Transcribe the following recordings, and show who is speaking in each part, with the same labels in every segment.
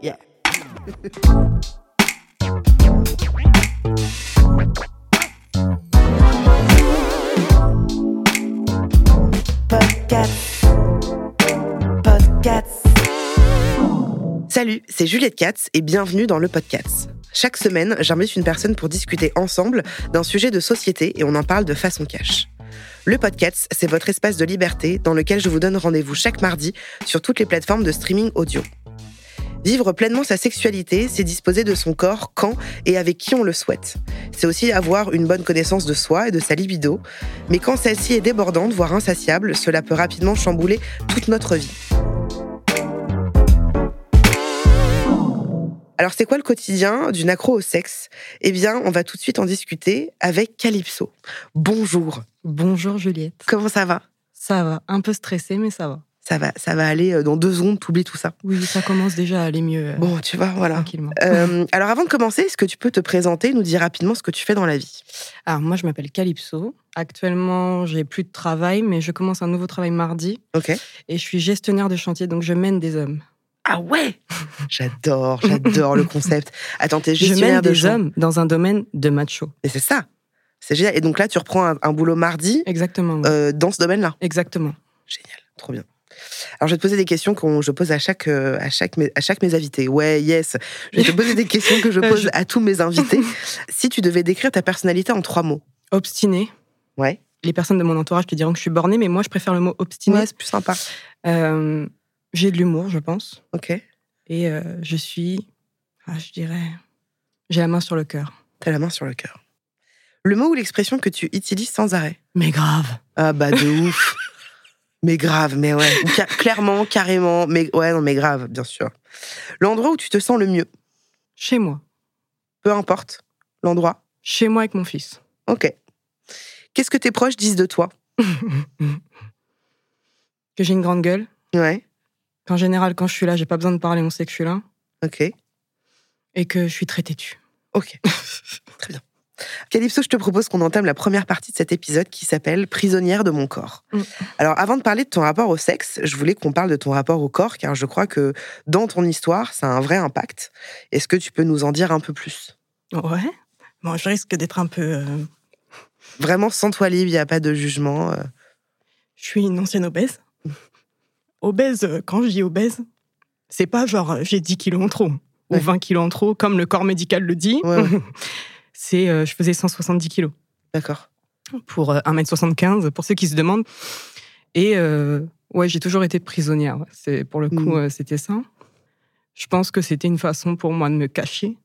Speaker 1: Yeah. Podcast. Podcast. Salut, c'est Juliette Katz et bienvenue dans le podcast. Chaque semaine, j'invite une personne pour discuter ensemble d'un sujet de société et on en parle de façon cash. Le podcast, c'est votre espace de liberté dans lequel je vous donne rendez-vous chaque mardi sur toutes les plateformes de streaming audio. Vivre pleinement sa sexualité, c'est disposer de son corps quand et avec qui on le souhaite. C'est aussi avoir une bonne connaissance de soi et de sa libido, mais quand celle-ci est débordante, voire insatiable, cela peut rapidement chambouler toute notre vie. Alors c'est quoi le quotidien d'une accro au sexe Eh bien, on va tout de suite en discuter avec Calypso. Bonjour,
Speaker 2: Bonjour Juliette.
Speaker 1: comment ça va
Speaker 2: Ça va, un peu stressée, mais ça va.
Speaker 1: Ça va, ça va aller euh, dans deux secondes, t'oublies tout ça.
Speaker 2: Oui, ça commence déjà à aller mieux. euh,
Speaker 1: Bon, tu vois, voilà.
Speaker 2: Tranquillement.
Speaker 1: Euh, alors avant de commencer, est-ce que tu peux te présenter, nous dire rapidement ce que tu fais dans la vie
Speaker 2: Alors, moi, je m'appelle Calypso. Actuellement, j'ai plus de travail, mais je commence un nouveau travail mardi
Speaker 1: Ok.
Speaker 2: et je suis gestionnaire de chantier, donc je mène des hommes.
Speaker 1: Ah ouais J'adore, j'adore le concept. Attends, t'es
Speaker 2: Je
Speaker 1: gestionnaire
Speaker 2: mène
Speaker 1: de
Speaker 2: des
Speaker 1: gens.
Speaker 2: hommes dans un domaine de macho.
Speaker 1: Mais c'est ça. C'est génial. Et donc là, tu reprends un, un boulot mardi
Speaker 2: Exactement. oui.
Speaker 1: euh, dans ce domaine-là.
Speaker 2: Exactement.
Speaker 1: Génial, trop bien. Alors, je vais te poser des questions que je pose à chaque, euh, à, chaque, mes- à chaque mes invités. Ouais, yes. Je vais te poser des questions que je
Speaker 2: Euh,
Speaker 1: pose
Speaker 2: je-
Speaker 1: à tous mes invités. si tu devais décrire ta personnalité en trois mots.
Speaker 2: Obstiné.
Speaker 1: Ouais.
Speaker 2: Les personnes de mon entourage te diront que je suis bornée, mais moi, je préfère le mot obstiné.
Speaker 1: Ouais, c'est plus sympa.
Speaker 2: Euh, j'ai de l'humour, je pense.
Speaker 1: Ok.
Speaker 2: Et euh, je suis. Ah, je dirais. J'ai la main sur le cœur.
Speaker 1: T'as la main sur le cœur. Le mot ou l'expression que tu utilises sans arrêt.
Speaker 2: Mais grave.
Speaker 1: Ah bah de ouf. Mais grave, mais ouais. Ou ca- clairement, carrément. Mais ouais, non, mais grave, bien sûr. L'endroit où tu te sens le mieux.
Speaker 2: Chez moi.
Speaker 1: Peu importe. L'endroit.
Speaker 2: Chez moi avec mon fils.
Speaker 1: Ok. Qu'est-ce que tes proches disent de toi
Speaker 2: que j'ai une grande gueule.
Speaker 1: Ouais.
Speaker 2: Qu'en général, quand je suis là, j'ai pas besoin de parler, on sait que je suis là.
Speaker 1: Ok.
Speaker 2: Et que je suis très têtue.
Speaker 1: Ok. Très bien. Calypso, je te propose qu'on entame la première partie de cet épisode qui s'appelle Prisonnière de mon corps.
Speaker 2: Mm.
Speaker 1: Alors, avant de parler de ton rapport au sexe, je voulais qu'on parle de ton rapport au corps, car je crois que dans ton histoire, ça a un vrai impact. Est-ce que tu peux nous en dire un peu plus
Speaker 2: Ouais. Bon, je risque d'être un peu. euh,
Speaker 1: Vraiment, sans toi libre, il n'y a pas de jugement. euh.
Speaker 2: Je suis une ancienne obèse. Obèse, euh, quand je dis obèse, c'est pas genre euh, j'ai 10 kilos en trop ou
Speaker 1: Ouais.
Speaker 2: 20 kilos en trop, comme le corps médical le dit.
Speaker 1: Ouais, ouais.
Speaker 2: c'est euh, je faisais 170 kilos.
Speaker 1: D'accord.
Speaker 2: pour euh, 1m75, pour ceux qui se demandent. Et euh, ouais, j'ai toujours été prisonnière. ouais. C'est Pour le coup,
Speaker 1: Mm.
Speaker 2: euh, c'était ça. Je pense que c'était une façon pour moi de me cacher,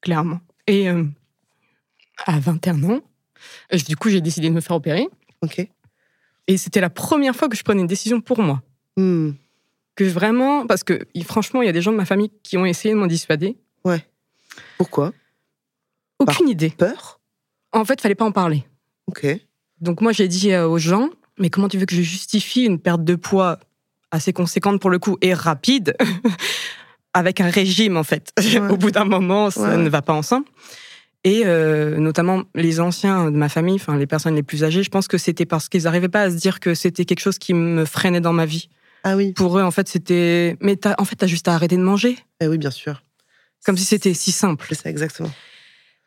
Speaker 2: clairement. Et euh, à 21 ans, euh, du coup, j'ai décidé de me faire opérer.
Speaker 1: Ok.
Speaker 2: Et c'était la première fois que je prenais une décision pour moi.
Speaker 1: Hmm.
Speaker 2: Que je vraiment. Parce que y- franchement, il y a des gens de ma famille qui ont essayé de m'en dissuader.
Speaker 1: Pourquoi
Speaker 2: Aucune idée.
Speaker 1: Peur
Speaker 2: En fait, fallait pas en parler.
Speaker 1: Ok.
Speaker 2: Donc moi, j'ai dit euh, aux gens, mais comment tu veux que je justifie une perte de poids assez conséquente pour le coup et rapide avec un régime en fait
Speaker 1: Ouais.
Speaker 2: Au bout d'un moment, ça
Speaker 1: Ouais, ouais.
Speaker 2: ne va pas ensemble. Et euh, notamment les anciens de ma famille, enfin les personnes les plus âgées, je pense que c'était parce qu'ils n'arrivaient pas à se dire que c'était quelque chose qui me freinait dans ma vie.
Speaker 1: Ah oui.
Speaker 2: Pour eux, en fait, c'était mais t'as- en fait t'as juste à arrêter de manger,
Speaker 1: Eh oui, bien sûr.
Speaker 2: comme si c'était si simple.
Speaker 1: C'est ça, exactement.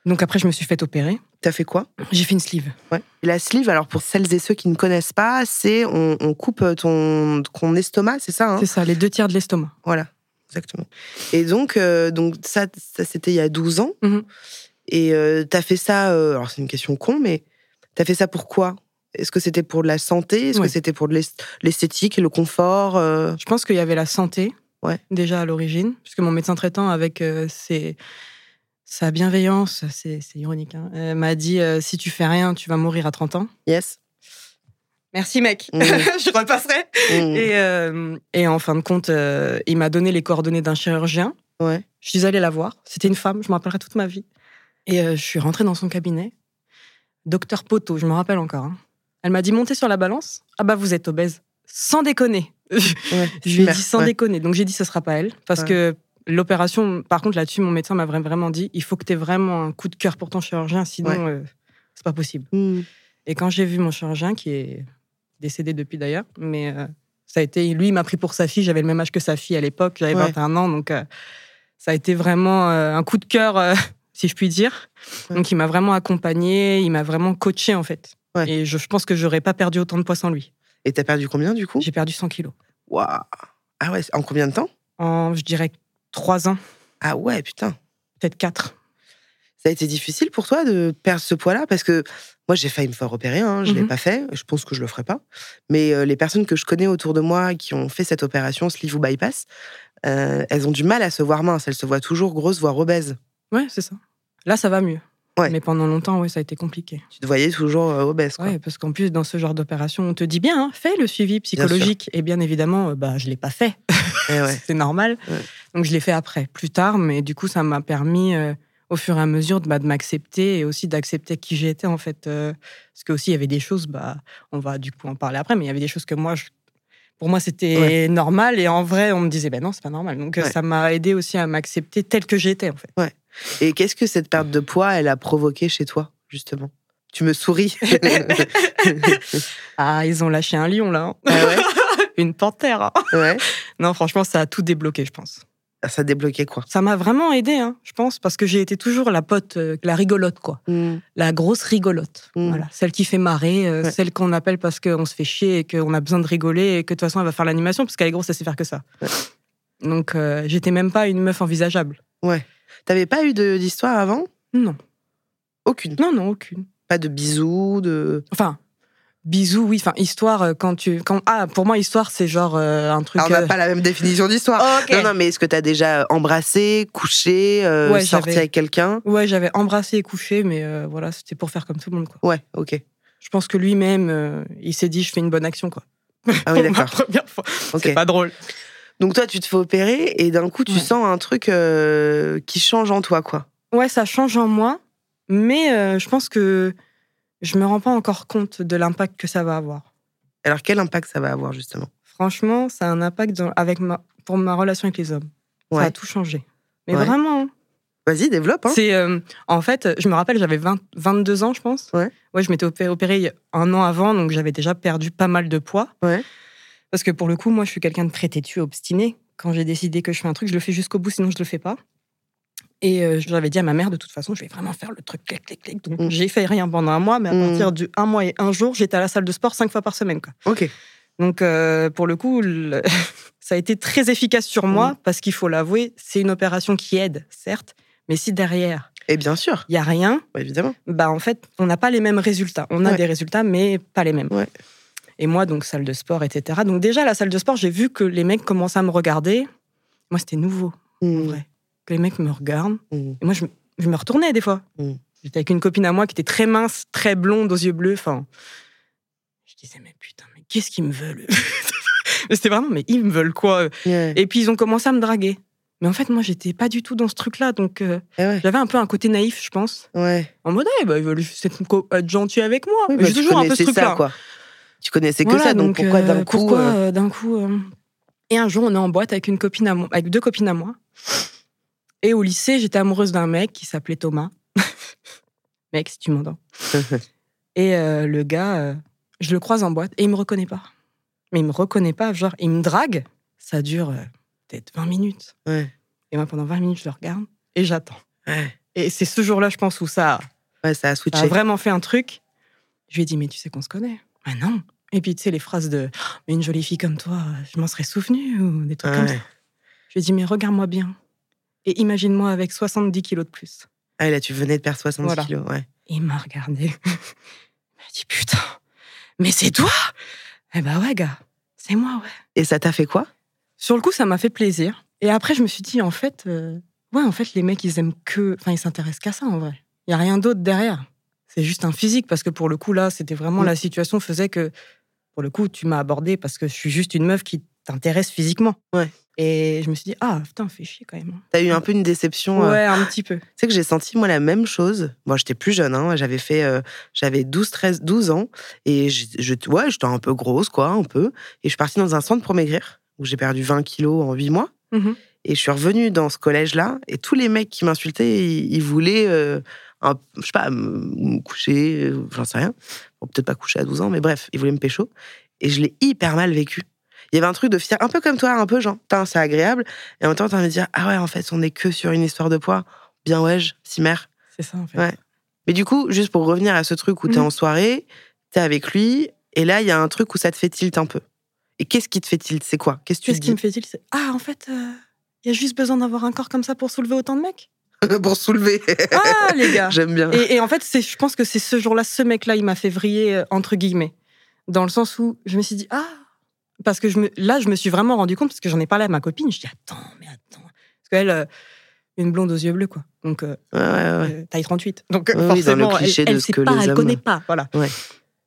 Speaker 2: Donc après, je me suis fait opérer.
Speaker 1: T'as fait quoi
Speaker 2: J'ai fait une sleeve.
Speaker 1: Ouais. La sleeve, alors pour celles et ceux qui ne connaissent pas, c'est on, on coupe ton, ton estomac, c'est ça hein
Speaker 2: C'est ça, les deux tiers de l'estomac.
Speaker 1: Voilà, exactement. Et donc, euh, donc ça, ça c'était il y a 12 ans.
Speaker 2: Mhm.
Speaker 1: Et euh, t'as fait ça, euh, alors c'est une question con, mais t'as fait ça pourquoi Est-ce que c'était pour de la santé Est-ce
Speaker 2: Ouais.
Speaker 1: que c'était pour de l'est- l'esthétique, le confort euh,
Speaker 2: Je pense qu'il y avait la santé,
Speaker 1: Ouais.
Speaker 2: déjà à l'origine, puisque mon médecin traitant, avec euh, ses- sa bienveillance, c'est c'est ironique, hein, euh, m'a dit euh, si tu fais rien, tu vas mourir à 30 ans.
Speaker 1: Yes
Speaker 2: Merci mec,
Speaker 1: Mm.
Speaker 2: je repasserai.
Speaker 1: Mm.
Speaker 2: Et, euh, et en fin de compte, euh, il m'a donné les coordonnées d'un chirurgien.
Speaker 1: Ouais.
Speaker 2: Je suis allée la voir. C'était une femme, je me rappellerai toute ma vie. Et euh, je suis rentrée dans son cabinet. Docteur Poteau, je me rappelle encore. hein. Elle m'a dit montez sur la balance. Ah bah vous êtes obèse. Sans déconner.
Speaker 1: Ouais.
Speaker 2: je lui ai
Speaker 1: Merde,
Speaker 2: dit sans
Speaker 1: ouais.
Speaker 2: déconner. Donc j'ai dit ce sera pas elle. Parce
Speaker 1: Ouais.
Speaker 2: que l'opération, par contre là-dessus, mon médecin m'a vra- vraiment dit il faut que tu aies vraiment un coup de cœur pour ton chirurgien, sinon
Speaker 1: Ouais.
Speaker 2: euh, c'est pas possible.
Speaker 1: Mm.
Speaker 2: Et quand j'ai vu mon chirurgien, qui est décédé depuis d'ailleurs, mais euh, ça a été. Lui, il m'a pris pour sa fille, j'avais le même âge que sa fille à l'époque, j'avais
Speaker 1: Ouais.
Speaker 2: 21 ans, donc euh, ça a été vraiment euh, un coup de cœur, euh, si je puis dire.
Speaker 1: Ouais.
Speaker 2: Donc il m'a vraiment accompagné, il m'a vraiment coaché en fait.
Speaker 1: Ouais.
Speaker 2: Et je, je pense que j'aurais pas perdu autant de poids sans lui.
Speaker 1: Et t'as perdu combien du coup
Speaker 2: J'ai perdu 100 kilos
Speaker 1: Waouh Ah ouais, en combien de temps
Speaker 2: en, je dirais, 3 ans,
Speaker 1: Ah ouais, putain.
Speaker 2: peut-être 4.
Speaker 1: Ça a été difficile pour toi de perdre ce poids-là parce que moi j'ai failli me faire opérer, hein, je l'ai
Speaker 2: Mhm.
Speaker 1: pas fait, je pense que je le ferai pas. Mais euh, les personnes que je connais autour de moi qui ont fait cette opération sleeve ou bypass, euh, elles ont du mal à se voir minces, elles se voient toujours grosses, voire obèses.
Speaker 2: Ouais, c'est ça. Là, ça va mieux.
Speaker 1: Ouais.
Speaker 2: Mais pendant longtemps, ouais, ça a été compliqué.
Speaker 1: Tu te voyais toujours euh, obèse, quoi.
Speaker 2: Ouais, parce qu'en plus, dans ce genre d'opération, on te dit bien, hein, fais le suivi psychologique. et bien évidemment, euh, bah, je ne l'ai pas fait.
Speaker 1: Eh ouais.
Speaker 2: C'est normal.
Speaker 1: Ouais.
Speaker 2: Donc, je l'ai fait après, plus tard. Mais du coup, ça m'a permis, euh, au fur et à mesure, de, bah, de m'accepter et aussi d'accepter qui j'étais, en fait. euh, parce que aussi, il y avait des choses, bah, on va du coup en parler après, mais il y avait des choses que moi, je- pour moi, c'était
Speaker 1: Ouais.
Speaker 2: normal. Et en vrai, on me disait, ben non, c'est pas normal. Donc, euh,
Speaker 1: Ouais.
Speaker 2: ça m'a aidé aussi à m'accepter telle que j'étais, en fait.
Speaker 1: Et qu'est-ce que cette perte de poids, elle a provoqué chez toi, justement Tu me souris.
Speaker 2: Ah, ils ont lâché un lion, là. hein.
Speaker 1: Ah ouais,
Speaker 2: Une panthère. hein.
Speaker 1: ouais.
Speaker 2: Non, franchement, ça a tout débloqué, je pense.
Speaker 1: Ça débloquait quoi
Speaker 2: Ça m'a vraiment aidé, hein, je pense, parce que j'ai été toujours la pote, euh, la rigolote, quoi.
Speaker 1: Mm.
Speaker 2: La grosse rigolote.
Speaker 1: Mm.
Speaker 2: Voilà. Celle qui fait marrer, euh,
Speaker 1: Ouais.
Speaker 2: celle qu'on appelle parce qu'on se fait chier et qu'on a besoin de rigoler et que de toute façon, elle va faire l'animation parce qu'elle est grosse, elle sait faire que ça.
Speaker 1: Ouais.
Speaker 2: Donc, euh, j'étais même pas une meuf envisageable.
Speaker 1: T'avais pas eu de- d'histoire avant
Speaker 2: Non,
Speaker 1: Aucune.
Speaker 2: non, non, aucune.
Speaker 1: Pas de bisous, de.
Speaker 2: Enfin. Bisous, oui. Enfin, histoire, euh, quand tu. Quand... Ah, pour moi, histoire, c'est genre euh, un truc.
Speaker 1: Ah, on n'a
Speaker 2: euh, Oh,
Speaker 1: pas Ah, la même définition d'histoire.
Speaker 2: ok.
Speaker 1: Non, non, mais est-ce que t'as déjà embrassé, couché, euh,
Speaker 2: Ouais,
Speaker 1: sorti
Speaker 2: j'avais-
Speaker 1: avec quelqu'un
Speaker 2: Ouais, j'avais embrassé et couché, mais euh, voilà, c'était pour faire comme tout le monde, quoi.
Speaker 1: Ouais, ok.
Speaker 2: Je pense que lui-même, euh, il s'est dit, je fais une bonne action, quoi.
Speaker 1: Ah oui,
Speaker 2: Pour ma
Speaker 1: d'accord.
Speaker 2: première fois.
Speaker 1: Ok.
Speaker 2: C'est pas drôle.
Speaker 1: Donc toi, tu te fais opérer et d'un coup, tu
Speaker 2: Ouais.
Speaker 1: sens un truc euh, qui change en toi, quoi.
Speaker 2: Ouais, ça change en moi, mais euh, je pense que je me rends pas encore compte de l'impact que ça va avoir.
Speaker 1: Alors quel impact ça va avoir justement
Speaker 2: Franchement, ça a un impact dans- avec ma, pour ma relation avec les hommes. Ça
Speaker 1: Ouais.
Speaker 2: a tout changé. Mais
Speaker 1: Ouais.
Speaker 2: vraiment, hein.
Speaker 1: Vas-y, développe. Hein.
Speaker 2: c'est euh, en fait, je me rappelle, j'avais 20 22 ans, je pense.
Speaker 1: Ouais.
Speaker 2: je m'étais opé- opérée il y a un an avant, donc j'avais déjà perdu pas mal de poids.
Speaker 1: Ouais.
Speaker 2: Parce que pour le coup, moi, je suis quelqu'un de très têtu, obstiné. Quand j'ai décidé que je fais un truc, je le fais jusqu'au bout, sinon je le fais pas. Et euh, j'avais dit à ma mère, de toute façon, je vais vraiment faire le truc, clic, clic, clic. Donc
Speaker 1: Mm.
Speaker 2: j'ai fait rien pendant un mois, mais à
Speaker 1: Mm.
Speaker 2: partir du un mois et un jour, j'étais à la salle de sport cinq fois par semaine. quoi.
Speaker 1: Ok.
Speaker 2: Donc, euh, pour le coup, le- ça a été très efficace sur
Speaker 1: Mm.
Speaker 2: moi, parce qu'il faut l'avouer, c'est une opération qui aide, certes, mais si derrière,
Speaker 1: Et bien sûr,
Speaker 2: il n'y a rien,
Speaker 1: bah, évidemment.
Speaker 2: bah en fait, on n'a pas les mêmes résultats. On a
Speaker 1: Ouais.
Speaker 2: des résultats, mais pas les mêmes.
Speaker 1: Ouais.
Speaker 2: Et moi, donc, salle de sport, etc. Donc, déjà, la salle de sport, j'ai vu que les mecs commençaient à me regarder. Moi, c'était nouveau, en
Speaker 1: Mm.
Speaker 2: vrai. Que les mecs me regardent.
Speaker 1: Mm.
Speaker 2: Et moi, je, me- je me retournais des fois.
Speaker 1: Mm.
Speaker 2: J'étais avec une copine à moi qui était très mince, très blonde, aux yeux bleus. Enfin, je disais, mais putain, mais qu'est-ce qu'ils me veulent eux Mais C'était vraiment, mais ils me veulent quoi eux
Speaker 1: Ouais.
Speaker 2: Et puis ils ont commencé à me draguer. Mais en fait, moi, j'étais pas du tout dans ce truc-là. Donc, euh,
Speaker 1: Eh ouais.
Speaker 2: j'avais un peu un côté naïf, je pense.
Speaker 1: Ouais.
Speaker 2: En mode, eh, bah, ils veulent juste être, co- être gentils avec moi.
Speaker 1: Oui,
Speaker 2: Mais
Speaker 1: bah,
Speaker 2: J'ai
Speaker 1: tu
Speaker 2: toujours un peu ce
Speaker 1: connaissais
Speaker 2: truc-là.
Speaker 1: ça, quoi. Tu connaissais que
Speaker 2: Voilà,
Speaker 1: ça, donc, pourquoi
Speaker 2: euh,
Speaker 1: d'un coup
Speaker 2: pourquoi,
Speaker 1: euh,
Speaker 2: euh, d'un coup, euh, Et un jour, on est en boîte avec, une copine à moi, avec deux copines à moi. Et au lycée, j'étais amoureuse d'un mec qui s'appelait Thomas. mec, si tu m'entends. Et euh, le gars, euh, je le croise en boîte et il me reconnaît pas. Mais il me reconnaît pas, genre, il me drague. Ça dure euh, peut-être 20 minutes.
Speaker 1: Ouais.
Speaker 2: Et moi, pendant 20 minutes, je le regarde et j'attends.
Speaker 1: Ouais.
Speaker 2: Et c'est ce jour-là, je pense, où ça a-
Speaker 1: Ouais, ça a
Speaker 2: ça a
Speaker 1: switché.
Speaker 2: vraiment fait un truc. Je lui ai dit, mais tu sais qu'on se connaît. Ah non. Et puis, tu sais, les phrases de Oh, mais une jolie fille comme toi, je m'en serais souvenue, ou des trucs comme ça.
Speaker 1: Ouais.
Speaker 2: Je lui ai dit, mais regarde-moi bien. Et imagine-moi avec 70 kilos de plus.
Speaker 1: Ah, et là, tu venais de perdre 70
Speaker 2: Voilà.
Speaker 1: kilos. Ouais.
Speaker 2: Et il m'a regardé. il m'a dit, putain, mais c'est toi Eh bah ouais, gars, c'est moi, ouais.
Speaker 1: Et ça t'a fait quoi
Speaker 2: Sur le coup, ça m'a fait plaisir. Et après, je me suis dit, en fait, euh, ouais, en fait, les mecs, ils aiment que. Enfin, ils s'intéressent qu'à ça, en vrai. Il n'y a rien d'autre derrière. C'est juste un physique, parce que pour le coup, là, c'était vraiment
Speaker 1: Mm.
Speaker 2: la situation faisait que pour le coup, tu m'as abordé parce que je suis juste une meuf qui t'intéresse physiquement.
Speaker 1: Ouais.
Speaker 2: Et je me suis dit, ah putain, fais chier quand même. hein.
Speaker 1: T'as eu un peu une déception. euh,
Speaker 2: Ouais, un petit peu.
Speaker 1: Tu sais que j'ai senti, moi, la même chose. Moi, j'étais plus jeune, hein. J'avais fait, euh, j'avais 12, 13, 12 ans. Et je, je, ouais, j'étais un peu grosse, quoi, un peu. Et je suis partie dans un centre pour maigrir, où j'ai perdu 20 kilos en 8 mois.
Speaker 2: Mhm.
Speaker 1: Et je suis revenue dans ce collège-là. Et tous les mecs qui m'insultaient, ils, ils voulaient, euh, un, je sais pas, me me coucher, euh, j'en sais rien. Bon, peut-être pas coucher à 12 ans, mais bref, ils voulaient me pécho. Et je l'ai hyper mal vécu. Il y avait un truc de fier, un peu comme toi, un peu genre, putain, c'est agréable. Et en même temps, t'as envie de dire, ah ouais, en fait, on est que sur une histoire de poids. Bien ouais, je- si mère.
Speaker 2: C'est ça, en fait.
Speaker 1: Ouais. Mais du coup, juste pour revenir à ce truc où t'es
Speaker 2: Mhm.
Speaker 1: en soirée, t'es avec lui, et là, il y a un truc où ça te fait tilt un peu. Et qu'est-ce qui te fait tilt C'est quoi Qu'est-ce que tu
Speaker 2: Qu'est-ce
Speaker 1: te
Speaker 2: qui
Speaker 1: dis
Speaker 2: me fait-il C'est, ah, en fait, il y a juste besoin d'avoir un corps comme ça pour soulever autant de mecs
Speaker 1: Pour soulever.
Speaker 2: Ah, les gars
Speaker 1: J'aime bien.
Speaker 2: Et, et en fait, c'est, je pense que c'est ce jour-là, ce mec-là, il m'a fait vriller, euh, entre guillemets. Dans le sens où je me suis dit, ah Parce que je me, là, je me suis vraiment rendu compte, parce que j'en ai parlé à ma copine, je dis, attends, mais attends. Parce qu'elle, euh, une blonde aux yeux bleus, quoi. Donc, euh,
Speaker 1: Ouais, ouais, ouais.
Speaker 2: euh, taille 38. Donc,
Speaker 1: Oui, oui, dans le
Speaker 2: forcément, elle-
Speaker 1: cliché de
Speaker 2: elle,
Speaker 1: ce
Speaker 2: sait
Speaker 1: que
Speaker 2: pas,
Speaker 1: les
Speaker 2: elle
Speaker 1: hommes-
Speaker 2: connaît pas. Voilà.
Speaker 1: Ouais.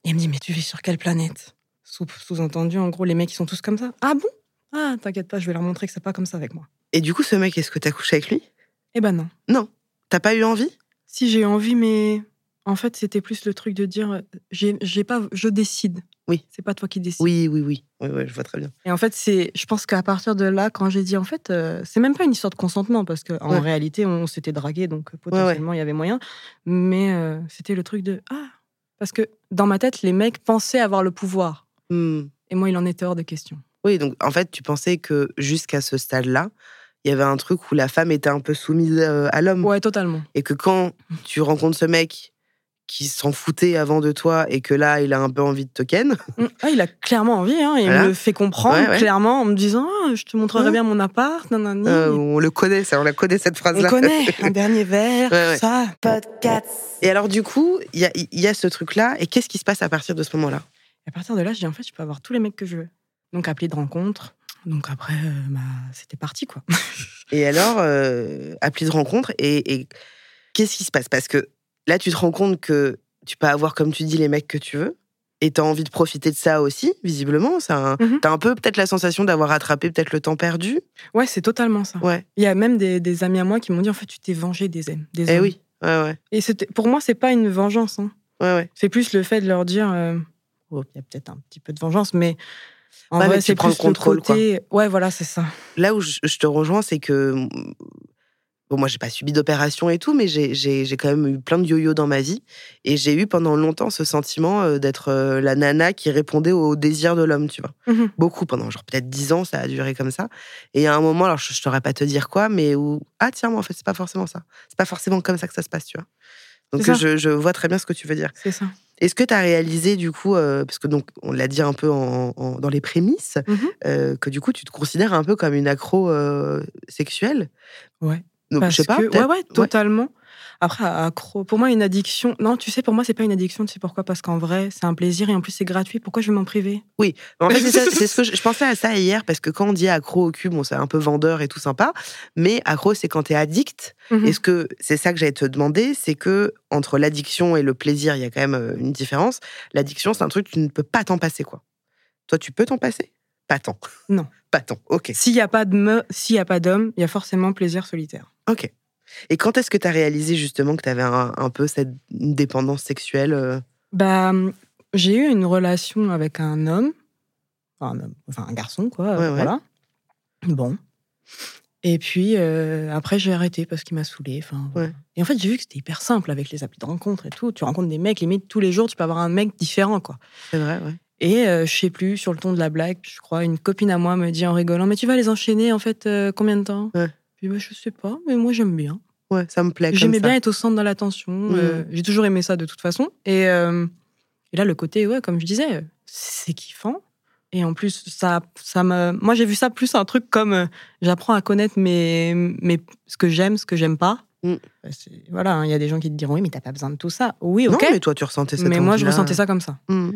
Speaker 2: Et elle me dit, mais tu vis sur quelle planète Sous- Sous-entendu, en gros, les mecs, ils sont tous comme ça. Ah bon Ah, t'inquiète pas, je vais leur montrer que c'est pas comme ça avec moi.
Speaker 1: Et du coup, ce mec, est-ce que t'as couché avec lui
Speaker 2: Eh ben non.
Speaker 1: T'as pas eu envie
Speaker 2: Si j'ai eu envie, mais en fait, c'était plus le truc de dire, euh, j'ai j'ai pas, je décide.
Speaker 1: Oui.
Speaker 2: C'est pas toi qui décides.
Speaker 1: Oui, oui, oui. Oui, oui, je vois très bien.
Speaker 2: Et en fait, c'est, je pense qu'à partir de là, quand j'ai dit, en fait, euh, c'est même pas une histoire de consentement, parce qu'en
Speaker 1: Ouais.
Speaker 2: réalité, on s'était dragué, donc euh,
Speaker 1: ouais.
Speaker 2: potentiellement, il y avait moyen. Mais euh, c'était le truc de, ah, parce que dans ma tête, les mecs pensaient avoir le pouvoir.
Speaker 1: Hmm.
Speaker 2: Et moi, il en était hors de question.
Speaker 1: Oui, donc en fait, tu pensais que jusqu'à ce stade-là, il y avait un truc où la femme était un peu soumise euh, à l'homme.
Speaker 2: Ouais, totalement.
Speaker 1: et que quand tu rencontres ce mec qui s'en foutait avant de toi et que là il a un peu envie de te ken,
Speaker 2: Mm. Ah, il a clairement envie, hein, et
Speaker 1: Voilà.
Speaker 2: il me fait comprendre
Speaker 1: Ouais, ouais.
Speaker 2: clairement en me disant, Ah, je te montrerai
Speaker 1: Ouais.
Speaker 2: bien mon appart, nanani.
Speaker 1: euh, on le connaît ça, on la connaît cette
Speaker 2: On
Speaker 1: phrase-là.
Speaker 2: connaît un dernier verre,
Speaker 1: Ouais, ouais.
Speaker 2: tout ça.
Speaker 1: Et alors du coup, il y a, il y a ce truc-là et qu'est-ce qui se passe à partir de ce moment-là
Speaker 2: Et à partir de là, je dis en fait, je peux avoir tous les mecs que je veux. Donc appelé de rencontre. Donc après, euh, bah, c'était parti quoi.
Speaker 1: Et alors, euh, appli de rencontre et, et qu'est-ce qui se passe Parce que là tu te rends compte que tu peux avoir comme tu dis les mecs que tu veux. Et t'as envie de profiter de ça aussi, visiblement. ça a un-
Speaker 2: Mhm.
Speaker 1: T'as un peu peut-être la sensation d'avoir rattrapé peut-être le temps perdu.
Speaker 2: Ouais, c'est totalement ça.
Speaker 1: Ouais.
Speaker 2: Il y a même des, des amis à moi qui m'ont dit en fait, tu t'es vengé des aimes. Des
Speaker 1: Eh
Speaker 2: hommes.
Speaker 1: oui. Ouais, ouais.
Speaker 2: Et c'était- pour moi, c'est pas une vengeance. hein.
Speaker 1: Ouais, ouais.
Speaker 2: C'est plus le fait de leur dire, euh, oh, il y a peut-être un petit peu de vengeance, mais en
Speaker 1: Ouais, mais
Speaker 2: vrai,
Speaker 1: tu
Speaker 2: c'est
Speaker 1: prends
Speaker 2: plus
Speaker 1: le contrôle,
Speaker 2: côté. Ouais, voilà, c'est ça.
Speaker 1: là où je, je te rejoins, c'est que. mmh, Bon, moi, j'ai pas subi d'opération et tout, mais j'ai- j'ai j'ai quand même eu plein de yo-yo dans ma vie. Et j'ai eu pendant longtemps ce sentiment euh, d'être euh, la nana qui répondait au désir de l'homme, tu vois.
Speaker 2: Mhm.
Speaker 1: Beaucoup, pendant genre peut-être 10 ans, ça a duré comme ça. Et à un moment, alors je, je saurais pas te dire quoi, mais où. Ah, tiens, moi, en fait, c'est pas forcément ça. C'est pas forcément comme ça que ça se passe, tu vois. Donc, euh,
Speaker 2: C'est ça.
Speaker 1: je, je vois très bien ce que tu veux dire.
Speaker 2: C'est ça.
Speaker 1: Est-ce que tu as réalisé, du coup, euh, parce que donc, on l'a dit un peu en- en- dans les prémices,
Speaker 2: Mhm.
Speaker 1: euh, que du coup tu te considères un peu comme une accro euh, sexuelle.
Speaker 2: Ouais.
Speaker 1: Donc
Speaker 2: Parce
Speaker 1: je sais pas.
Speaker 2: que- ouais,
Speaker 1: peut-être-
Speaker 2: ouais, totalement. Après, accro. Pour moi, une addiction. Non, tu sais, pour moi, c'est pas une addiction. Tu sais pourquoi Parce qu'en vrai, c'est un plaisir et en plus, c'est gratuit. Pourquoi je vais m'en priver
Speaker 1: En fait, c'est ça- c'est ce que je, je pensais à ça hier parce que quand on dit accro au cube, on c'est un peu vendeur et tout sympa, mais accro c'est quand t'es addict.
Speaker 2: Mhm.
Speaker 1: Est-ce que c'est ça que j'allais te demander, c'est que entre l'addiction et le plaisir, il y a quand même euh, une différence. L'addiction, c'est un truc que tu ne peux pas t'en passer quoi. Toi, tu peux t'en passer Pas tant.
Speaker 2: Non.
Speaker 1: Pas tant. Ok.
Speaker 2: S'il n'y a pas de me, s'il y a pas d'homme, il y a forcément plaisir solitaire.
Speaker 1: Ok. Et quand est-ce que tu as réalisé justement que tu avais un, un peu cette dépendance sexuelle euh,
Speaker 2: Bah, hum, j'ai eu une relation avec un homme, enfin un, homme, enfin, un garçon, quoi. euh,
Speaker 1: Ouais, ouais.
Speaker 2: Voilà. Bon. Et puis euh, après, j'ai arrêté parce qu'il m'a saoulé. Enfin. voilà.
Speaker 1: Ouais.
Speaker 2: Et en fait, j'ai vu que c'était hyper simple avec les applis de rencontre et tout. Tu rencontres des mecs, limite tous les jours, tu peux avoir un mec différent, quoi.
Speaker 1: C'est vrai, ouais.
Speaker 2: Et euh, je sais plus, sur le ton de la blague, je crois, une copine à moi me dit en rigolant Mais tu vas les enchaîner en fait euh, combien de temps
Speaker 1: Ouais.
Speaker 2: Puis bah, je sais pas, mais moi j'aime bien.
Speaker 1: Ouais, ça me plaît. comme
Speaker 2: J'aimais
Speaker 1: ça. Mm.
Speaker 2: bien être au centre de l'attention. euh, J'ai toujours aimé ça de toute façon. Et, euh, et là, le côté, ouais, comme je disais, euh, c'est kiffant. Et en plus, ça, ça me. Moi, j'ai vu ça plus un truc comme euh, j'apprends à connaître mes, mes, ce que j'aime, ce que j'aime pas.
Speaker 1: Mm.
Speaker 2: Bah, c'est- Voilà, hein, il y a des gens qui te diront oui, mais t'as pas besoin de tout ça. Oui, ok.
Speaker 1: Non, mais toi, tu ressentais cette
Speaker 2: mais moi, je
Speaker 1: envie-là.
Speaker 2: ressentais ça comme ça.
Speaker 1: Mm.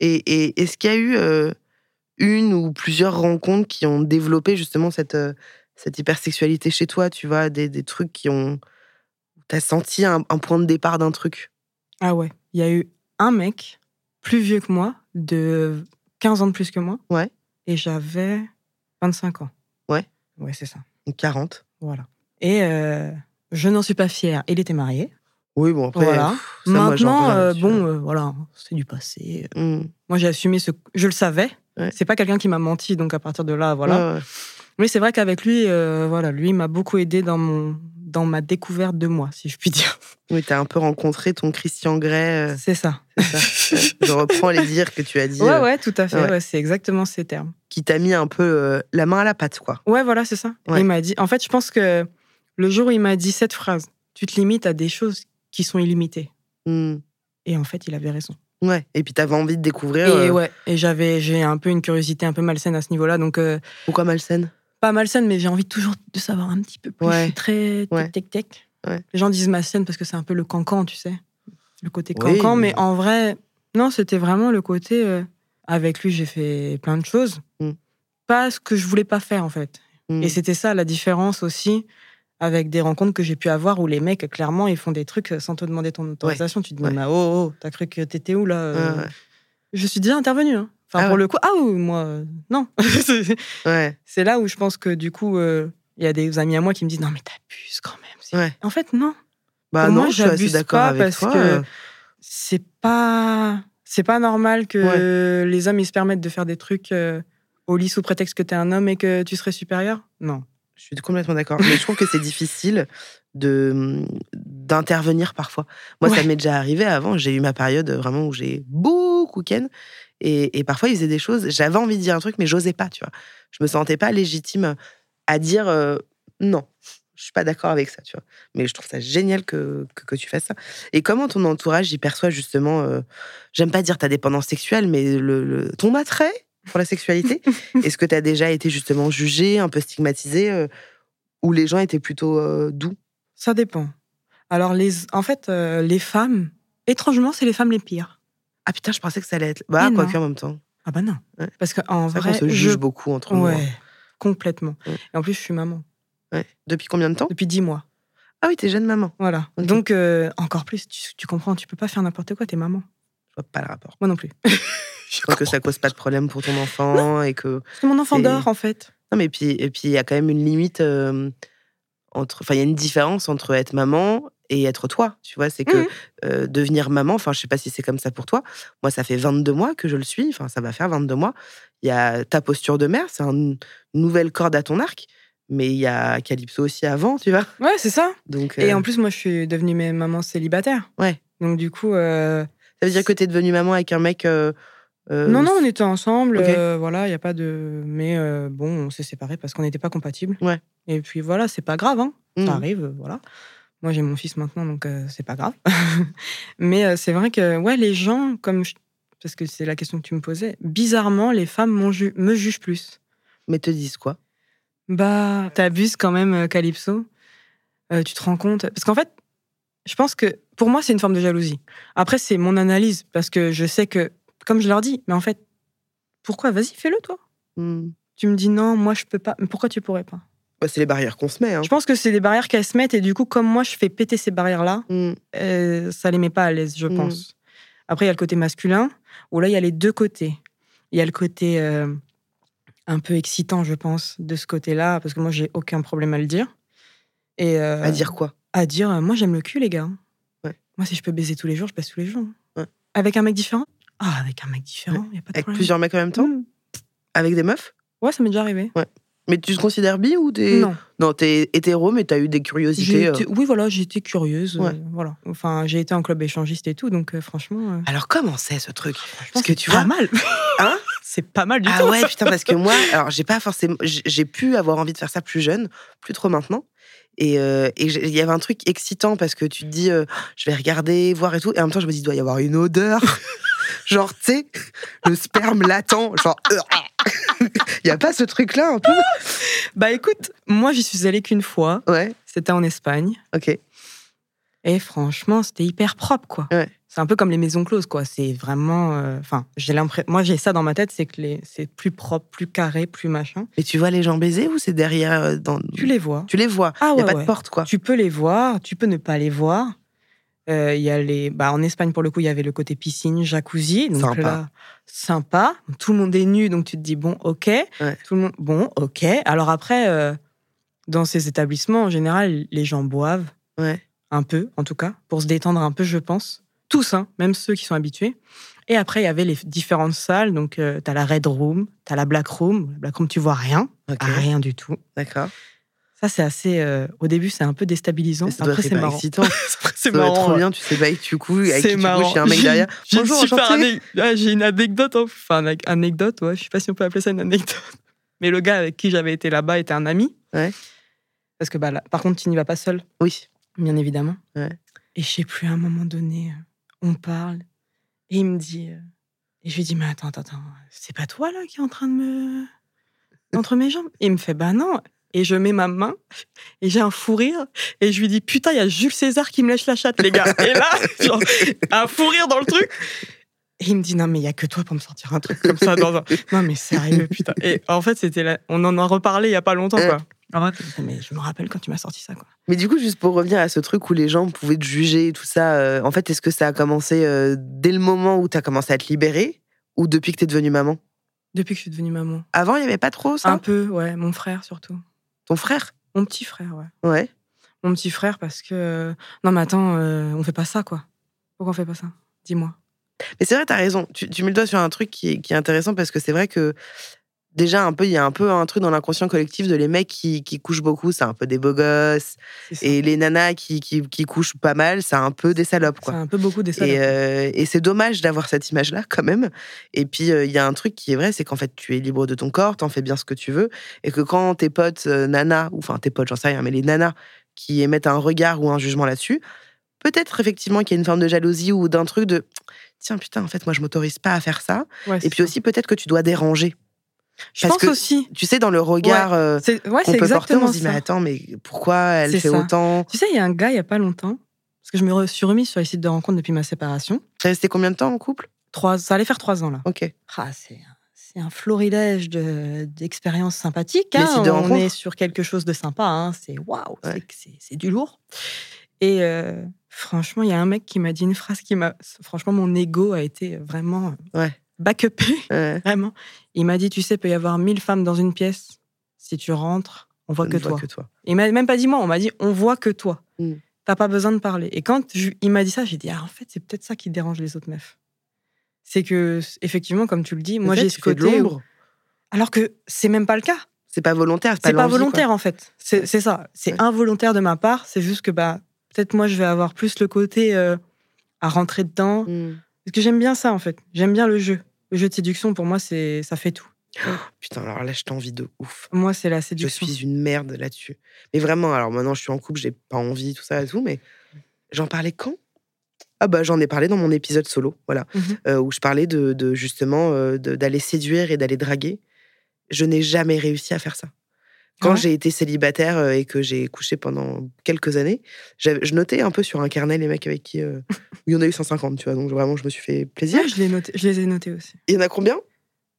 Speaker 1: Et, et est-ce qu'il y a eu euh, une ou plusieurs rencontres qui ont développé justement cette, euh, cette hypersexualité chez toi Tu vois, des, des trucs qui ont. T'as senti un, un point de départ d'un truc
Speaker 2: Ah ouais, il y a eu un mec plus vieux que moi de 15 ans de plus que moi.
Speaker 1: Ouais.
Speaker 2: Et j'avais 25 ans.
Speaker 1: Ouais.
Speaker 2: Ouais, c'est ça.
Speaker 1: Ou 40.
Speaker 2: Voilà. Et euh, je n'en suis pas fière. Il était marié.
Speaker 1: Oui, bon, après.
Speaker 2: Voilà.
Speaker 1: pff, ça, moi, j'ai un peu
Speaker 2: Maintenant,
Speaker 1: la
Speaker 2: euh,
Speaker 1: dessus,
Speaker 2: bon, euh, voilà, c'est du passé.
Speaker 1: là. Mm.
Speaker 2: Moi, j'ai assumé ce. Je le savais.
Speaker 1: Ouais.
Speaker 2: C'est pas quelqu'un qui m'a menti, donc à partir de là, voilà.
Speaker 1: Ouais, ouais.
Speaker 2: Mais c'est vrai qu'avec lui, euh, voilà, lui il m'a beaucoup aidé dans mon dans ma découverte de moi, si je puis dire.
Speaker 1: Oui, t'as un peu rencontré ton Christian Grey. euh,
Speaker 2: C'est ça.
Speaker 1: c'est ça. Ouais. Je reprends les dires que tu as dit,
Speaker 2: Ouais,
Speaker 1: euh,
Speaker 2: ouais, tout à fait.
Speaker 1: ouais.
Speaker 2: ouais, c'est exactement ces termes.
Speaker 1: qui t'a mis un peu euh, la main à la pâte, quoi.
Speaker 2: Ouais, voilà, c'est ça.
Speaker 1: Ouais.
Speaker 2: Il m'a dit. En fait, je pense que le jour où il m'a dit cette phrase, tu te limites à des choses qui sont illimitées.
Speaker 1: Mm.
Speaker 2: Et en fait, il avait raison.
Speaker 1: Ouais. Et puis t'avais envie de découvrir.
Speaker 2: Et
Speaker 1: euh,
Speaker 2: ouais, et j'avais, j'ai un peu une curiosité un peu malsaine à ce niveau-là, donc euh,
Speaker 1: Pourquoi malsaine
Speaker 2: pas malsaine, mais j'ai envie toujours de savoir un petit peu plus.
Speaker 1: Ouais.
Speaker 2: Je suis très
Speaker 1: Ouais.
Speaker 2: tech tech.
Speaker 1: Ouais.
Speaker 2: Les gens disent malsaine parce que c'est un peu le cancan, tu sais, le côté
Speaker 1: Oui,
Speaker 2: cancan, mais
Speaker 1: mais-
Speaker 2: en vrai, non, c'était vraiment le côté. euh, avec lui, j'ai fait plein de choses,
Speaker 1: Mm.
Speaker 2: pas ce que je voulais pas faire en fait.
Speaker 1: Mm.
Speaker 2: Et c'était ça la différence aussi avec des rencontres que j'ai pu avoir où les mecs, clairement, ils font des trucs sans te demander ton autorisation. Tu te dis,
Speaker 1: Ouais.
Speaker 2: mais oh, oh, t'as cru que t'étais où là euh,
Speaker 1: Ah Ouais,
Speaker 2: Je suis déjà intervenue. hein. Enfin,
Speaker 1: Ah
Speaker 2: pour
Speaker 1: ouais.
Speaker 2: le coup, ah oui, moi, euh, non. C'est-
Speaker 1: ouais.
Speaker 2: C'est là où je pense que du coup, euh, il y a des amis à moi qui me disent, non, mais t'abuses quand même. C'est-
Speaker 1: Ouais.
Speaker 2: En fait, non.
Speaker 1: Bah
Speaker 2: Pour
Speaker 1: non,
Speaker 2: moi,
Speaker 1: je suis assez
Speaker 2: j'abuse
Speaker 1: d'accord
Speaker 2: pas
Speaker 1: avec
Speaker 2: parce
Speaker 1: toi.
Speaker 2: que-
Speaker 1: euh,
Speaker 2: C'est pas. C'est pas normal que les hommes ils se permettent de faire des trucs euh, au lit sous prétexte que t'es un homme et que tu serais supérieur. Non.
Speaker 1: Je suis complètement d'accord. Mais je trouve que c'est difficile de mmh, d'intervenir parfois. Moi, ça
Speaker 2: Ouais.
Speaker 1: m'est déjà arrivé avant. J'ai eu ma période euh, vraiment où j'ai beaucoup ken. Et, et parfois, il faisait des choses. J'avais envie de dire un truc, mais j'osais pas, tu vois. Je me sentais pas légitime à dire euh, non. Je suis pas d'accord avec ça, tu vois. Mais je trouve ça génial que, que, que tu fasses ça. Et comment ton entourage y perçoit justement, euh, j'aime pas dire ta dépendance sexuelle, mais le, le- ton attrait pour la sexualité Est-ce que tu as déjà été justement jugée, un peu stigmatisée euh, où les gens étaient plutôt euh, doux.
Speaker 2: Ça dépend. Alors, les, en fait, euh, les femmes, étrangement, c'est les femmes les pires.
Speaker 1: Ah putain, je pensais que ça allait être. Bah,
Speaker 2: Et
Speaker 1: quoi
Speaker 2: non.
Speaker 1: qu'en même temps.
Speaker 2: Ah bah non.
Speaker 1: Ouais.
Speaker 2: Parce qu'en
Speaker 1: C'est vrai
Speaker 2: vrai,
Speaker 1: qu'on se
Speaker 2: je...
Speaker 1: juge beaucoup entre nous. hein.
Speaker 2: Ouais, complètement.
Speaker 1: Ouais.
Speaker 2: Et en plus, je suis maman
Speaker 1: Ouais. Depuis combien de temps
Speaker 2: depuis 10 mois.
Speaker 1: Ah oui, t'es jeune maman.
Speaker 2: Voilà.
Speaker 1: Ok.
Speaker 2: Donc, euh, encore plus, tu, tu comprends, tu peux pas faire n'importe quoi, t'es maman.
Speaker 1: Je vois pas le rapport.
Speaker 2: Moi non plus.
Speaker 1: Je crois que ça cause pas de problème pour ton enfant et que.
Speaker 2: Parce que mon enfant
Speaker 1: C'est-
Speaker 2: dort, en fait.
Speaker 1: Non, mais puis et puis il y a quand même une limite euh, entre. Enfin, il y a une différence entre être maman et être toi. Tu vois, c'est que
Speaker 2: Mhm.
Speaker 1: euh, devenir maman. Enfin, je sais pas si c'est comme ça pour toi. Moi, ça fait 22 mois que je le suis. Enfin, ça va faire 22 mois. Il y a ta posture de mère, c'est un- une nouvelle corde à ton arc. Mais il y a Calypso aussi avant, tu vois.
Speaker 2: Ouais, c'est ça.
Speaker 1: Donc,
Speaker 2: Et
Speaker 1: euh,
Speaker 2: en plus, moi, je suis devenue mais- maman célibataire.
Speaker 1: Ouais.
Speaker 2: Donc, du coup. euh,
Speaker 1: ça veut dire que t'es devenue maman avec un mec. euh, euh,
Speaker 2: non, non, on était ensemble.
Speaker 1: Ok.
Speaker 2: euh, voilà, il n'y a pas de. Mais euh, bon, on s'est séparés parce qu'on n'était pas compatibles.
Speaker 1: Ouais.
Speaker 2: Et puis voilà, c'est pas grave, hein.
Speaker 1: hmm.
Speaker 2: ça arrive, euh, voilà. Moi, j'ai mon fils maintenant, donc euh, c'est pas grave. Mais euh, c'est vrai que, ouais, les gens, comme je- parce que c'est la question que tu me posais, bizarrement, les femmes m'ont ju- me jugent plus.
Speaker 1: Mais te disent quoi
Speaker 2: Bah, t'abuses quand même, euh, Calypso. Euh, tu te rends compte Parce qu'en fait, je pense que pour moi, c'est une forme de jalousie. Après, c'est mon analyse, parce que je sais que, comme je leur dis, mais en fait, pourquoi Vas-y, fais-le, toi.
Speaker 1: Hmm.
Speaker 2: Tu me dis non, moi, je peux pas. Mais pourquoi tu pourrais pas
Speaker 1: Bah, C'est les barrières qu'on se met. Hein.
Speaker 2: Je pense que c'est des barrières qu'elles se mettent, et du coup, comme moi, je fais péter ces barrières-là,
Speaker 1: Hmm.
Speaker 2: euh, ça les met pas à l'aise, je
Speaker 1: Mm.
Speaker 2: pense. Après, il y a le côté masculin, où là, il y a les deux côtés. Il y a le côté euh, un peu excitant, je pense, de ce côté-là, parce que moi, j'ai aucun problème à le dire. Et euh,
Speaker 1: À dire quoi
Speaker 2: à dire, euh, moi, j'aime le cul, les gars.
Speaker 1: Ouais.
Speaker 2: Moi, si je peux baiser tous les jours, je baisse tous les jours.
Speaker 1: Ouais.
Speaker 2: Avec un mec différent Ah, avec un mec différent, il y a pas de
Speaker 1: Avec
Speaker 2: problème.
Speaker 1: plusieurs mecs en même temps
Speaker 2: Mm.
Speaker 1: Avec des meufs
Speaker 2: Ouais, ça m'est déjà arrivé.
Speaker 1: Mais tu te considères bi ou t'es.
Speaker 2: Non.
Speaker 1: Non, t'es hétéro, mais t'as eu des
Speaker 2: J'ai
Speaker 1: curiosités. euh.
Speaker 2: été- Oui, voilà, j'ai été curieuse. euh,
Speaker 1: Ouais.
Speaker 2: voilà. Enfin, j'ai été en club échangiste et tout, donc euh, franchement. euh,
Speaker 1: Alors, comment c'est ce truc
Speaker 2: pense
Speaker 1: Ah, que
Speaker 2: c'est
Speaker 1: tu
Speaker 2: pas
Speaker 1: vois-
Speaker 2: mal.
Speaker 1: Hein
Speaker 2: C'est pas mal du
Speaker 1: Ah
Speaker 2: tout.
Speaker 1: ouais, putain, parce que moi, alors j'ai pas forcément. J'ai j'ai pu avoir envie de faire ça plus jeune, plus trop maintenant. Et euh, et j'ai- il y avait un truc excitant parce que tu te dis, euh, je vais regarder, voir et tout. Et en même temps, je me dis, il doit y avoir une odeur. genre, tu sais, le sperme latent. Genre, euh, il y a pas ce truc-là un peu
Speaker 2: Bah écoute, moi j'y suis allée qu'une fois,
Speaker 1: Ouais,
Speaker 2: c'était en Espagne,
Speaker 1: ok.
Speaker 2: et franchement c'était hyper propre quoi.
Speaker 1: Ouais.
Speaker 2: C'est un peu comme les maisons closes quoi, c'est vraiment... euh, Enfin, j'ai l'impression... Moi j'ai ça dans ma tête, c'est que les... c'est plus propre, plus carré, plus machin.
Speaker 1: Mais tu vois les gens baiser ou c'est derrière euh, dans...
Speaker 2: Tu les vois.
Speaker 1: Tu les vois.
Speaker 2: Ah
Speaker 1: Il
Speaker 2: ouais,
Speaker 1: a pas
Speaker 2: ouais.
Speaker 1: de porte, quoi.
Speaker 2: Tu peux les voir, tu peux ne pas les voir. Euh, Il y a les, bah, en Espagne, pour le coup, il y avait le côté piscine, jacuzzi. Donc
Speaker 1: Sympa.
Speaker 2: là, sympa. Tout le monde est nu, donc tu te dis, bon, ok. Tout le monde, bon, ok. Alors après, euh, dans ces établissements, en général, les gens boivent.
Speaker 1: Ouais.
Speaker 2: Un peu, en tout cas, pour se détendre un peu, je pense. Tous, hein, même ceux qui sont habitués. Et après, il y avait les différentes salles. Donc, euh, t'as la Red Room, t'as la Black Room. La Black Room, tu vois rien.
Speaker 1: Ok.
Speaker 2: Ah, rien du tout.
Speaker 1: D'accord.
Speaker 2: Ça, c'est assez. euh, au début, c'est un peu déstabilisant.
Speaker 1: Ça doit
Speaker 2: Après,
Speaker 1: être
Speaker 2: c'est
Speaker 1: hyper
Speaker 2: marrant.
Speaker 1: excitant.
Speaker 2: Après,
Speaker 1: Ça
Speaker 2: c'est
Speaker 1: doit être trop
Speaker 2: ouais.
Speaker 1: bien, tu sais, bah, tu couches, avec qui tu
Speaker 2: C'est
Speaker 1: couches,
Speaker 2: marrant.
Speaker 1: il y a un mec
Speaker 2: J'ai-
Speaker 1: derrière.
Speaker 2: J'ai une
Speaker 1: Bonjour,
Speaker 2: super
Speaker 1: enchanté.
Speaker 2: ané- Ah, j'ai une anecdote, hein. enfin une anecdote, ouais, je sais pas si on peut appeler ça une anecdote. Mais le gars avec qui j'avais été là-bas était un ami.
Speaker 1: Ouais.
Speaker 2: Parce que bah, là- par contre, tu n'y vas pas seul,
Speaker 1: Oui.
Speaker 2: bien évidemment.
Speaker 1: Ouais.
Speaker 2: Et je sais plus, à un moment donné, euh, on parle et il me dit, euh, et je lui dis mais attends, attends, attends, c'est pas toi là qui est en train de me entre mes jambes. Et il me fait bah non. Et je mets ma main et j'ai un fou rire et je lui dis putain il y a Jules César qui me lèche la chatte les gars. Et là genre, un fou rire dans le truc. Et il me dit non mais il y a que toi pour me sortir un truc comme ça dans un non mais sérieux putain. Et en fait c'était là on en a reparlé il y a pas longtemps quoi. En mode, putain, mais je me rappelle quand tu m'as sorti ça quoi.
Speaker 1: Mais du coup, juste pour revenir à ce truc où les gens pouvaient te juger et tout ça, euh, en fait, est-ce que ça a commencé euh, dès le moment où tu as commencé à te libérer ou depuis que tu es devenue maman
Speaker 2: Depuis que je suis devenue maman.
Speaker 1: Avant, il n'y avait pas trop ça
Speaker 2: Un peu ouais mon frère surtout.
Speaker 1: Ton frère
Speaker 2: Mon petit frère ouais.
Speaker 1: Ouais.
Speaker 2: mon petit frère parce que euh, non mais attends euh, on fait pas ça quoi pourquoi on fait pas ça dis-moi
Speaker 1: Mais c'est vrai, t'as raison. Tu, tu mets le doigt sur un truc qui est, qui est intéressant parce que c'est vrai que déjà, un peu, il y a un peu un truc dans l'inconscient collectif de les mecs qui, qui couchent beaucoup, c'est un peu des beaux gosses.
Speaker 2: C'est ça.
Speaker 1: Et les nanas qui, qui, qui couchent pas mal, c'est un peu des salopes,
Speaker 2: c'est
Speaker 1: quoi.
Speaker 2: un peu beaucoup des salopes.
Speaker 1: Et, euh, et c'est dommage d'avoir cette image-là quand même. Et puis euh, il y a un truc qui est vrai, c'est qu'en fait tu es libre de ton corps, t'en fais bien ce que tu veux, et que quand tes potes euh, nanas, ou enfin tes potes, j'en sais rien, mais les nanas qui émettent un regard ou un jugement là-dessus, peut-être effectivement qu'il y a une forme de jalousie ou d'un truc de tiens putain en fait moi je m'autorise pas à faire ça.
Speaker 2: Ouais,
Speaker 1: euh, Et
Speaker 2: c'est
Speaker 1: puis
Speaker 2: ça.
Speaker 1: aussi peut-être que tu dois déranger.
Speaker 2: je
Speaker 1: parce
Speaker 2: pense
Speaker 1: que-
Speaker 2: aussi
Speaker 1: Tu sais dans le regard euh,
Speaker 2: c'est ouais
Speaker 1: qu'on
Speaker 2: c'est
Speaker 1: peut porter, on
Speaker 2: exactement
Speaker 1: se dit mais
Speaker 2: ça
Speaker 1: attends mais pourquoi elle
Speaker 2: C'est
Speaker 1: fait
Speaker 2: ça.
Speaker 1: autant
Speaker 2: tu sais il y a un gars il y a pas longtemps parce que je me re- suis remise sur les sites de rencontres depuis ma séparation
Speaker 1: T'es resté combien de temps en couple
Speaker 2: trois ça allait faire trois ans là
Speaker 1: Ok.
Speaker 2: Ah, c'est c'est un florilège de- d'expériences sympathiques.
Speaker 1: Les
Speaker 2: hein.
Speaker 1: sites de
Speaker 2: On
Speaker 1: rencontres.
Speaker 2: est sur quelque chose de sympa. hein. C'est waouh, c'est-
Speaker 1: Ouais.
Speaker 2: c'est- c'est du lourd. Et euh, franchement, il y a un mec qui m'a dit une phrase qui m'a. Franchement, mon ego a été vraiment
Speaker 1: Ouais.
Speaker 2: back
Speaker 1: Ouais.
Speaker 2: vraiment. Il m'a dit Tu sais, peut y avoir 1000 femmes dans une pièce. Si tu rentres, on voit
Speaker 1: On
Speaker 2: que
Speaker 1: ne voit
Speaker 2: toi.
Speaker 1: que toi.
Speaker 2: Il m'a même pas dit moi, on m'a dit on voit que toi.
Speaker 1: Mm.
Speaker 2: T'as pas besoin de parler. Et quand je- il m'a dit ça, j'ai dit ah, en fait c'est peut-être ça qui dérange les autres meufs. C'est que effectivement comme tu le dis, moi
Speaker 1: Peut-être
Speaker 2: j'ai ce
Speaker 1: tu fais de
Speaker 2: côté où-
Speaker 1: l'ombre.
Speaker 2: alors que c'est même pas le cas.
Speaker 1: C'est pas volontaire.
Speaker 2: C'est pas
Speaker 1: l'envie, quoi.
Speaker 2: volontaire en fait. C'est c'est ça. C'est
Speaker 1: Ouais.
Speaker 2: involontaire de ma part. C'est juste que bah peut-être moi je vais avoir plus le côté euh, à rentrer dedans.
Speaker 1: Mm.
Speaker 2: Parce que j'aime bien ça en fait. J'aime bien le jeu. Le jeu de séduction pour moi c'est ça fait tout.
Speaker 1: Putain, alors là, je t'envie de ouf.
Speaker 2: Moi c'est la
Speaker 1: Je
Speaker 2: séduction.
Speaker 1: suis une merde là-dessus. Mais vraiment, alors maintenant, je suis en couple, j'ai pas envie, tout ça et tout, mais j'en parlais quand Ah bah, j'en ai parlé dans mon épisode solo, voilà,
Speaker 2: Mhm.
Speaker 1: euh, où je parlais de, de, justement euh, de- d'aller séduire et d'aller draguer. Je n'ai jamais réussi à faire ça. Quand
Speaker 2: Ouais.
Speaker 1: j'ai été célibataire euh, et que j'ai couché pendant quelques années, j'avais- je notais un peu sur un carnet les mecs avec qui. euh, il y en a eu 150, tu vois, donc vraiment, je me suis fait plaisir.
Speaker 2: Ouais, je, l'ai noté- je les ai notés aussi.
Speaker 1: Il y en a combien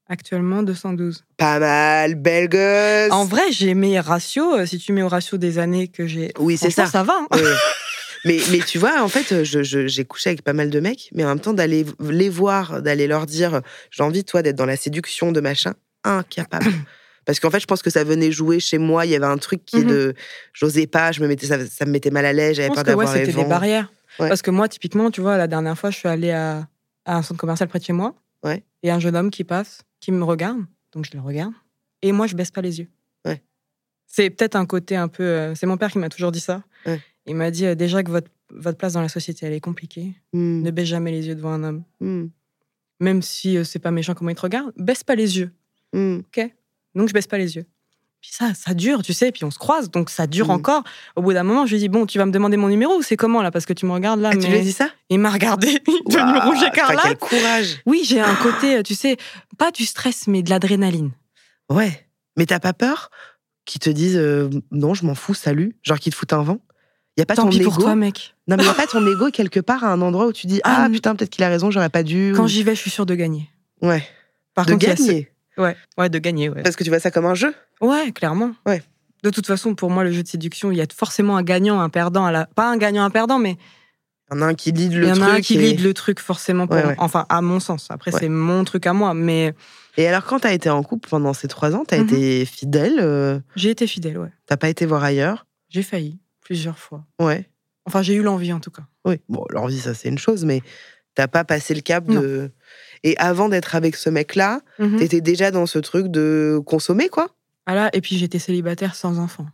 Speaker 2: Actuellement 212.
Speaker 1: Pas mal, belle gosse
Speaker 2: En vrai, j'ai mes ratios. euh, Si tu mets au ratio des années que j'ai.
Speaker 1: Oui, c'est
Speaker 2: Franchement,
Speaker 1: ça.
Speaker 2: Ça va. hein.
Speaker 1: Ouais, ouais. mais, mais tu vois, en fait, je- je- j'ai couché avec pas mal de mecs, mais en même temps, d'aller v- les voir, d'aller leur dire j'ai envie, toi, d'être dans la séduction de machin, incapable. Parce qu'en fait, je pense que ça venait jouer chez moi. Il y avait un truc qui est
Speaker 2: Mhm.
Speaker 1: de. J'osais pas, je me mettais, ça, ça me mettait mal à l'aise,
Speaker 2: Je
Speaker 1: j'avais
Speaker 2: pense
Speaker 1: peur
Speaker 2: que ouais,
Speaker 1: d'avoir les
Speaker 2: c'était des
Speaker 1: vents.
Speaker 2: barrières.
Speaker 1: Ouais.
Speaker 2: Parce que moi, typiquement, tu vois, la dernière fois, je suis allée à, à un centre commercial près de chez moi.
Speaker 1: Ouais.
Speaker 2: Et un jeune homme qui passe, qui me regarde. Donc je le regarde. Et moi, je baisse pas les yeux.
Speaker 1: Ouais.
Speaker 2: C'est peut-être un côté un peu. euh, C'est mon père qui m'a toujours dit ça.
Speaker 1: Ouais.
Speaker 2: Il m'a dit euh, déjà que votre, votre place dans la société, elle est compliquée.
Speaker 1: Mm,
Speaker 2: Ne baisse jamais les yeux devant un homme.
Speaker 1: mm,
Speaker 2: Même si euh, c'est pas méchant comment il te regarde, baisse pas les yeux.
Speaker 1: mm.
Speaker 2: Donc je baisse pas les yeux. Puis ça, ça dure, tu sais, puis on se croise, donc ça dure
Speaker 1: Mhm.
Speaker 2: encore. Au bout d'un moment, je lui dis Bon, tu vas me demander mon numéro ou c'est comment là Parce que tu me regardes là.
Speaker 1: Ah, tu lui as
Speaker 2: mais...
Speaker 1: dit ça
Speaker 2: Il m'a regardé, tenu
Speaker 1: Waouh,
Speaker 2: rouge
Speaker 1: putain, Quel
Speaker 2: écarlate.
Speaker 1: courage
Speaker 2: Oui, j'ai un côté, euh, tu sais, pas du stress, mais de l'adrénaline.
Speaker 1: Ouais. Mais t'as pas peur qu'ils te disent euh, non, je m'en fous, salut Genre qu'ils te foutent un vent Il y a pas
Speaker 2: Tant
Speaker 1: ton
Speaker 2: pis
Speaker 1: ego
Speaker 2: pour toi, mec.
Speaker 1: Non, mais y a pas ton ego quelque part à un endroit où tu dis
Speaker 2: Ah,
Speaker 1: Ah,
Speaker 2: non.
Speaker 1: putain, peut-être qu'il a raison, j'aurais pas dû.
Speaker 2: Quand
Speaker 1: ou-
Speaker 2: j'y vais, je suis sûre de gagner.
Speaker 1: Ouais.
Speaker 2: Par
Speaker 1: de
Speaker 2: contre, il y a ce-
Speaker 1: gagner.
Speaker 2: Ouais, ouais, de gagner, ouais.
Speaker 1: Parce que tu vois ça comme un jeu.
Speaker 2: Ouais, clairement.
Speaker 1: Ouais.
Speaker 2: De toute façon, pour moi, le jeu de séduction, il y a forcément un gagnant, un perdant. à la- Pas un gagnant, un perdant, mais
Speaker 1: Il y en a un qui lead
Speaker 2: Il
Speaker 1: le
Speaker 2: y en a
Speaker 1: truc.
Speaker 2: un qui
Speaker 1: et...
Speaker 2: lead le truc forcément, pour-
Speaker 1: Ouais, ouais.
Speaker 2: enfin à mon sens. Après
Speaker 1: Ouais.
Speaker 2: c'est mon truc à moi, mais
Speaker 1: et alors, quand t'as été en couple pendant ces trois ans, t'as
Speaker 2: Mhm.
Speaker 1: été fidèle, euh,
Speaker 2: j'ai été fidèle, ouais.
Speaker 1: t'as pas été voir ailleurs.
Speaker 2: J'ai failli plusieurs fois.
Speaker 1: Ouais.
Speaker 2: Enfin j'ai eu l'envie en tout cas.
Speaker 1: Oui. Bon, l'envie, ça, c'est une chose, mais t'as pas passé le cap
Speaker 2: Non.
Speaker 1: de. Et avant d'être avec ce mec-là,
Speaker 2: Mhm.
Speaker 1: t'étais déjà dans ce truc de consommer, quoi.
Speaker 2: Ah là, et puis j'étais célibataire sans enfant.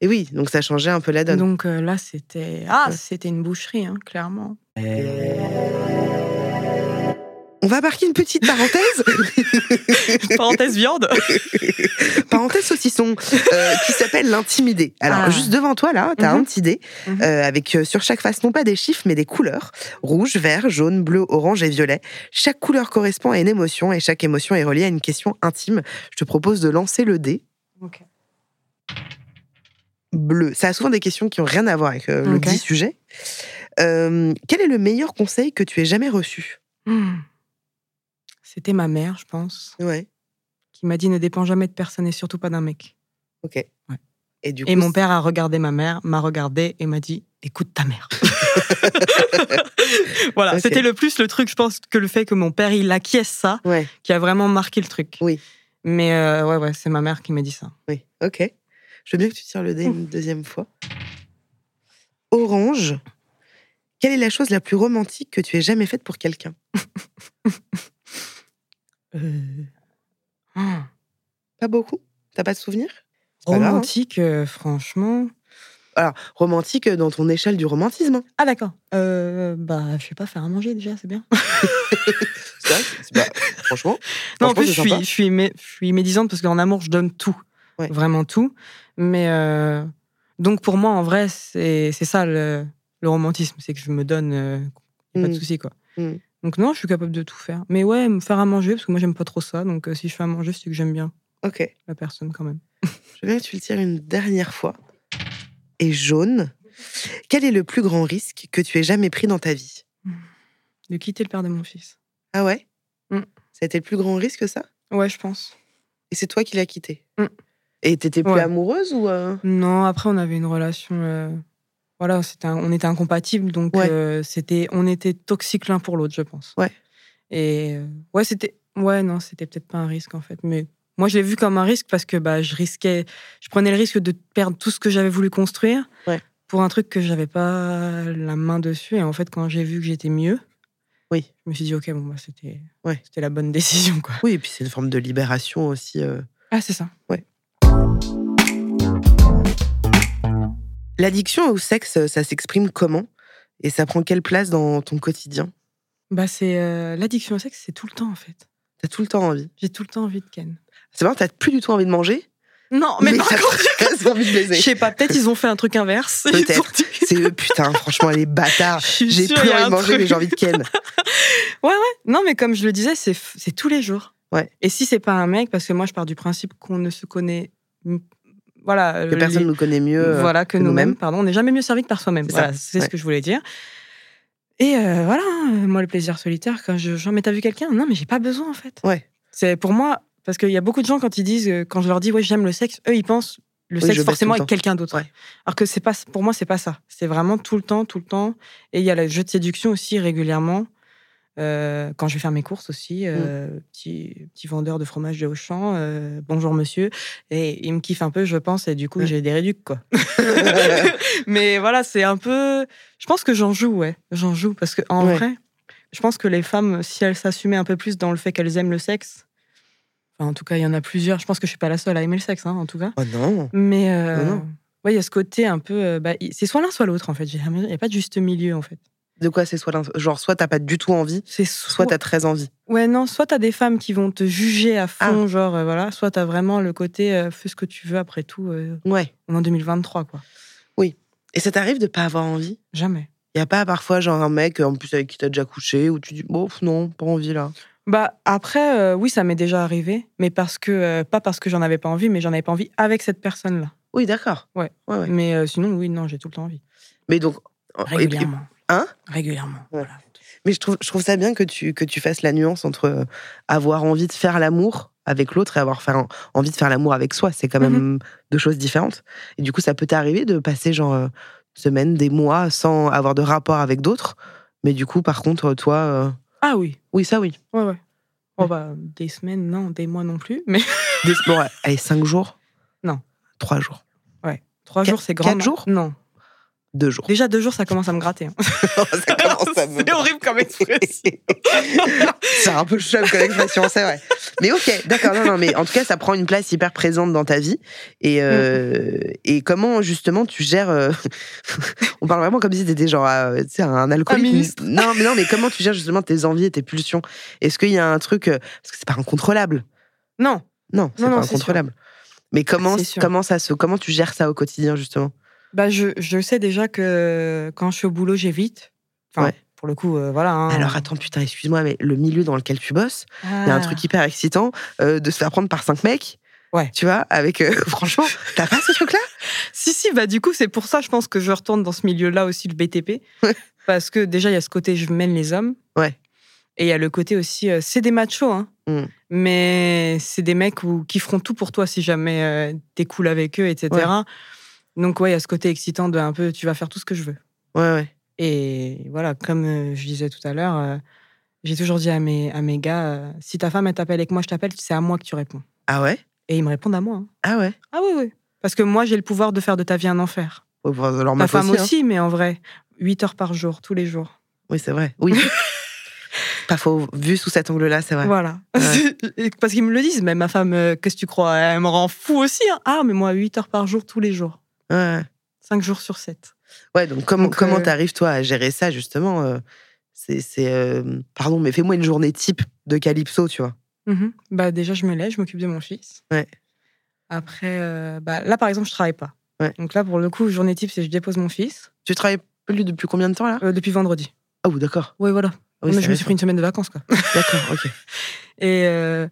Speaker 1: Et oui, donc ça changeait un peu la donne.
Speaker 2: Donc euh, là c'était ah
Speaker 1: Ouais.
Speaker 2: c'était une boucherie hein, clairement.
Speaker 1: On va marquer une petite parenthèse,
Speaker 2: Parenthèse viande.
Speaker 1: parenthèse saucisson, euh, qui s'appelle l'intimider. Alors,
Speaker 2: Ah.
Speaker 1: juste devant toi, là, t'as
Speaker 2: Mhm.
Speaker 1: un petit dé,
Speaker 2: Mhm.
Speaker 1: euh, avec euh, sur chaque face, non pas des chiffres, mais des couleurs. Rouge, vert, jaune, bleu, orange et violet. Chaque couleur correspond à une émotion, et chaque émotion est reliée à une question intime. Je te propose de lancer le dé.
Speaker 2: Ok.
Speaker 1: Bleu. Ça a souvent des questions qui ont rien à voir avec euh, le
Speaker 2: Ok.
Speaker 1: dit sujet. Euh, quel est le meilleur conseil que tu aies jamais reçu
Speaker 2: Hmm. C'était ma mère, je pense,
Speaker 1: Ouais.
Speaker 2: qui m'a dit ne dépend jamais de personne et surtout pas d'un mec.
Speaker 1: Ok. Et du
Speaker 2: Et
Speaker 1: coup,
Speaker 2: mon père a regardé ma mère, m'a regardé et m'a dit écoute ta mère. voilà,
Speaker 1: Ok.
Speaker 2: c'était le plus le truc, je pense, que le fait que mon père il acquiesce ça,
Speaker 1: Ouais.
Speaker 2: qui a vraiment marqué le truc.
Speaker 1: Oui.
Speaker 2: Mais euh, ouais, ouais, c'est ma mère qui m'a dit ça.
Speaker 1: Oui, ok. Je veux bien que tu tires le dé une deuxième fois. Orange. Quelle est la chose la plus romantique que tu aies jamais faite pour quelqu'un
Speaker 2: Hmm.
Speaker 1: hein. Pas beaucoup T'as pas de souvenir C'est pas grave, hein.
Speaker 2: Romantique, euh, franchement.
Speaker 1: Alors, romantique euh, dans ton échelle du romantisme. hein.
Speaker 2: Ah d'accord. Euh, bah, je sais pas faire à manger déjà, c'est bien.
Speaker 1: C'est vrai, c'est- bah, franchement.
Speaker 2: Non, en
Speaker 1: Franchement,
Speaker 2: plus,
Speaker 1: c'est
Speaker 2: je suis,
Speaker 1: sympa.
Speaker 2: je, suis mé- je suis médisante parce qu'en amour, je donne tout.
Speaker 1: Ouais.
Speaker 2: Vraiment tout. Mais euh, donc, pour moi, en vrai, c'est c'est ça le, le romantisme. C'est que je me donne, euh, y a pas de
Speaker 1: Mm.
Speaker 2: souci, quoi.
Speaker 1: Mm.
Speaker 2: Donc, non, je suis capable de tout faire. Mais ouais, me faire à manger, parce que moi, j'aime pas trop ça. Donc, euh, si je fais à manger, c'est que j'aime bien
Speaker 1: Ok.
Speaker 2: la personne quand même.
Speaker 1: Je veux bien que tu le tires une dernière fois. Et jaune. Quel est le plus grand risque que tu aies jamais pris dans ta vie
Speaker 2: De quitter le père de mon fils.
Speaker 1: Ah ouais
Speaker 2: Mm.
Speaker 1: Ça a été le plus grand risque, ça
Speaker 2: Ouais, je pense.
Speaker 1: Et c'est toi qui l'as quitté
Speaker 2: Mm.
Speaker 1: Et t'étais plus
Speaker 2: Ouais.
Speaker 1: amoureuse ou. euh
Speaker 2: Non, après, on avait une relation. euh, Voilà, c'était un- on était incompatibles, donc
Speaker 1: Ouais.
Speaker 2: euh, c'était, on était toxiques l'un pour l'autre, je pense.
Speaker 1: Ouais.
Speaker 2: Et euh, ouais, c'était, ouais, non, c'était peut-être pas un risque en fait, mais moi je l'ai vu comme un risque parce que bah je risquais, je prenais le risque de perdre tout ce que j'avais voulu construire
Speaker 1: Ouais.
Speaker 2: pour un truc que j'avais pas la main dessus. Et en fait, quand j'ai vu que j'étais mieux,
Speaker 1: Oui.
Speaker 2: je me suis dit ok, bon bah c'était,
Speaker 1: Ouais.
Speaker 2: c'était la bonne décision quoi.
Speaker 1: Oui, et puis c'est une forme de libération aussi. euh.
Speaker 2: Ah c'est ça.
Speaker 1: L'addiction au sexe, euh, ça s'exprime comment Et ça prend quelle place dans ton quotidien
Speaker 2: Bah c'est euh, l'addiction au sexe, c'est tout le temps en fait.
Speaker 1: T'as tout le temps envie.
Speaker 2: J'ai tout le temps envie de ken.
Speaker 1: C'est marrant, t'as plus du tout envie de manger,
Speaker 2: Non, mais, par
Speaker 1: t'as
Speaker 2: contre,
Speaker 1: presque envie de
Speaker 2: je
Speaker 1: baiser.
Speaker 2: sais pas, peut-être ils ont fait un truc inverse. Ils
Speaker 1: Peut-être.
Speaker 2: ont dit-
Speaker 1: C'est eux, putain, franchement, les
Speaker 2: Je
Speaker 1: bâtards.
Speaker 2: suis
Speaker 1: J'ai
Speaker 2: sûre,
Speaker 1: plus
Speaker 2: il y a
Speaker 1: envie de
Speaker 2: un
Speaker 1: manger, mais
Speaker 2: truc.
Speaker 1: j'ai envie de ken.
Speaker 2: Non, mais comme je le disais, c'est f- c'est tous les jours.
Speaker 1: Ouais.
Speaker 2: Et si c'est pas un mec, parce que moi je pars du principe qu'on ne se connaît. Voilà.
Speaker 1: Que personne nous connaît mieux. euh.
Speaker 2: voilà,
Speaker 1: que
Speaker 2: que, nous-mêmes.
Speaker 1: nous-mêmes.
Speaker 2: Pardon, on n'est jamais mieux servi que par soi-même.
Speaker 1: C'est
Speaker 2: Voilà,
Speaker 1: ça.
Speaker 2: c'est ce
Speaker 1: Ouais.
Speaker 2: que je voulais dire. Et euh, voilà, hein, moi le plaisir solitaire, quand je genre, mais t'as vu quelqu'un Non, mais j'ai pas besoin en fait.
Speaker 1: Ouais.
Speaker 2: C'est pour moi, parce qu'il y a beaucoup de gens quand ils disent, euh, quand je leur dis, ouais, j'aime le sexe, eux ils pensent le
Speaker 1: Oui, je
Speaker 2: sexe
Speaker 1: baisse
Speaker 2: forcément
Speaker 1: tout le
Speaker 2: avec quelqu'un d'autre.
Speaker 1: Ouais.
Speaker 2: Alors que c'est pas, pour moi, c'est pas ça. C'est vraiment tout le temps, tout le temps. Et il y a le jeu de séduction aussi régulièrement. Euh, quand je vais faire mes courses aussi, euh,
Speaker 1: Mm.
Speaker 2: petit, petit vendeur de fromage de Auchan, euh, bonjour monsieur, et il me kiffe un peu, je pense, et du coup
Speaker 1: Ouais.
Speaker 2: j'ai des réducs quoi. Mais voilà, c'est un peu. Je pense que j'en joue, ouais. J'en joue parce que en
Speaker 1: Ouais.
Speaker 2: vrai, je pense que les femmes, si elles s'assumaient un peu plus dans le fait qu'elles aiment le sexe, enfin, en tout cas, il y en a plusieurs. Je pense que je suis pas la seule à aimer le sexe, hein, en tout cas.
Speaker 1: Oh non.
Speaker 2: Mais euh,
Speaker 1: Non, non.
Speaker 2: ouais, il y a ce côté un peu. euh, bah, il- c'est soit l'un soit l'autre en fait. Il n'y a pas de juste milieu en fait.
Speaker 1: De quoi c'est soit l'un- Genre, soit t'as pas du tout envie,
Speaker 2: C'est
Speaker 1: soit t'as très envie.
Speaker 2: Ouais, non, soit t'as des femmes qui vont te juger à
Speaker 1: Ah.
Speaker 2: fond, genre, euh, voilà, soit t'as vraiment le côté euh, fais ce que tu veux après tout, euh,
Speaker 1: Ouais.
Speaker 2: on est en 2023, quoi.
Speaker 1: Et ça t'arrive de pas avoir envie
Speaker 2: Jamais.
Speaker 1: Y a pas parfois, genre, un mec, euh, en plus avec qui t'as déjà couché, où tu dis, bon, pff, non, pas envie là.
Speaker 2: Bah, après, euh, oui, ça m'est déjà arrivé, mais parce que, euh, pas parce que j'en avais pas envie, mais j'en avais pas envie avec cette personne-là.
Speaker 1: Oui, d'accord.
Speaker 2: Ouais.
Speaker 1: ouais, ouais.
Speaker 2: Mais euh, sinon, oui, non, j'ai tout le temps envie.
Speaker 1: Mais donc. et- et-
Speaker 2: Régulièrement.
Speaker 1: Hein
Speaker 2: Régulièrement.
Speaker 1: Ouais.
Speaker 2: Voilà.
Speaker 1: Mais je trouve, je trouve ça bien que tu, que tu fasses la nuance entre euh, avoir envie de faire l'amour avec l'autre et avoir faire- envie de faire l'amour avec soi. C'est quand même deux choses différentes. Et du coup, ça peut t'arriver de passer genre euh, semaines, des mois sans avoir de rapport avec d'autres. Mais du coup, par contre, toi. euh,
Speaker 2: Ah oui,
Speaker 1: Oui, ça oui.
Speaker 2: ouais, ouais. Oh, bah, des semaines, non, des mois non plus, mais
Speaker 1: Des... Bon, ouais, allez, 5 jours
Speaker 2: Non.
Speaker 1: 3 jours.
Speaker 2: trois
Speaker 1: Quatre-
Speaker 2: jours, c'est grand.
Speaker 1: quatre jours
Speaker 2: Non.
Speaker 1: 2 jours.
Speaker 2: Déjà, deux jours, ça commence à me gratter. hein.
Speaker 1: ça commence à me-
Speaker 2: c'est horrible comme expression.
Speaker 1: C'est un peu chum comme expression, c'est vrai. Mais ok, d'accord, non, non, mais en tout cas, ça prend une place hyper présente dans ta vie. Et, euh,
Speaker 2: Mm-hmm.
Speaker 1: et comment, justement, tu gères. euh, on parle vraiment comme si t'étais genre euh, tu sais, un alcoolique.
Speaker 2: ministre.
Speaker 1: non, mais non, mais comment tu gères justement tes envies et tes pulsions Est-ce qu'il y a un truc. euh, Parce que c'est pas incontrôlable.
Speaker 2: non,
Speaker 1: Non, c'est
Speaker 2: Non,
Speaker 1: pas
Speaker 2: non, c'est sûr.
Speaker 1: incontrôlable. Mais comment,
Speaker 2: C'est sûr.
Speaker 1: comment, ça se, comment tu gères ça au quotidien, justement
Speaker 2: bah, je, je sais déjà que euh, quand je suis au boulot, j'évite. Enfin,
Speaker 1: Ouais.
Speaker 2: pour le coup, euh, voilà. hein.
Speaker 1: Alors attends, putain, excuse-moi, mais le milieu dans lequel tu bosses, il y a un
Speaker 2: Ah.
Speaker 1: truc hyper excitant euh, de se faire prendre par cinq mecs.
Speaker 2: Ouais.
Speaker 1: Tu vois, avec euh, franchement, t'as pas ce truc-là
Speaker 2: Si, si, bah du coup, c'est pour ça, je pense que je retourne dans ce milieu-là aussi, le BTP. parce que déjà, il y a ce côté, je mène les hommes.
Speaker 1: Ouais.
Speaker 2: Et il y a le côté aussi, euh, c'est des machos, hein.
Speaker 1: Mm.
Speaker 2: Mais c'est des mecs où- qui feront tout pour toi si jamais euh, t'es cool avec eux, etc. Donc, ouais, il y a ce côté excitant de un peu, tu vas faire tout ce que je veux.
Speaker 1: Ouais, ouais.
Speaker 2: Et voilà, comme euh, je disais tout à l'heure, euh, j'ai toujours dit à mes, à mes gars, euh, si ta femme, elle t'appelle et que moi, je t'appelle, c'est à moi que tu réponds.
Speaker 1: Ah ouais
Speaker 2: Et ils me répondent à moi. hein.
Speaker 1: Ah ouais
Speaker 2: Ah oui, oui. Parce que moi, j'ai le pouvoir de faire de ta vie un enfer.
Speaker 1: Ouais, pour leur
Speaker 2: Ma
Speaker 1: meuf
Speaker 2: femme
Speaker 1: aussi,
Speaker 2: aussi, hein.
Speaker 1: hein.
Speaker 2: mais en vrai, 8 heures par jour, tous les jours.
Speaker 1: Oui, c'est vrai. Oui. pas faux. Vu sous cet angle-là, c'est vrai.
Speaker 2: Voilà. Parce qu'ils me le disent, mais ma femme, euh, qu'est-ce que tu crois Elle me rend fou aussi. hein. Ah, mais moi, 8 heures par jour, tous les jours.
Speaker 1: Ouais, ouais.
Speaker 2: 5 jours sur 7.
Speaker 1: Ouais, donc comment
Speaker 2: Donc,
Speaker 1: comment
Speaker 2: euh,
Speaker 1: t'arrives toi à gérer ça justement euh, C'est c'est, euh, pardon, mais fais-moi une journée type de Calypso, tu vois.
Speaker 2: Bah, déjà, je me lève, je m'occupe de mon fils.
Speaker 1: Mhm. Ouais.
Speaker 2: Après, euh, bah, là, par exemple, je travaille pas.
Speaker 1: Ouais.
Speaker 2: Donc là, pour le coup, journée type, c'est je dépose mon fils
Speaker 1: Tu travailles plus depuis combien de temps là
Speaker 2: euh, depuis vendredi.
Speaker 1: Ah oui, d'accord.
Speaker 2: Oui, voilà.
Speaker 1: Ah oui,
Speaker 2: Non, mais
Speaker 1: c'est
Speaker 2: je me suis pris
Speaker 1: récent.
Speaker 2: une semaine de vacances, quoi.
Speaker 1: D'accord, ok.
Speaker 2: Et euh,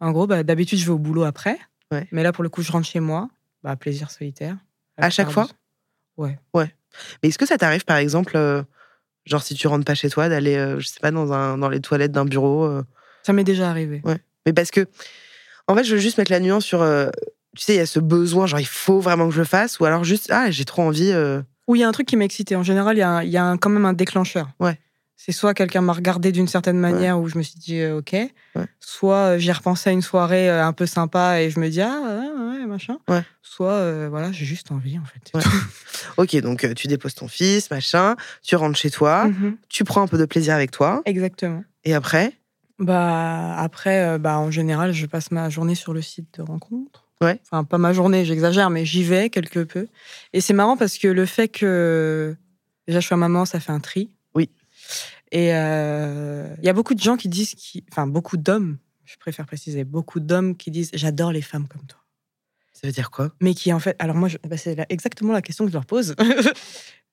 Speaker 2: en gros, bah, d'habitude, je vais au boulot après.
Speaker 1: Ouais.
Speaker 2: Mais là, pour le coup, je rentre chez moi. Bah, plaisir solitaire.
Speaker 1: À chaque
Speaker 2: Faire
Speaker 1: fois
Speaker 2: du-
Speaker 1: Mais est-ce que ça t'arrive, par exemple, euh, genre si tu rentres pas chez toi, d'aller, euh, je sais pas, dans, un, dans les toilettes d'un bureau euh,
Speaker 2: Ça m'est déjà arrivé.
Speaker 1: Mais parce que, en fait, je veux juste mettre la nuance sur, euh, tu sais, il y a ce besoin, genre il faut vraiment que je le fasse, ou alors juste, ah, j'ai trop envie. euh.
Speaker 2: Où il y a un truc qui m'a excité. En général, il y a, un- il y a un- quand même un déclencheur.
Speaker 1: Ouais.
Speaker 2: C'est soit quelqu'un m'a regardé d'une certaine manière où je me suis dit euh, OK, soit euh, j'ai repensé à une soirée euh, un peu sympa et je me dis ah ouais, ouais, machin.
Speaker 1: Ouais.
Speaker 2: Soit euh, voilà, j'ai juste envie en fait.
Speaker 1: Ouais. Ok, donc euh, tu déposes ton fils, machin, tu rentres chez toi,
Speaker 2: Mhm.
Speaker 1: tu prends un peu de plaisir avec toi,
Speaker 2: Exactement.
Speaker 1: et après,
Speaker 2: Bah après, euh, bah en général, je passe ma journée sur le site de rencontre.
Speaker 1: Ouais.
Speaker 2: Enfin, pas ma journée, j'exagère, mais j'y vais quelque peu. Et c'est marrant parce que le fait que déjà je sois maman, ça fait un tri.
Speaker 1: Oui.
Speaker 2: Et euh, il y a beaucoup de gens qui disent, qui... enfin beaucoup d'hommes, je préfère préciser, beaucoup d'hommes qui disent j'adore les femmes comme toi,
Speaker 1: ça veut dire quoi
Speaker 2: mais qui en fait, alors moi, je- bah, c'est la- exactement la question que je leur pose.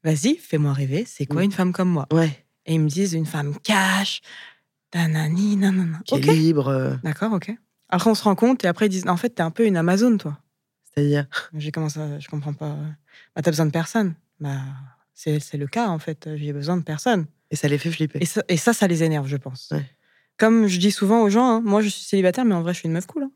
Speaker 2: Vas-y, fais-moi rêver. C'est quoi
Speaker 1: Oui.
Speaker 2: une femme comme moi
Speaker 1: Ouais,
Speaker 2: Et ils me disent une femme cash, nanani, nanana.
Speaker 1: qui
Speaker 2: Ok.
Speaker 1: est libre, euh,
Speaker 2: D'accord, ok. Après, on se rend compte et après, ils disent En fait, t'es un peu une Amazon, toi.
Speaker 1: c'est-à-dire.
Speaker 2: J'ai commencé à- Je comprends pas. Bah, t'as besoin de personne. Bah, c'est c'est le cas, en fait. J'ai besoin de personne.
Speaker 1: Et ça les fait flipper.
Speaker 2: Et ça, et ça, ça les énerve, je pense.
Speaker 1: Ouais.
Speaker 2: Comme je dis souvent aux gens, hein, moi, je suis célibataire, mais en vrai, je suis une meuf cool. hein.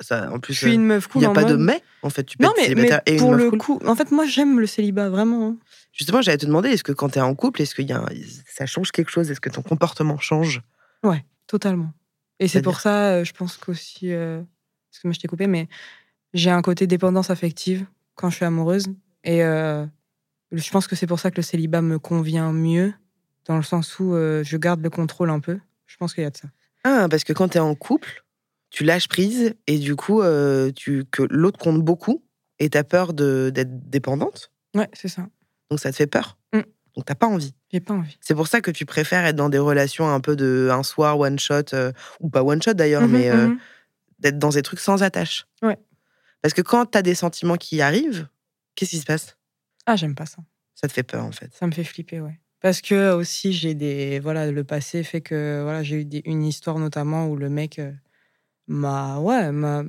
Speaker 1: Ça, en plus, euh,
Speaker 2: Je suis une meuf
Speaker 1: il
Speaker 2: cool.
Speaker 1: n'y a
Speaker 2: en
Speaker 1: pas de
Speaker 2: mode-
Speaker 1: mais, en fait, tu peux
Speaker 2: Non,
Speaker 1: être
Speaker 2: mais, mais
Speaker 1: célibataire et une
Speaker 2: pour
Speaker 1: meuf
Speaker 2: le
Speaker 1: cool.
Speaker 2: coup, en fait, moi, j'aime le célibat, vraiment. hein.
Speaker 1: Justement, j'allais te demander, est-ce que quand t'es en couple, est-ce que y a un- ça change quelque chose Est-ce que ton comportement change
Speaker 2: Totalement. Et c'est
Speaker 1: C'est-à-dire
Speaker 2: pour ça, euh, je pense qu'aussi, euh, parce que moi je t'ai coupé, mais j'ai un côté dépendance affective quand je suis amoureuse. Et euh, je pense que c'est pour ça que le célibat me convient mieux, dans le sens où euh, je garde le contrôle un peu. Je pense qu'il y a de ça.
Speaker 1: Ah, parce que quand t'es en couple, tu lâches prise et du coup, euh, tu, que l'autre compte beaucoup et t'as peur de- d'être dépendante,
Speaker 2: Ouais, c'est ça.
Speaker 1: donc ça te fait peur.
Speaker 2: Mm.
Speaker 1: Donc t'as pas envie.
Speaker 2: J'ai pas envie.
Speaker 1: C'est pour ça que tu préfères être dans des relations un peu de un soir, one shot, euh, ou pas one shot d'ailleurs,
Speaker 2: Mhm,
Speaker 1: mais euh,
Speaker 2: mhm.
Speaker 1: d'être dans des trucs sans attache.
Speaker 2: Ouais.
Speaker 1: Parce que quand t'as des sentiments qui arrivent, qu'est-ce qui se passe
Speaker 2: Ah, j'aime pas ça.
Speaker 1: Ça te fait peur en fait.
Speaker 2: Ça me fait flipper, ouais. Parce que euh, aussi, j'ai des. Voilà, le passé fait que voilà, j'ai eu des- une histoire notamment où le mec euh, m'a. Ouais, m'a.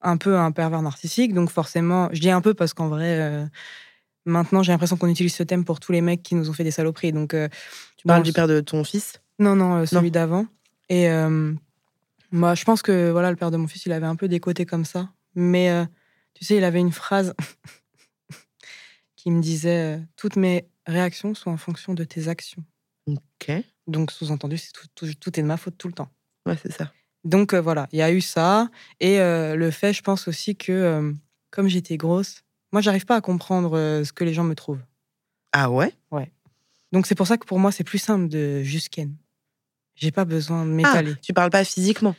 Speaker 2: Un peu un pervers narcissique. Donc, forcément, je dis un peu parce qu'en vrai, euh, maintenant, j'ai l'impression qu'on utilise ce thème pour tous les mecs qui nous ont fait des saloperies. Donc, euh,
Speaker 1: Tu parles
Speaker 2: dans
Speaker 1: du
Speaker 2: le-
Speaker 1: père de ton fils
Speaker 2: Non, non, euh, celui d'avant. Et euh, moi, je pense que voilà, le père de mon fils, il avait un peu des côtés comme ça. Mais euh, tu sais, il avait une phrase qui me disait euh, toutes mes réactions sont en fonction de tes actions.
Speaker 1: Ok.
Speaker 2: Donc sous-entendu, c'est tout, tout- tout est de ma faute tout le temps.
Speaker 1: Ouais, c'est ça.
Speaker 2: Donc euh, voilà, il y a eu ça et euh, le fait, je pense aussi que euh, comme j'étais grosse, moi j'arrive pas à comprendre euh, ce que les gens me trouvent.
Speaker 1: Ah ouais
Speaker 2: Donc c'est pour ça que pour moi c'est plus simple de juste ken. J'ai pas besoin de
Speaker 1: Ah,
Speaker 2: m'étaler.
Speaker 1: tu parles pas physiquement.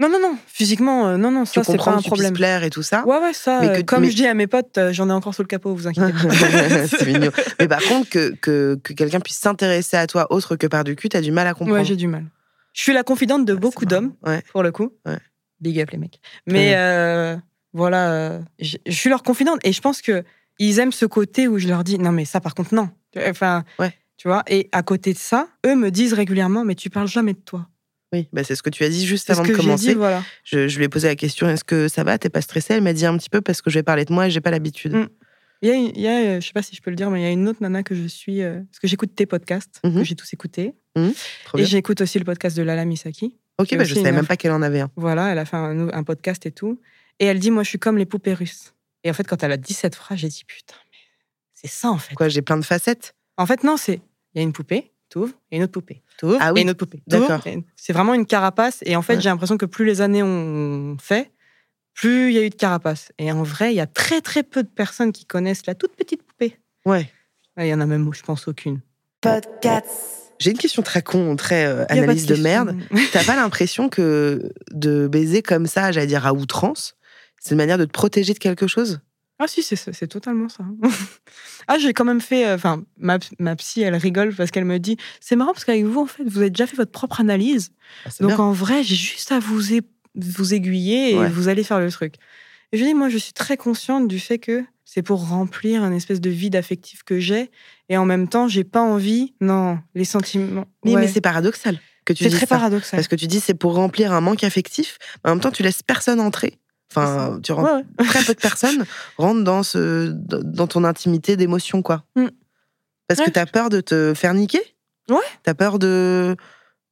Speaker 2: Non non non, physiquement euh, non non ça
Speaker 1: tu
Speaker 2: c'est pas
Speaker 1: comprends
Speaker 2: un
Speaker 1: que tu puisses
Speaker 2: problème.
Speaker 1: plaire et tout ça.
Speaker 2: Ouais ouais ça.
Speaker 1: Mais
Speaker 2: euh,
Speaker 1: que-
Speaker 2: comme
Speaker 1: mais-
Speaker 2: je dis à mes potes, euh, j'en ai encore sous le capot, vous inquiétez pas.
Speaker 1: c'est mignon. Mais par contre, que, que, que quelqu'un puisse s'intéresser à toi autre que par du cul, t'as du mal à comprendre.
Speaker 2: Ouais, j'ai du mal. Je suis la confidente de
Speaker 1: Ah,
Speaker 2: beaucoup
Speaker 1: c'est marrant.
Speaker 2: d'hommes,
Speaker 1: Ouais.
Speaker 2: pour le coup.
Speaker 1: Ouais.
Speaker 2: Big up les mecs. Mais
Speaker 1: Ouais.
Speaker 2: euh, voilà, euh, je je suis leur confidente et je pense que ils aiment ce côté où je leur dis non mais ça par contre non. Enfin,
Speaker 1: Ouais.
Speaker 2: tu vois. Et à côté de ça, eux me disent régulièrement mais tu parles jamais de toi.
Speaker 1: Oui, bah, c'est ce que tu as dit juste
Speaker 2: C'est ce
Speaker 1: avant de
Speaker 2: que j'ai dit,
Speaker 1: commencer.
Speaker 2: voilà.
Speaker 1: je, je lui ai posé la question est-ce que ça va T'es pas stressée Elle m'a dit un petit peu parce que je vais parler de moi et j'ai pas l'habitude.
Speaker 2: Mm. Il y a, une- il y a, euh, je sais pas si je peux le dire, mais il y a une autre nana que je suis euh, parce que j'écoute tes podcasts,
Speaker 1: Mhm.
Speaker 2: que j'ai tous écoutés,
Speaker 1: Trop
Speaker 2: et
Speaker 1: bien.
Speaker 2: j'écoute aussi le podcast de Lala Misaki.
Speaker 1: Ok,
Speaker 2: j'ai
Speaker 1: bah, je
Speaker 2: aussi
Speaker 1: savais
Speaker 2: une
Speaker 1: même
Speaker 2: inf-
Speaker 1: pas qu'elle en avait un.
Speaker 2: Voilà, elle a fait un, un podcast et tout. Et elle dit, moi, je suis comme les poupées russes. Et en fait, quand elle a dit cette phrase, j'ai dit, putain, mais c'est ça, en fait.
Speaker 1: Quoi, j'ai plein de facettes
Speaker 2: En fait, non, c'est, il y a une poupée, t'ouvres, et une autre poupée, t'ouvres,
Speaker 1: Ah oui,
Speaker 2: et une autre poupée,
Speaker 1: d'accord.
Speaker 2: t'ouvres. et- C'est vraiment une carapace. Et en fait,
Speaker 1: Ouais.
Speaker 2: j'ai l'impression que plus les années ont fait, plus il y a eu de carapace. Et en vrai, il y a très, très peu de personnes qui connaissent la toute petite poupée.
Speaker 1: Ouais.
Speaker 2: Ouais, Il y en a même, je pense, aucune.
Speaker 1: J'ai une question très con, très euh,
Speaker 2: Il y a pas
Speaker 1: analyse de,
Speaker 2: question.
Speaker 1: merde. T'as pas l'impression que de baiser comme ça, j'allais dire à outrance, c'est une manière de te protéger de quelque chose
Speaker 2: Ah si, c'est ça, c'est totalement ça. ah, j'ai quand même fait... euh, Enfin, ma, ma psy, elle rigole parce qu'elle me dit, c'est marrant parce qu'avec vous, en fait, vous avez déjà fait votre propre analyse.
Speaker 1: Ah, c'est
Speaker 2: Donc
Speaker 1: bien.
Speaker 2: en vrai, j'ai juste à vous, é- vous aiguiller et
Speaker 1: Ouais.
Speaker 2: vous allez faire le truc. Et je dis, moi, je suis très consciente du fait que c'est pour remplir un espèce de vide affectif que j'ai et en même temps, j'ai pas envie... Non, les sentiments...
Speaker 1: Mais,
Speaker 2: Ouais.
Speaker 1: mais c'est paradoxal que tu
Speaker 2: c'est
Speaker 1: dises
Speaker 2: très
Speaker 1: ça.
Speaker 2: paradoxal.
Speaker 1: Parce que tu dis c'est pour remplir un manque affectif, mais en même temps tu laisses personne entrer. Enfin, tu rentres,
Speaker 2: Ouais, ouais.
Speaker 1: très peu de personnes rentrent dans, ce, dans ton intimité d'émotion, quoi.
Speaker 2: Mm.
Speaker 1: Parce que
Speaker 2: Ouais.
Speaker 1: t'as peur de te faire niquer
Speaker 2: Ouais.
Speaker 1: T'as peur de,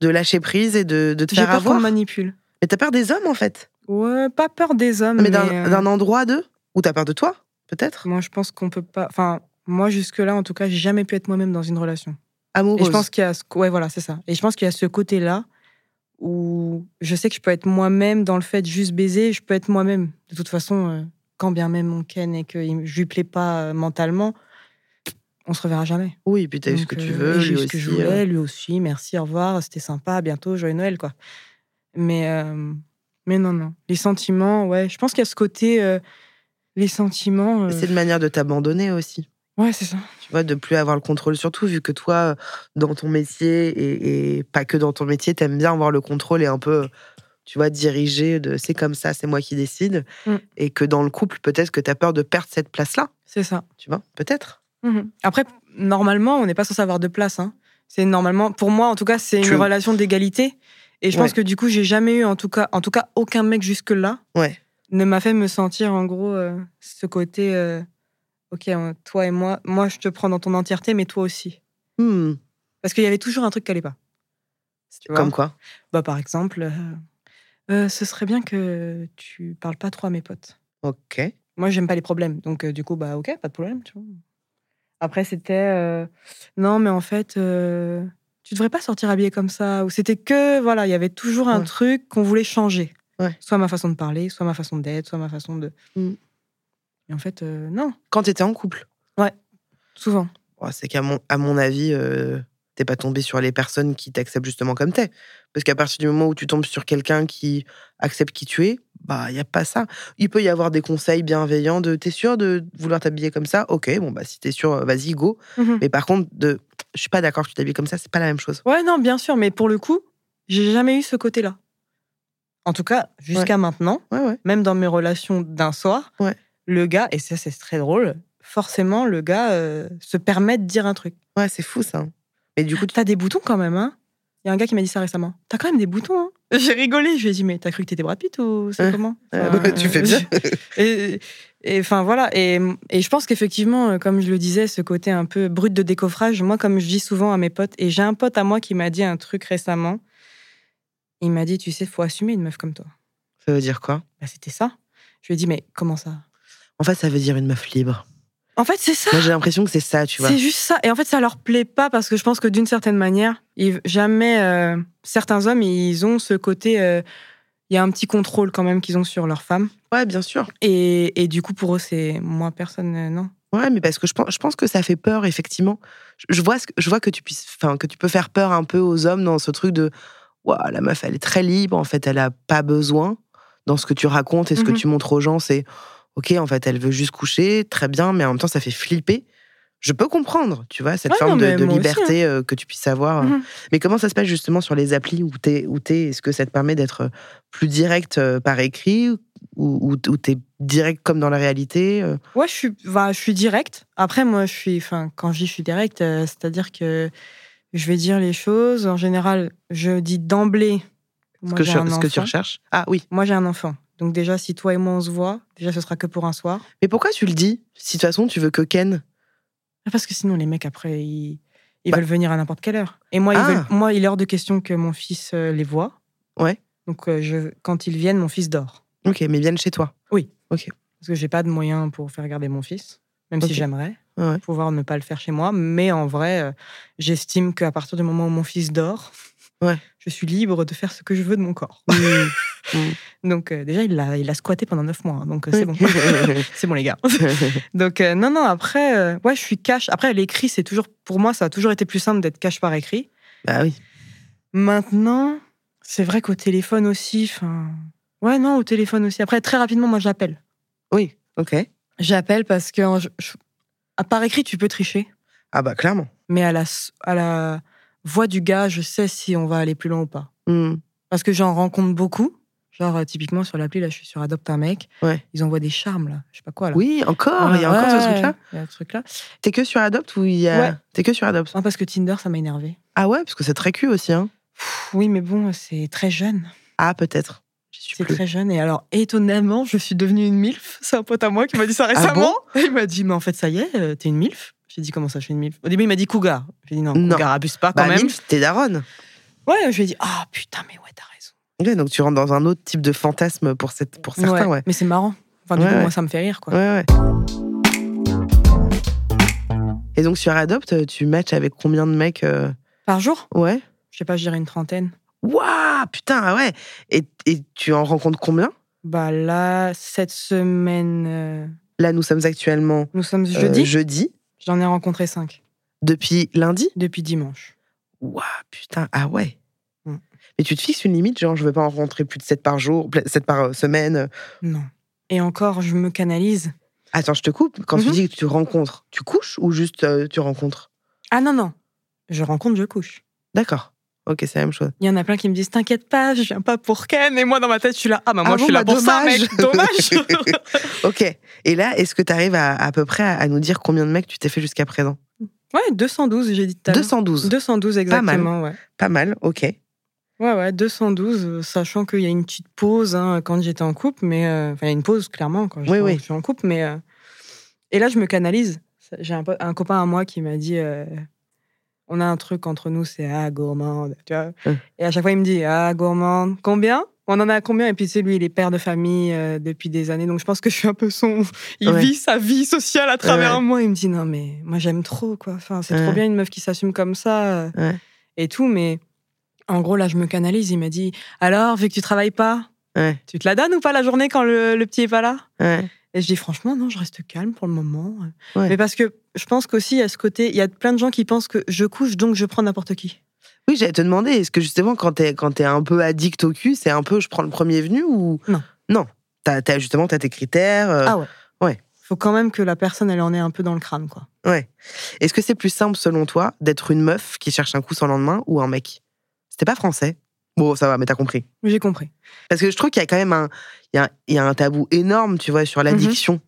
Speaker 1: de lâcher prise et de, de te
Speaker 2: J'ai
Speaker 1: faire
Speaker 2: peur qu'on me
Speaker 1: avoir
Speaker 2: manipule.
Speaker 1: Mais t'as peur des hommes, en fait.
Speaker 2: Ouais, pas peur des hommes,
Speaker 1: mais
Speaker 2: mais...
Speaker 1: d'un
Speaker 2: euh,
Speaker 1: d'un endroit d'eux Ou t'as peur de toi, peut-être
Speaker 2: Moi, je pense qu'on peut pas. Enfin, moi, jusque-là, en tout cas, j'ai jamais pu être moi-même dans une relation.
Speaker 1: Amoureuse.
Speaker 2: Et je pense qu'il y a ce... ouais, voilà, c'est ça. Et je pense qu'il y a ce côté-là où je sais que je peux être moi-même dans le fait de juste baiser, je peux être moi-même. De toute façon, euh, quand bien même on ken et que il- je lui plais pas euh, mentalement, on se reverra jamais.
Speaker 1: Oui, et puis t'as eu ce
Speaker 2: Donc,
Speaker 1: que tu
Speaker 2: euh,
Speaker 1: veux,
Speaker 2: j'ai eu
Speaker 1: lui
Speaker 2: ce
Speaker 1: aussi.
Speaker 2: que je
Speaker 1: euh.
Speaker 2: voulais, lui aussi. Merci, au revoir, c'était sympa, à bientôt, joyeux Noël, quoi. Mais euh, mais non, non. Les sentiments, ouais, je pense qu'il y a ce côté euh, les sentiments. euh,
Speaker 1: C'est une manière de t'abandonner aussi.
Speaker 2: Ouais, c'est ça.
Speaker 1: Tu vois, de plus avoir le contrôle sur tout, vu que toi, dans ton métier, et, et pas que dans ton métier, t'aimes bien avoir le contrôle et un peu, tu vois, diriger de c'est comme ça, c'est moi qui décide.
Speaker 2: Mm.
Speaker 1: Et que dans le couple, peut-être que t'as peur de perdre cette place-là.
Speaker 2: C'est ça.
Speaker 1: Tu vois, peut-être.
Speaker 2: Mhm. Après, normalement, on n'est pas censé avoir de place. hein. C'est normalement, pour moi en tout cas, c'est une
Speaker 1: True.
Speaker 2: relation d'égalité. Et je pense
Speaker 1: Ouais.
Speaker 2: que du coup, j'ai jamais eu, en tout cas, en tout cas, aucun mec jusque là
Speaker 1: Ouais.
Speaker 2: ne m'a fait me sentir en gros euh, ce côté, euh, ok, on- toi et moi, moi je te prends dans ton entièreté, mais toi aussi.
Speaker 1: Hmm.
Speaker 2: Parce qu'il y avait toujours un truc qui allait pas. Tu vois
Speaker 1: Comme quoi
Speaker 2: bah, par exemple, euh, Euh, ce serait bien que tu parles pas trop à mes potes.
Speaker 1: Ok.
Speaker 2: Moi, j'aime pas les problèmes. Donc, euh, du coup, bah, ok, pas de problème. Tu vois. Après, c'était euh, non, mais en fait, euh, tu devrais pas sortir habillé comme ça. Ou c'était que, voilà, il y avait toujours un
Speaker 1: Ouais.
Speaker 2: truc qu'on voulait changer.
Speaker 1: Ouais.
Speaker 2: Soit ma façon de parler, soit ma façon d'être, soit ma façon de.
Speaker 1: Mm.
Speaker 2: Et en fait, euh, non,
Speaker 1: Quand t'étais en couple,
Speaker 2: souvent.
Speaker 1: oh, c'est qu'à mon, à mon avis, euh, t'es pas tombé sur les personnes qui t'acceptent justement comme t'es. Parce qu'à partir du moment où tu tombes sur quelqu'un qui accepte qui tu es, bah, y a pas ça. Il peut y avoir des conseils bienveillants de t'es sûr de vouloir t'habiller comme ça Ok, bon, bah, si t'es sûr, euh, vas-y, go.
Speaker 2: Mhm.
Speaker 1: Mais par contre, de je suis pas d'accord que tu t'habilles comme ça, c'est pas la même chose.
Speaker 2: Ouais, non, bien sûr, mais pour le coup, j'ai jamais eu ce côté-là. En tout cas, jusqu'à maintenant.
Speaker 1: Ouais, ouais.
Speaker 2: même dans mes relations d'un soir,
Speaker 1: Ouais.
Speaker 2: le gars, et ça c'est très drôle, forcément le gars euh, se permet de dire un truc.
Speaker 1: Ouais, c'est fou ça. Mais du coup, tu-
Speaker 2: T'as des boutons quand même, hein Il y a un gars qui m'a dit ça récemment. T'as quand même des boutons, hein J'ai rigolé, je lui ai dit, mais t'as cru que t'étais Brad Pitt ou c'est
Speaker 1: Ouais.
Speaker 2: comment
Speaker 1: euh, tu fais bien.
Speaker 2: Et et enfin voilà, et, et je pense qu'effectivement, euh, comme je le disais, ce côté un peu brut de décoffrage, moi comme je dis souvent à mes potes, et j'ai un pote à moi qui m'a dit un truc récemment, il m'a dit, tu sais, faut assumer une meuf comme toi.
Speaker 1: ça veut dire quoi
Speaker 2: Bah, C'était ça. Je lui ai dit, mais comment ça
Speaker 1: En fait, ça veut dire une meuf libre.
Speaker 2: En fait, c'est ça.
Speaker 1: Moi, j'ai l'impression que c'est ça, tu vois.
Speaker 2: C'est juste ça. Et en fait, ça leur plaît pas parce que je pense que d'une certaine manière, ils- jamais euh, certains hommes, ils ont ce côté. euh, Il y a un petit contrôle quand même qu'ils ont sur leurs femmes.
Speaker 1: Ouais, bien sûr.
Speaker 2: Et, et du coup, pour eux, c'est moi, personne, euh, non.
Speaker 1: Ouais, mais parce que je pense, je pense que ça fait peur, effectivement. Je, je vois, ce que, je vois que, tu puisses, enfin, que tu peux faire peur un peu aux hommes dans ce truc de Waouh, la meuf, elle est très libre, en fait, elle a pas besoin dans ce que tu racontes et ce
Speaker 2: Mhm.
Speaker 1: que tu montres aux gens. C'est OK, en fait, elle veut juste coucher, très bien, mais en même temps, ça fait flipper. Je peux comprendre, tu vois, cette
Speaker 2: Ouais,
Speaker 1: forme
Speaker 2: non,
Speaker 1: de,
Speaker 2: mais
Speaker 1: de
Speaker 2: moi aussi, hein.
Speaker 1: liberté euh, que tu puisses avoir.
Speaker 2: Mhm.
Speaker 1: Mais comment ça se passe justement sur les applis où t'es où t'es Est-ce que ça te permet d'être euh, plus direct euh, par écrit ou, ou, ou t'es direct comme dans la réalité euh
Speaker 2: Ouais, je suis, bah, je suis direct. Après, moi, je suis, enfin, quand je dis je suis direct, c'est-à-dire que je vais dire les choses. En général, je dis d'emblée.
Speaker 1: ce,
Speaker 2: moi,
Speaker 1: que
Speaker 2: j'ai
Speaker 1: je-
Speaker 2: un
Speaker 1: ce que tu
Speaker 2: enfant.
Speaker 1: recherches Ah oui.
Speaker 2: Moi, j'ai un enfant. Donc déjà, si toi et moi on se voit, déjà ce sera que pour un soir.
Speaker 1: Mais pourquoi tu le dis Si de toute façon tu veux que Ken.
Speaker 2: Ah, Parce que sinon, les mecs, après, ils, ils
Speaker 1: Bah.
Speaker 2: veulent venir à n'importe quelle heure. Et moi, ils
Speaker 1: Ah.
Speaker 2: veulent- moi, il est hors de question que mon fils euh, les voit.
Speaker 1: Ouais.
Speaker 2: Donc, euh, je, quand ils viennent, mon fils dort.
Speaker 1: Ok, mais vienne chez toi.
Speaker 2: Parce que j'ai pas de moyens pour faire garder mon fils, même
Speaker 1: Ok.
Speaker 2: si j'aimerais
Speaker 1: Ouais.
Speaker 2: pouvoir ne pas le faire chez moi. Mais en vrai, euh, j'estime qu'à partir du moment où mon fils dort,
Speaker 1: Ouais.
Speaker 2: je suis libre de faire ce que je veux de mon corps. Donc, euh, déjà, il l'a il a squatté pendant neuf mois. hein, donc, euh, c'est bon. c'est bon, les gars. Donc, euh, non, non, après, euh, ouais, je suis cash. Après, l'écrit, c'est toujours, pour moi, ça a toujours été plus simple d'être cash par écrit.
Speaker 1: bah oui.
Speaker 2: Maintenant, c'est vrai qu'au téléphone aussi, enfin. Ouais, non, au téléphone aussi. Après, très rapidement, moi, j'appelle.
Speaker 1: Oui. Ok.
Speaker 2: J'appelle parce que, en- je- je- à par écrit, tu peux tricher.
Speaker 1: Ah bah clairement.
Speaker 2: Mais à la, s- à la voix du gars, je sais si on va aller plus loin ou pas.
Speaker 1: Hmm.
Speaker 2: Parce que j'en rencontre beaucoup. Genre, euh, typiquement, sur l'appli, là, je suis sur Adopte un mec.
Speaker 1: Ouais.
Speaker 2: Ils envoient des charmes, là. Je sais pas quoi, là.
Speaker 1: Oui, encore. Il y a encore ce truc-là.
Speaker 2: Il y a un truc-là.
Speaker 1: T'es que sur Adopt ou il y a.
Speaker 2: Ouais.
Speaker 1: T'es que sur Adopt
Speaker 2: Non, parce que Tinder, ça m'a énervé.
Speaker 1: Ah ouais, parce que c'est très cul aussi. Hein.
Speaker 2: Oui, mais bon, c'est très jeune.
Speaker 1: Ah peut-être. J'y suis
Speaker 2: C'est
Speaker 1: plus.
Speaker 2: très jeune. Et alors, étonnamment, je suis devenue une MILF. C'est un pote à moi qui m'a dit
Speaker 1: Ah
Speaker 2: ça récemment. il m'a dit, mais en fait, ça y est, euh, t'es une MILF J'ai dit, comment ça, je suis une MILF Au début, il m'a dit Cougar. J'ai dit, non,
Speaker 1: Non.
Speaker 2: Cougar, abuse pas quand
Speaker 1: Bah,
Speaker 2: même.
Speaker 1: Nils, t'es daronne.
Speaker 2: Ouais, je lui ai dit, ah putain, mais ouais, t'as raison.
Speaker 1: Ouais, donc tu rentres dans un autre type de fantasme pour, cette, pour certains, ouais.
Speaker 2: Mais c'est marrant. Enfin, du
Speaker 1: Ouais,
Speaker 2: coup,
Speaker 1: ouais.
Speaker 2: moi, ça me fait rire, quoi.
Speaker 1: Ouais, ouais. Et donc sur Adopt, tu matches avec combien de mecs euh,
Speaker 2: Par jour,
Speaker 1: Ouais.
Speaker 2: je sais pas, je dirais une trentaine.
Speaker 1: Waouh, putain, ah ouais. Et, et tu en rencontres combien
Speaker 2: Bah là, cette semaine, euh,
Speaker 1: Là, nous sommes actuellement
Speaker 2: nous sommes
Speaker 1: euh,
Speaker 2: jeudi.
Speaker 1: jeudi,
Speaker 2: J'en ai rencontré cinq
Speaker 1: depuis lundi.
Speaker 2: depuis dimanche.
Speaker 1: Waouh, putain, ah ouais.
Speaker 2: Mm.
Speaker 1: Mais tu te fixes une limite, genre je veux pas en rencontrer plus de 7 par jour, 7 par euh, semaine.
Speaker 2: Non. Et encore, je me canalise.
Speaker 1: Attends, je te coupe. Quand tu
Speaker 2: Mhm.
Speaker 1: dis que tu rencontres, tu couches ou juste euh, tu rencontres
Speaker 2: Ah non, non. Je rencontre, je couche.
Speaker 1: D'accord. Ok, c'est la même chose.
Speaker 2: Il y en a plein qui me disent T'inquiète pas, je viens pas pour Ken. Et moi, dans ma tête, je suis là. Ah, bah, moi,
Speaker 1: Ah
Speaker 2: je suis
Speaker 1: bon,
Speaker 2: là
Speaker 1: bah,
Speaker 2: pour ça, mec. Dommage.
Speaker 1: Ok. Et là, est-ce que tu arrives à, à peu près à, à nous dire combien de mecs tu t'es fait jusqu'à présent
Speaker 2: ouais, 212, j'ai dit tout à l'heure.
Speaker 1: 212.
Speaker 2: 212,
Speaker 1: mal.
Speaker 2: exactement, ouais.
Speaker 1: Pas mal, ok.
Speaker 2: Ouais, ouais, 212, euh, sachant qu'il y a une petite pause hein, quand j'étais en couple, mais. euh, Enfin, il y a une pause, clairement, quand j'étais
Speaker 1: Oui,
Speaker 2: en-
Speaker 1: oui.
Speaker 2: je suis en couple, mais. euh, et là, je me canalise. Ça- J'ai un, po- un copain à moi qui m'a dit euh, On a un truc entre nous, c'est Ah, gourmande. Tu vois
Speaker 1: Hum.
Speaker 2: Et à chaque fois, il me dit Ah, gourmande, combien On en a combien Et puis, c'est lui, il est père de famille euh, depuis des années, donc je pense que je suis un peu son. Il
Speaker 1: Ouais.
Speaker 2: vit sa vie sociale à travers
Speaker 1: Ouais.
Speaker 2: Oh, moi. Il me dit Non, mais moi, j'aime trop, quoi. Enfin, c'est
Speaker 1: Ouais.
Speaker 2: trop bien une meuf qui s'assume comme ça. euh,
Speaker 1: Ouais.
Speaker 2: Et tout, mais. En gros, là, je me canalise. Il m'a dit Alors, vu que tu travailles pas,
Speaker 1: Ouais,
Speaker 2: tu te la donnes ou pas la journée quand le, le petit est pas là
Speaker 1: ouais.
Speaker 2: Et je dis Franchement, non, je reste calme pour le moment. euh.
Speaker 1: Ouais.
Speaker 2: Mais parce que je pense qu'aussi, il y a ce côté il y a plein de gens qui pensent que je couche donc je prends n'importe qui.
Speaker 1: Oui, j'allais te demander, est-ce que justement, quand t'es, quand t'es un peu addict au cul, c'est un peu je prends le premier venu ou.
Speaker 2: Non.
Speaker 1: Non. T'as, t'as- justement, t'as tes critères. euh,
Speaker 2: Ah ouais
Speaker 1: ouais.
Speaker 2: Faut quand même que la personne, elle en ait un peu dans le crâne, quoi.
Speaker 1: Ouais. Est-ce que c'est plus simple, selon toi, d'être une meuf qui cherche un coup sans lendemain ou un mec C'était pas français. Bon, ça va, mais t'as compris.
Speaker 2: J'ai compris.
Speaker 1: Parce que je trouve qu'il y a quand même un, il y a, il y a un tabou énorme, tu vois, sur l'addiction.
Speaker 2: Mhm.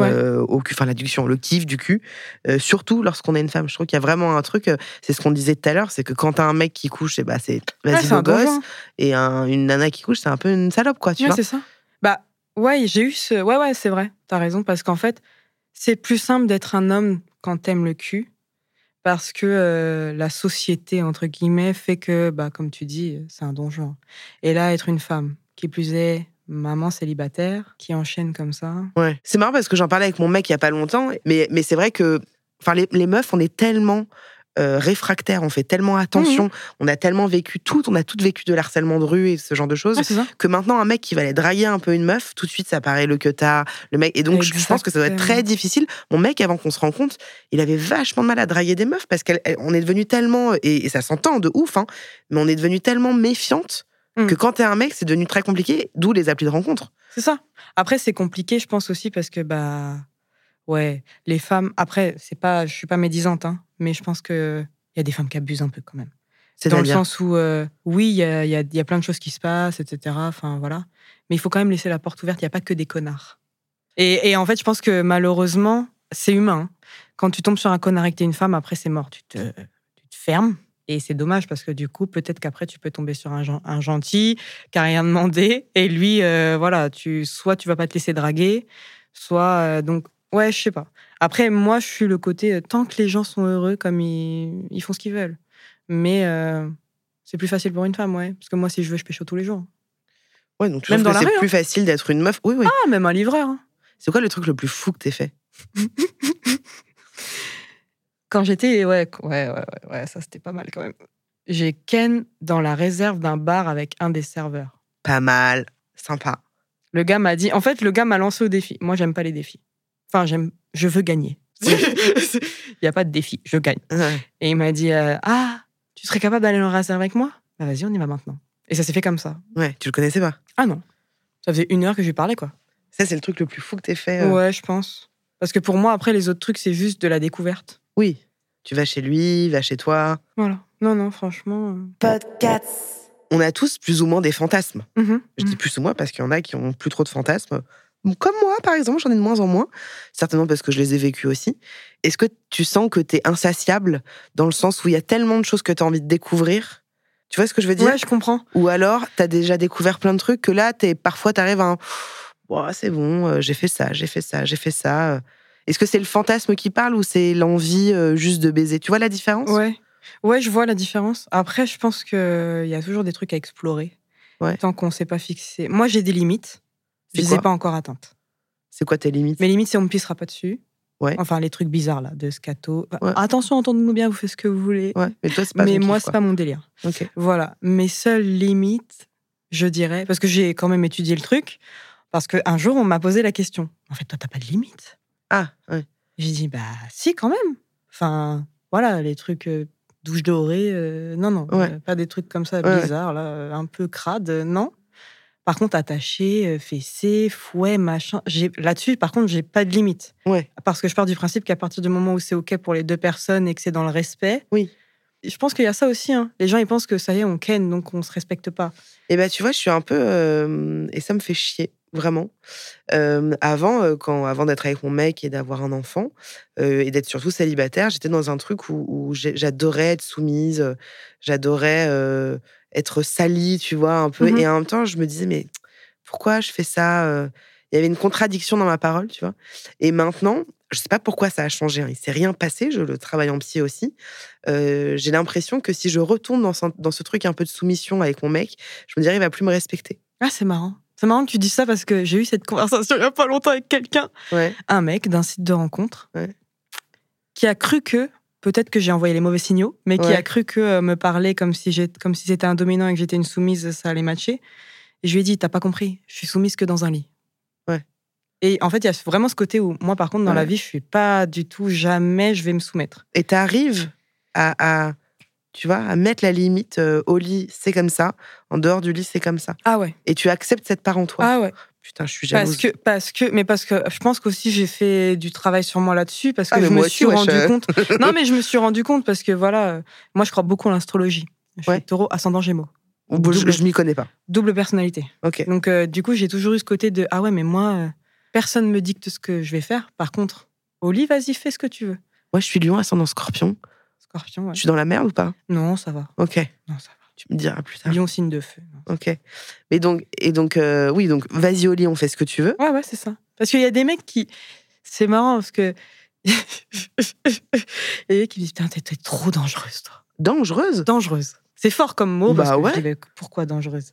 Speaker 2: Ouais.
Speaker 1: euh, au cul, enfin l'addiction, le kiff du cul, euh, surtout lorsqu'on est une femme. Je trouve qu'il y a vraiment un truc, euh, c'est ce qu'on disait tout à l'heure, c'est que quand t'as un mec qui couche, eh ben, c'est
Speaker 2: Ouais,
Speaker 1: vas-y
Speaker 2: c'est
Speaker 1: beau
Speaker 2: un bon
Speaker 1: gosse,
Speaker 2: genre.
Speaker 1: et un- une nana qui couche, c'est un peu une salope, quoi, tu
Speaker 2: Ouais,
Speaker 1: vois.
Speaker 2: c'est ça. Bah, ouais, j'ai eu ce. Ouais, ouais, c'est vrai. T'as raison, parce qu'en fait, c'est plus simple d'être un homme quand t'aimes le cul. Parce que euh, la société, entre guillemets, fait que, bah, comme tu dis, c'est un donjon. Et là, être une femme, qui plus est maman célibataire qui enchaîne comme ça.
Speaker 1: Ouais. C'est marrant parce que j'en parlais avec mon mec il y a pas longtemps, mais, mais c'est vrai que enfin les, les meufs, on est tellement euh, réfractaires, on fait tellement attention,
Speaker 2: Mmh.
Speaker 1: on a tellement vécu tout, on a toutes vécu de l'harcèlement de rue et ce genre de choses,
Speaker 2: Ah, c'est ça.
Speaker 1: que maintenant un mec qui va aller draguer un peu une meuf, tout de suite ça paraît le que t'as, le mec. Et donc je- je pense que ça doit être
Speaker 2: Exactement.
Speaker 1: très difficile. Mon mec, avant qu'on se rende compte, il avait vachement de mal à draguer des meufs parce qu'on est devenu tellement, et, et ça s'entend de ouf, hein, mais on est devenu tellement méfiante
Speaker 2: Mm.
Speaker 1: que quand t'es un mec, c'est devenu très compliqué, d'où les applis de rencontre.
Speaker 2: C'est ça. Après, c'est compliqué, je pense aussi, parce que, bah, ouais, les femmes. Après, c'est pas, je suis pas médisante, hein, mais je pense qu'il y a des femmes qui abusent un peu quand même.
Speaker 1: C'est
Speaker 2: Dans le
Speaker 1: dire
Speaker 2: sens où, euh, oui, il y a, il y a- il y a plein de choses qui se passent, etc. Enfin, voilà. Mais il faut quand même laisser la porte ouverte. Il n'y a pas que des connards. Et, et en fait, je pense que malheureusement, c'est humain. hein. Quand tu tombes sur un connard et que t'es une femme, après, c'est mort. Tu te, tu te fermes. Et c'est dommage parce que du coup, peut-être qu'après, tu peux tomber sur un, gen- un gentil qui n'a rien demandé. Et lui, euh, voilà, tu, soit tu vas pas te laisser draguer, soit. euh, donc, ouais, je sais pas. Après, moi, je suis le côté euh, tant que les gens sont heureux, comme ils, ils font ce qu'ils veulent. Mais euh, c'est plus facile pour une femme, ouais. Parce que moi, si je veux, je pécho tous les jours.
Speaker 1: Ouais, donc tu
Speaker 2: Même
Speaker 1: trouves
Speaker 2: dans
Speaker 1: que
Speaker 2: la
Speaker 1: c'est
Speaker 2: rue, hein.
Speaker 1: plus facile d'être une meuf. Oui, oui.
Speaker 2: Ah, même un livreur. hein.
Speaker 1: C'est quoi le truc le plus fou que t'es fait
Speaker 2: Quand j'étais. Ouais, qu- ouais, ouais, ouais, ouais, ça, c'était pas mal quand même. J'ai Ken dans la réserve d'un bar avec un des serveurs.
Speaker 1: Pas mal, sympa.
Speaker 2: Le gars m'a dit. En fait, le gars m'a lancé au défi. Moi, j'aime pas les défis. Enfin, j'aime. Je veux gagner. Il n'y a pas de défi. Je gagne.
Speaker 1: Ouais.
Speaker 2: Et il m'a dit euh, Ah, tu serais capable d'aller dans la réserve avec moi Bah, vas-y, on y va maintenant. Et ça s'est fait comme ça.
Speaker 1: Ouais, tu le connaissais pas.
Speaker 2: Ah non. Ça faisait une heure que je lui parlais, quoi.
Speaker 1: Ça, c'est le truc le plus fou que t'es fait. euh.
Speaker 2: Ouais, je pense. Parce que pour moi, après, les autres trucs, c'est juste de la découverte.
Speaker 1: Oui. Tu vas chez lui, il va chez toi.
Speaker 2: Voilà. Non, non, franchement. euh,
Speaker 1: On a tous plus ou moins des fantasmes.
Speaker 2: mhm,
Speaker 1: Je dis
Speaker 2: mhm.
Speaker 1: plus ou moins parce qu'il y en a qui ont plus trop de fantasmes. Comme moi, par exemple, j'en ai de moins en moins. Certainement parce que je les ai vécus aussi. Est-ce que tu sens que t'es insatiable dans le sens où il y a tellement de choses que t'as envie de découvrir Tu vois ce que je veux dire
Speaker 2: Mhm. Ouais, je comprends.
Speaker 1: Ou alors, t'as déjà découvert plein de trucs que là, t'es, parfois, t'arrives à un. Ouah, c'est bon, euh, j'ai fait ça, j'ai fait ça, j'ai fait ça. euh. Est-ce que c'est le fantasme qui parle ou c'est l'envie euh, juste de baiser Tu vois la différence
Speaker 2: Ouais. Ouais, je vois la différence. Après, je pense qu'il y a toujours des trucs à explorer.
Speaker 1: Ouais.
Speaker 2: Tant qu'on ne s'est pas fixé. Moi, j'ai des limites. Je
Speaker 1: C'est
Speaker 2: ne les ai
Speaker 1: quoi
Speaker 2: pas encore atteintes.
Speaker 1: C'est quoi tes limites
Speaker 2: Mes limites, c'est on ne me pissera pas dessus.
Speaker 1: Ouais.
Speaker 2: Enfin, les trucs bizarres, là, de scato. Enfin,
Speaker 1: Ouais.
Speaker 2: Attention, entendez-nous bien, vous faites ce que vous voulez.
Speaker 1: Ouais, mais toi, c'est pas
Speaker 2: Mais
Speaker 1: ton
Speaker 2: moi,
Speaker 1: kiff,
Speaker 2: c'est
Speaker 1: quoi.
Speaker 2: pas mon délire.
Speaker 1: Ok.
Speaker 2: Voilà. Mes seules limites, je dirais, parce que j'ai quand même étudié le truc, parce qu'un jour, on m'a posé la question. En fait, toi, t'as pas de limite
Speaker 1: Ah, ouais.
Speaker 2: J'ai dit, bah, si, quand même. Enfin, voilà, les trucs euh, douche dorée, euh, non, non,
Speaker 1: Ouais.
Speaker 2: euh, pas des trucs comme ça
Speaker 1: Ouais, ouais.
Speaker 2: bizarres, là, euh, un peu crades, euh, non. Par contre, attaché, euh, fessé, fouet, machin. j'ai- Là-dessus, par contre, j'ai pas de limite.
Speaker 1: Ouais.
Speaker 2: Parce que je pars du principe qu'à partir du moment où c'est OK pour les deux personnes et que c'est dans le respect.
Speaker 1: Oui.
Speaker 2: Je pense qu'il y a ça aussi. hein. Les gens, ils pensent que ça y est, on ken, donc on se respecte pas.
Speaker 1: Et ben, tu vois, je suis un peu. euh, et ça me fait chier, vraiment. Euh, avant, euh, quand, avant d'être avec mon mec et d'avoir un enfant, euh, et d'être surtout célibataire, j'étais dans un truc où, où j'ai- j'adorais être soumise, euh, j'adorais euh, être salie, tu vois, un peu.
Speaker 2: Mhm.
Speaker 1: Et en même temps, je me disais, mais pourquoi je fais ça euh Il y avait une contradiction dans ma parole, tu vois. Et maintenant, je sais pas pourquoi ça a changé. hein. Il s'est rien passé. Je le travaille en psy aussi. Euh, j'ai l'impression que si je retourne dans ce, dans ce truc un peu de soumission avec mon mec, je me dirais, il va plus me respecter.
Speaker 2: Ah, c'est marrant. C'est marrant que tu dis ça parce que j'ai eu cette conversation il y a pas longtemps avec quelqu'un.
Speaker 1: Ouais.
Speaker 2: un mec d'un site de rencontre
Speaker 1: Ouais.
Speaker 2: qui a cru que peut-être que j'ai envoyé les mauvais signaux, mais qui
Speaker 1: Ouais.
Speaker 2: a cru que euh, me parler comme si j'étais comme si c'était un dominant et que j'étais une soumise, ça allait matcher. Et je lui ai dit, t'as pas compris, je suis soumise que dans un lit.
Speaker 1: Ouais.
Speaker 2: Et en fait, il y a vraiment ce côté où moi, par contre, dans la
Speaker 1: Ouais.
Speaker 2: vie, je suis pas du tout jamais, je vais me soumettre.
Speaker 1: Et t'arrives à, à, tu vois, à mettre la limite euh, au lit, c'est comme ça. En dehors du lit, c'est comme ça.
Speaker 2: Ah ouais.
Speaker 1: Et tu acceptes cette part en toi.
Speaker 2: Ah ouais.
Speaker 1: Putain, je suis
Speaker 2: Parce
Speaker 1: jalouse.
Speaker 2: que, parce que, mais parce que je pense qu'aussi j'ai fait du travail sur moi là-dessus parce que
Speaker 1: Ah, mais
Speaker 2: je me
Speaker 1: moi aussi,
Speaker 2: suis
Speaker 1: wesh,
Speaker 2: rendu
Speaker 1: euh.
Speaker 2: compte. Non, mais je me suis rendu compte parce que voilà, euh, moi je crois beaucoup en l'astrologie. Je suis
Speaker 1: Ouais.
Speaker 2: taureau, ascendant gémeaux.
Speaker 1: Ou bon, je,
Speaker 2: double-
Speaker 1: je m'y connais pas.
Speaker 2: double personnalité.
Speaker 1: Ok.
Speaker 2: Donc, euh, du coup, j'ai toujours eu ce côté de Ah ouais, mais moi, euh, personne me dicte ce que je vais faire. Par contre, au lit, vas-y, fais ce que tu veux.
Speaker 1: Moi, je suis lion ascendant scorpion.
Speaker 2: Scorpion, ouais.
Speaker 1: Je suis dans la merde ou pas
Speaker 2: Non, ça va.
Speaker 1: Ok.
Speaker 2: Non, ça va.
Speaker 1: Tu me diras plus tard.
Speaker 2: Lion, signe de feu.
Speaker 1: Ok. Mais donc, et donc, euh, oui, donc, vas-y au lit, on fait ce que tu veux.
Speaker 2: Ouais, ouais, c'est ça. Parce qu'il y a des mecs qui. C'est marrant parce que. Il y a des mecs qui me disent Putain, t'es t'es trop dangereuse, toi.
Speaker 1: Dangereuse
Speaker 2: Dangereuse. C'est fort comme mot. parce
Speaker 1: Bah
Speaker 2: que je
Speaker 1: ouais.
Speaker 2: dis, Mais Pourquoi dangereuse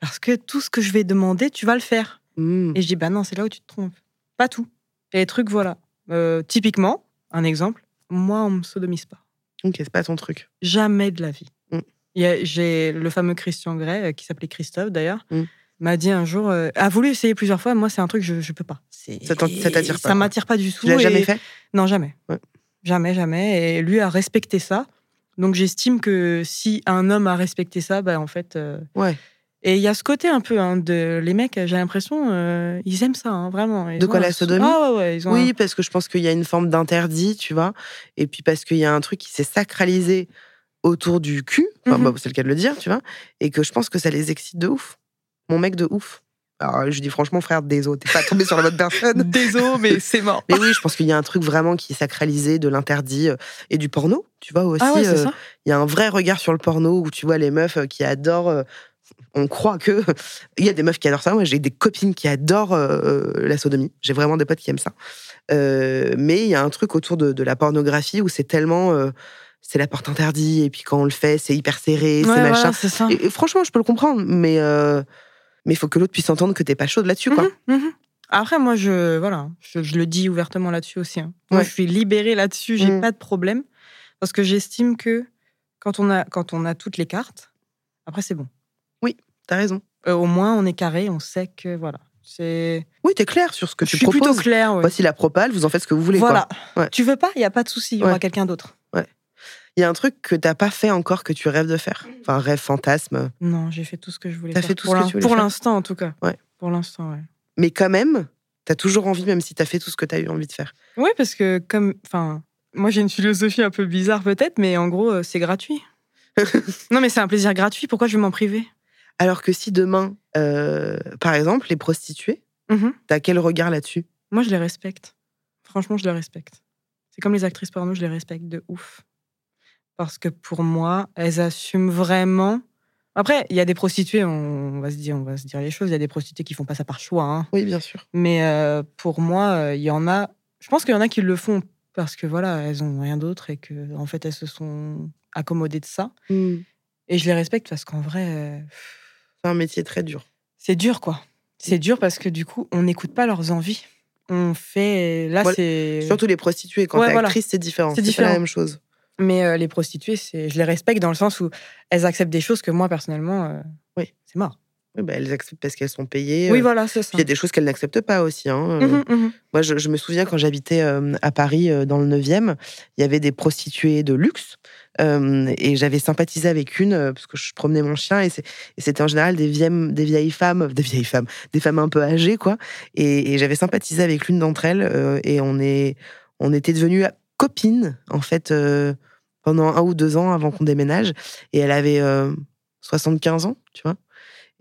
Speaker 2: Parce que tout ce que je vais demander, tu vas le faire.
Speaker 1: Hmm.
Speaker 2: Et je dis, bah non, c'est là où tu te trompes. Pas tout. Et les trucs, voilà. Euh, typiquement, un exemple, moi, on me sodomise pas.
Speaker 1: Ok, c'est pas ton truc.
Speaker 2: Jamais de la vie.
Speaker 1: Mm.
Speaker 2: Il y a- J'ai le fameux Christian Grey, euh, qui s'appelait Christophe d'ailleurs,
Speaker 1: Mm.
Speaker 2: m'a dit un jour, euh, a voulu essayer plusieurs fois, moi, c'est un truc, je, je peux pas. C'est-
Speaker 1: Ça t'en- ça t'attire pas,
Speaker 2: Ça
Speaker 1: quoi.
Speaker 2: m'attire pas du
Speaker 1: Tu
Speaker 2: tout.
Speaker 1: l'as
Speaker 2: et-
Speaker 1: jamais fait
Speaker 2: Non, jamais.
Speaker 1: Ouais.
Speaker 2: Jamais, jamais. Et lui a respecté ça. Donc j'estime que si un homme a respecté ça, bah en fait. euh,
Speaker 1: Ouais.
Speaker 2: Et il y a ce côté un peu hein, de les mecs, j'ai l'impression, euh, ils aiment ça, hein, vraiment. Ils
Speaker 1: De quoi,
Speaker 2: ont un
Speaker 1: la
Speaker 2: sou-
Speaker 1: sodomie
Speaker 2: Ah ouais, ouais, ils ont
Speaker 1: Oui, parce que je pense qu'il y a une forme d'interdit, tu vois. Et puis parce qu'il y a un truc qui s'est sacralisé autour du cul. Enfin,
Speaker 2: Mhm.
Speaker 1: bah, c'est le cas de le dire, tu vois. Et que je pense que ça les excite de ouf. Mon mec de ouf. Alors, je dis franchement, frère, désolé, t'es pas tombé sur la bonne
Speaker 2: un-
Speaker 1: personne.
Speaker 2: Désolé, mais c'est mort.
Speaker 1: Mais oui, je pense qu'il y a un truc vraiment qui est sacralisé de l'interdit euh, et du porno, tu vois aussi.
Speaker 2: Ah ouais, c'est
Speaker 1: euh,
Speaker 2: ça.
Speaker 1: il y a un vrai regard sur le porno où tu vois les meufs euh, qui adorent. euh, on croit que il y a des meufs qui adorent ça. Moi, j'ai des copines qui adorent euh, euh, la sodomie. J'ai vraiment des potes qui aiment ça. Euh, mais il y a un truc autour de, de la pornographie où c'est tellement euh, c'est la porte interdite et puis quand on le fait, c'est hyper serré,
Speaker 2: Ouais,
Speaker 1: c'est
Speaker 2: voilà,
Speaker 1: machin.
Speaker 2: c'est ça.
Speaker 1: Et, et franchement, je peux le comprendre, mais euh, mais faut que l'autre puisse entendre que t'es pas chaude là-dessus, quoi.
Speaker 2: Mhm, mhm. Après, moi, je, voilà, je, je le dis ouvertement là-dessus aussi. hein. Moi,
Speaker 1: Ouais.
Speaker 2: je suis libérée là-dessus, j'ai
Speaker 1: Mm.
Speaker 2: pas de problème. Parce que j'estime que quand on, a, quand on a toutes les cartes, après, c'est bon.
Speaker 1: T'as raison.
Speaker 2: Euh, au moins, on est carré, on sait que, voilà. C'est...
Speaker 1: Oui, t'es clair sur ce que tu
Speaker 2: je suis
Speaker 1: proposes.
Speaker 2: plutôt claire. ouais.
Speaker 1: Voici la propale, vous en faites ce que vous voulez. quoi.
Speaker 2: voilà.
Speaker 1: Ouais.
Speaker 2: Tu veux pas, il y a pas de souci, il y
Speaker 1: Ouais.
Speaker 2: aura quelqu'un d'autre.
Speaker 1: Il y a un truc que t'as pas fait encore que tu rêves de
Speaker 2: Mmh.
Speaker 1: faire. Enfin, rêve, fantasme.
Speaker 2: Non, j'ai fait tout ce que je voulais
Speaker 1: T'as
Speaker 2: faire.
Speaker 1: fait tout ce
Speaker 2: pour
Speaker 1: que
Speaker 2: l'in-
Speaker 1: tu voulais
Speaker 2: Pour
Speaker 1: faire.
Speaker 2: l'instant, en tout cas.
Speaker 1: Ouais.
Speaker 2: Pour l'instant, ouais.
Speaker 1: Mais quand même, t'as toujours envie, même si t'as fait tout ce que t'as eu envie de faire.
Speaker 2: Ouais, parce que comme, enfin, moi j'ai une philosophie un peu bizarre peut-être, mais en gros euh, c'est gratuit. non mais c'est un plaisir gratuit. Pourquoi je vais m'en priver
Speaker 1: Alors que si demain, euh, par exemple, les prostituées,
Speaker 2: Mhm.
Speaker 1: t'as quel regard là-dessus
Speaker 2: Moi je les respecte. Franchement, je les respecte. C'est comme les actrices porno, je les respecte de ouf. Parce que pour moi, elles assument vraiment. Après, il y a des prostituées, on on va se dire, on va se dire les choses. Il y a des prostituées qui font pas ça par choix. hein.
Speaker 1: Oui, bien sûr.
Speaker 2: Mais euh, pour moi, euh, il y en a. Je pense qu'il y en a qui le font parce que voilà, elles ont rien d'autre et que en fait elles se sont accommodées de ça.
Speaker 1: Hmm.
Speaker 2: Et je les respecte parce qu'en vrai, euh,
Speaker 1: C'est un métier très dur.
Speaker 2: c'est dur quoi. C'est dur parce que du coup, on n'écoute pas leurs envies. On fait là,
Speaker 1: Voilà.
Speaker 2: c'est
Speaker 1: Surtout les prostituées. Quand
Speaker 2: Ouais,
Speaker 1: t'es
Speaker 2: voilà.
Speaker 1: actrice, c'est différent.
Speaker 2: C'est
Speaker 1: C'est pas
Speaker 2: différent.
Speaker 1: la même chose.
Speaker 2: Mais euh, les prostituées, c'est je les respecte dans le sens où elles acceptent des choses que moi personnellement, euh,
Speaker 1: Oui.
Speaker 2: c'est mort.
Speaker 1: Oui, bah, elles acceptent parce qu'elles sont payées.
Speaker 2: Oui,
Speaker 1: Euh,
Speaker 2: voilà, c'est ça.
Speaker 1: puis il y a des choses qu'elles n'acceptent pas aussi. hein. Euh,
Speaker 2: Mhm, mhm.
Speaker 1: Moi, je, je me souviens quand j'habitais euh, à Paris, euh, dans le 9e, il y avait des prostituées de luxe. euh, et j'avais sympathisé avec une, euh, parce que je promenais mon chien, et c'est- et c'était en général des vieilles, des vieilles femmes, euh, des vieilles femmes, des femmes un peu âgées, quoi. Et, et j'avais sympathisé avec l'une d'entre elles, euh, et on, est, on était devenues copines, en fait, euh, pendant un ou deux ans avant qu'on déménage. Et elle avait euh, 75 ans, tu vois.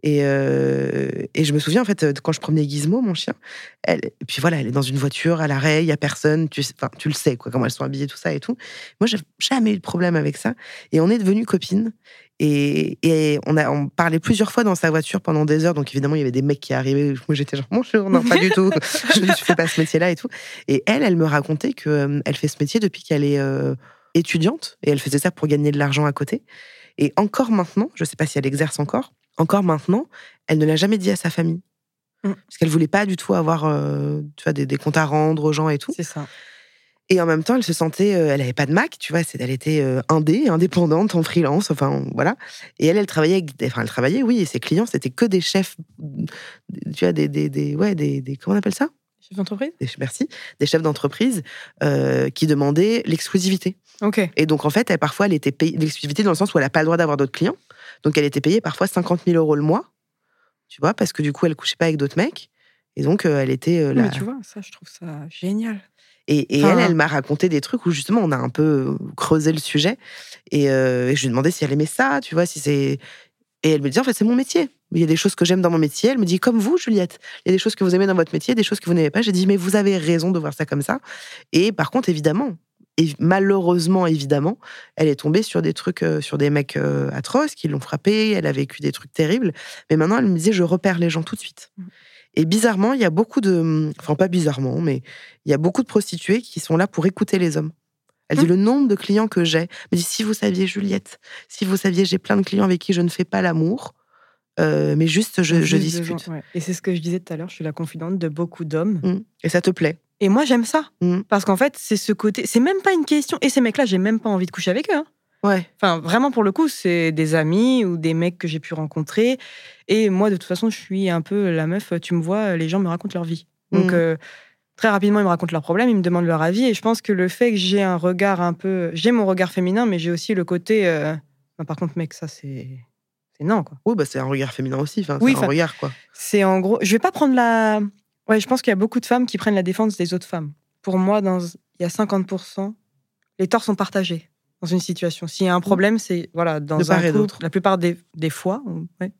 Speaker 1: Et, euh, et je me souviens, en fait, euh, quand je promenais Gizmo, mon chien, elle, et puis voilà, elle est dans une voiture, à l'arrêt, il y a personne, tu, sais- enfin, tu le sais, quoi, comment elles sont habillées, tout ça et tout. Moi, j'ai jamais eu de problème avec ça. Et on est devenues copines. Et, et on a on parlait plusieurs fois dans sa voiture pendant des heures. Donc évidemment, il y avait des mecs qui arrivaient. Moi, j'étais genre, bonjour, non, pas du tout. Je ne fais pas ce métier-là et tout. Et elle, elle me racontait que euh, elle fait ce métier depuis qu'elle est euh, étudiante. Et elle faisait ça pour gagner de l'argent à côté. Et encore maintenant, je ne sais pas si elle exerce encore, encore maintenant, elle ne l'a jamais dit à sa famille.
Speaker 2: Mm.
Speaker 1: Parce qu'elle voulait pas du tout avoir euh, tu vois, des, des comptes à rendre aux gens et tout.
Speaker 2: C'est ça.
Speaker 1: Et en même temps, elle se sentait, euh, elle avait pas de Mac, tu vois, c'est, elle était euh, indé, indépendante, en freelance, enfin voilà. Et elle, elle travaillait, avec des- enfin elle travaillait, oui, et ses clients, c'était que des chefs, tu vois, des, des, des ouais, des, des, comment on appelle ça
Speaker 2: Chef d'entreprise.
Speaker 1: des, Merci, des chefs d'entreprise euh, qui demandaient l'exclusivité.
Speaker 2: Ok.
Speaker 1: Et donc, en fait, elle, parfois, elle était payée l'exclusivité dans le sens où elle n'a pas le droit d'avoir d'autres clients. Donc, elle était payée parfois 50 000 euros le mois, tu vois, parce que du coup, elle couchait pas avec d'autres mecs. Et donc, euh, elle était euh, là.
Speaker 2: Non, Mais tu vois, ça, je trouve ça génial.
Speaker 1: Et, et
Speaker 2: Enfin-
Speaker 1: elle, elle m'a raconté des trucs où justement, on a un peu euh, creusé le sujet. Et, euh, et je lui ai demandé si elle aimait ça, tu vois, si c'est. Et elle me dit, en fait, c'est mon métier. Il y a des choses que j'aime dans mon métier. Elle me dit, comme vous, Juliette, il y a des choses que vous aimez dans votre métier, des choses que vous n'aimez pas. J'ai dit, mais vous avez raison de voir ça comme ça. Et par contre, évidemment, et malheureusement, évidemment, elle est tombée sur des trucs, euh, sur des mecs euh, atroces qui l'ont frappée. Elle a vécu des trucs terribles. Mais maintenant, elle me disait, je repère les gens tout de suite.
Speaker 2: Mhm.
Speaker 1: Et bizarrement, il y a beaucoup de. Enfin, pas bizarrement, mais il y a beaucoup de prostituées qui sont là pour écouter les hommes. Elle dit
Speaker 2: Mhm.
Speaker 1: le nombre de clients que j'ai. Elle me dit si vous saviez Juliette, si vous saviez j'ai plein de clients avec qui je ne fais pas l'amour, euh, mais juste je, je
Speaker 2: Juste de
Speaker 1: discute.
Speaker 2: gens, ouais. Et c'est ce que je disais tout à l'heure, je suis la confidente de beaucoup d'hommes.
Speaker 1: Mm. Et ça te plaît
Speaker 2: Et moi, j'aime ça.
Speaker 1: Mm.
Speaker 2: Parce qu'en fait, c'est ce côté. C'est même pas une question. Et ces mecs-là, j'ai même pas envie de coucher avec eux. hein.
Speaker 1: Ouais.
Speaker 2: Enfin, vraiment, pour le coup, c'est des amis ou des mecs que j'ai pu rencontrer. Et moi, de toute façon, je suis un peu la meuf, tu me vois, les gens me racontent leur vie. Donc,
Speaker 1: Mhm.
Speaker 2: euh, très rapidement, ils me racontent leurs problèmes, ils me demandent leur avis. Et je pense que le fait que j'ai un regard un peu. J'ai mon regard féminin, mais j'ai aussi le côté. euh, bah, par contre, mec, ça, c'est. C'est non, quoi.
Speaker 1: Oui, bah c'est un regard féminin aussi. Enfin,
Speaker 2: Oui,
Speaker 1: c'est un
Speaker 2: enfin-
Speaker 1: regard quoi.
Speaker 2: C'est en gros. Je vais pas prendre la. Ouais, je pense qu'il y a beaucoup de femmes qui prennent la défense des autres femmes. Pour moi, dans... il y a 50%. Les torts sont partagés dans une situation. S'il y a un problème, c'est. Voilà, dans
Speaker 1: Mmh. De
Speaker 2: un
Speaker 1: part et
Speaker 2: couple,
Speaker 1: d'autre.
Speaker 2: La plupart des, des fois, on- ouais,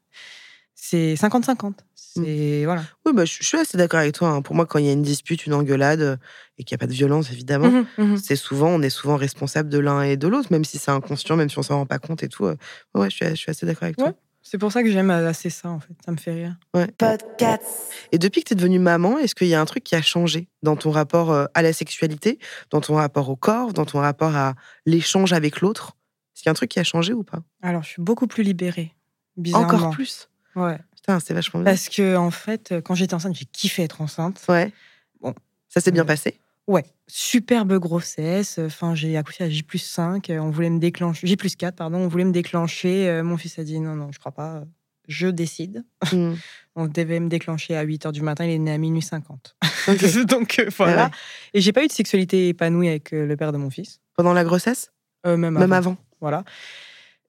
Speaker 2: c'est 50-50.
Speaker 1: Mmh.
Speaker 2: C'est. Voilà.
Speaker 1: Oui, bah je je suis assez d'accord avec toi. hein. Pour moi, quand il y a une dispute, une engueulade euh, et qu'il n'y a pas de violence, évidemment. Mmh.
Speaker 2: Mhm, mhm.
Speaker 1: Ah C'est souvent, on est souvent responsable de l'un et de l'autre, même si c'est inconscient, même si on s'en rend pas compte et tout. euh, Ouais, je suis, je suis assez d'accord avec toi.
Speaker 2: C'est pour ça que j'aime assez ça, en fait. Ça me fait rire.
Speaker 1: Ouais. Et depuis que tu es devenue maman, est-ce qu'il y a un truc qui a changé dans ton rapport euh, à la sexualité, dans ton rapport au corps, dans ton rapport à l'échange avec l'autre Est-ce qu'il y a un truc qui a changé ou pas
Speaker 2: Alors, je suis beaucoup plus libérée. Bizarrement.
Speaker 1: Encore plus Mmh.
Speaker 2: Ouais.
Speaker 1: Putain, c'est vachement bien.
Speaker 2: Parce que, en fait, quand j'étais enceinte, j'ai kiffé être enceinte.
Speaker 1: Ouais.
Speaker 2: Bon.
Speaker 1: Ça s'est bien
Speaker 2: Ouais.
Speaker 1: passé
Speaker 2: Ouais, superbe grossesse. euh, Enfin, j'ai accouché à J5. euh, On voulait me déclencher. J4, pardon. On voulait me déclencher. euh, Mon fils a dit non, non, je crois pas. Je décide.
Speaker 1: Hmm.
Speaker 2: On devait me déclencher à 8 h du matin. Il est né à minuit 50.
Speaker 1: Ok.
Speaker 2: Donc euh, voilà.
Speaker 1: Ah ouais.
Speaker 2: Et j'ai pas eu de sexualité épanouie avec euh, le père de mon fils.
Speaker 1: Pendant la grossesse
Speaker 2: Euh, même,
Speaker 1: Même
Speaker 2: avant.
Speaker 1: avant
Speaker 2: Voilà.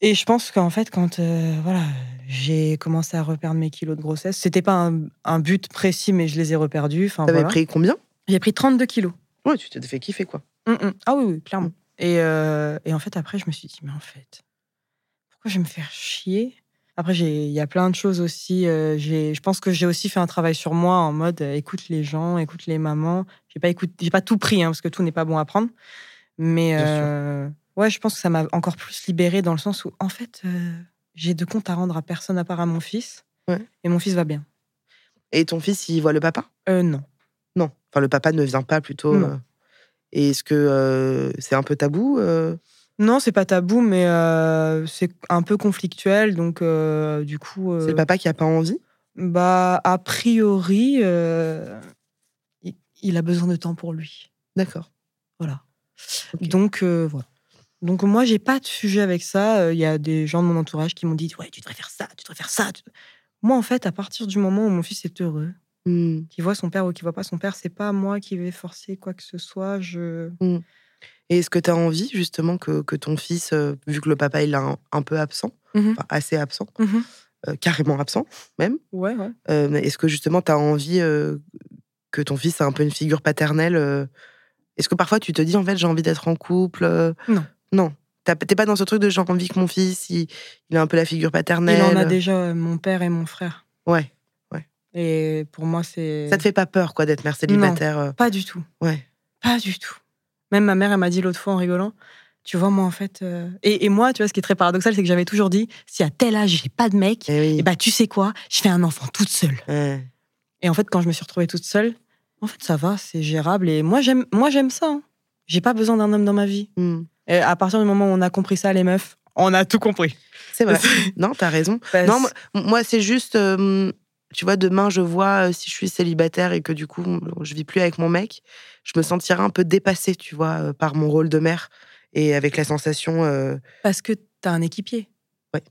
Speaker 2: Et je pense qu'en fait, quand euh, voilà, j'ai commencé à reperdre mes kilos de grossesse, c'était pas un, un but précis, mais je les ai reperdus. Enfin,
Speaker 1: T'avais
Speaker 2: voilà.
Speaker 1: pris combien
Speaker 2: J'ai pris 32 kilos.
Speaker 1: Ouais, tu t'es fait kiffer quoi.
Speaker 2: Mm, mm. Ah oui, oui, clairement. Et, euh, et en fait, après, je me suis dit, mais en fait, pourquoi je vais me faire chier Après, j'ai- il y a plein de choses aussi. euh, j'ai- je pense que j'ai aussi fait un travail sur moi en mode euh, écoute les gens, écoute les mamans. J'ai pas, écout- j'ai pas tout pris, hein, parce que tout n'est pas bon à prendre. Mais
Speaker 1: Bien sûr.
Speaker 2: euh, ouais, je pense que ça m'a encore plus libérée dans le sens où, en fait, euh, j'ai de comptes à rendre à personne à part à mon fils.
Speaker 1: Ouais.
Speaker 2: Et mon fils va bien.
Speaker 1: Et ton fils, il voit le papa
Speaker 2: Euh, non.
Speaker 1: Non. Enfin, le papa ne vient pas plutôt.
Speaker 2: Non.
Speaker 1: euh, Et est-ce que euh, c'est un peu tabou euh,
Speaker 2: Non, c'est pas tabou, mais euh, c'est un peu conflictuel. Donc, euh, du coup.
Speaker 1: C'est
Speaker 2: euh,
Speaker 1: le papa qui a pas envie
Speaker 2: Bah, a priori, euh, il, il a besoin de temps pour lui.
Speaker 1: D'accord.
Speaker 2: Voilà.
Speaker 1: Ok.
Speaker 2: Donc, euh, voilà. Donc, moi, j'ai pas de sujet avec ça. Euh, Il y a des gens de mon entourage qui m'ont dit Ouais, tu devrais faire ça, tu devrais faire ça. tu- Moi, en fait, à partir du moment où mon fils est heureux,
Speaker 1: Hmm.
Speaker 2: qu'il voit son père ou qu'il voit pas son père, c'est pas moi qui vais forcer quoi que ce soit. Je.
Speaker 1: Et est-ce que tu as envie, justement, que, que ton fils, euh, vu que le papa, il est un, un peu absent, enfin, assez absent, euh, carrément absent,
Speaker 2: Ouais, ouais.
Speaker 1: euh, est-ce que, justement, tu as envie euh, que ton fils ait un peu une figure paternelle euh, Est-ce que parfois, tu te dis, en fait, j'ai envie d'être en couple euh,
Speaker 2: Non.
Speaker 1: Non. T'as- T'es pas dans ce truc de j'ai envie que mon fils, il, il a un peu la figure paternelle
Speaker 2: Il en a déjà euh, mon père et mon frère.
Speaker 1: Ouais.
Speaker 2: Et pour moi, c'est.
Speaker 1: Ça te fait pas peur, quoi, d'être mère célibataire euh,
Speaker 2: Pas du tout.
Speaker 1: Ouais.
Speaker 2: Pas du tout. Même ma mère, elle m'a dit l'autre fois en rigolant, tu vois, moi, en fait. euh, Et, et moi, tu vois, ce qui est très paradoxal, c'est que j'avais toujours dit, si à tel âge, j'ai pas de mec,
Speaker 1: Eh oui.
Speaker 2: et bah, tu sais quoi, je fais un enfant toute seule.
Speaker 1: Ouais.
Speaker 2: Et en fait, quand je me suis retrouvée toute seule, en fait, ça va, c'est gérable. Et moi, j'aime, moi, j'aime ça. hein. J'ai pas besoin d'un homme dans ma vie.
Speaker 1: Hmm.
Speaker 2: Et à partir du moment où on a compris ça, les meufs, on a tout compris.
Speaker 1: C'est vrai. non, t'as raison.
Speaker 2: Parce-
Speaker 1: Non, moi, moi, c'est juste, euh, tu vois, demain, je vois euh, si je suis célibataire et que du coup, je vis plus avec mon mec, je me sentirai un peu dépassée, tu vois, euh, par mon rôle de mère et avec la sensation. euh,
Speaker 2: parce que t'as un équipier.
Speaker 1: Ouais.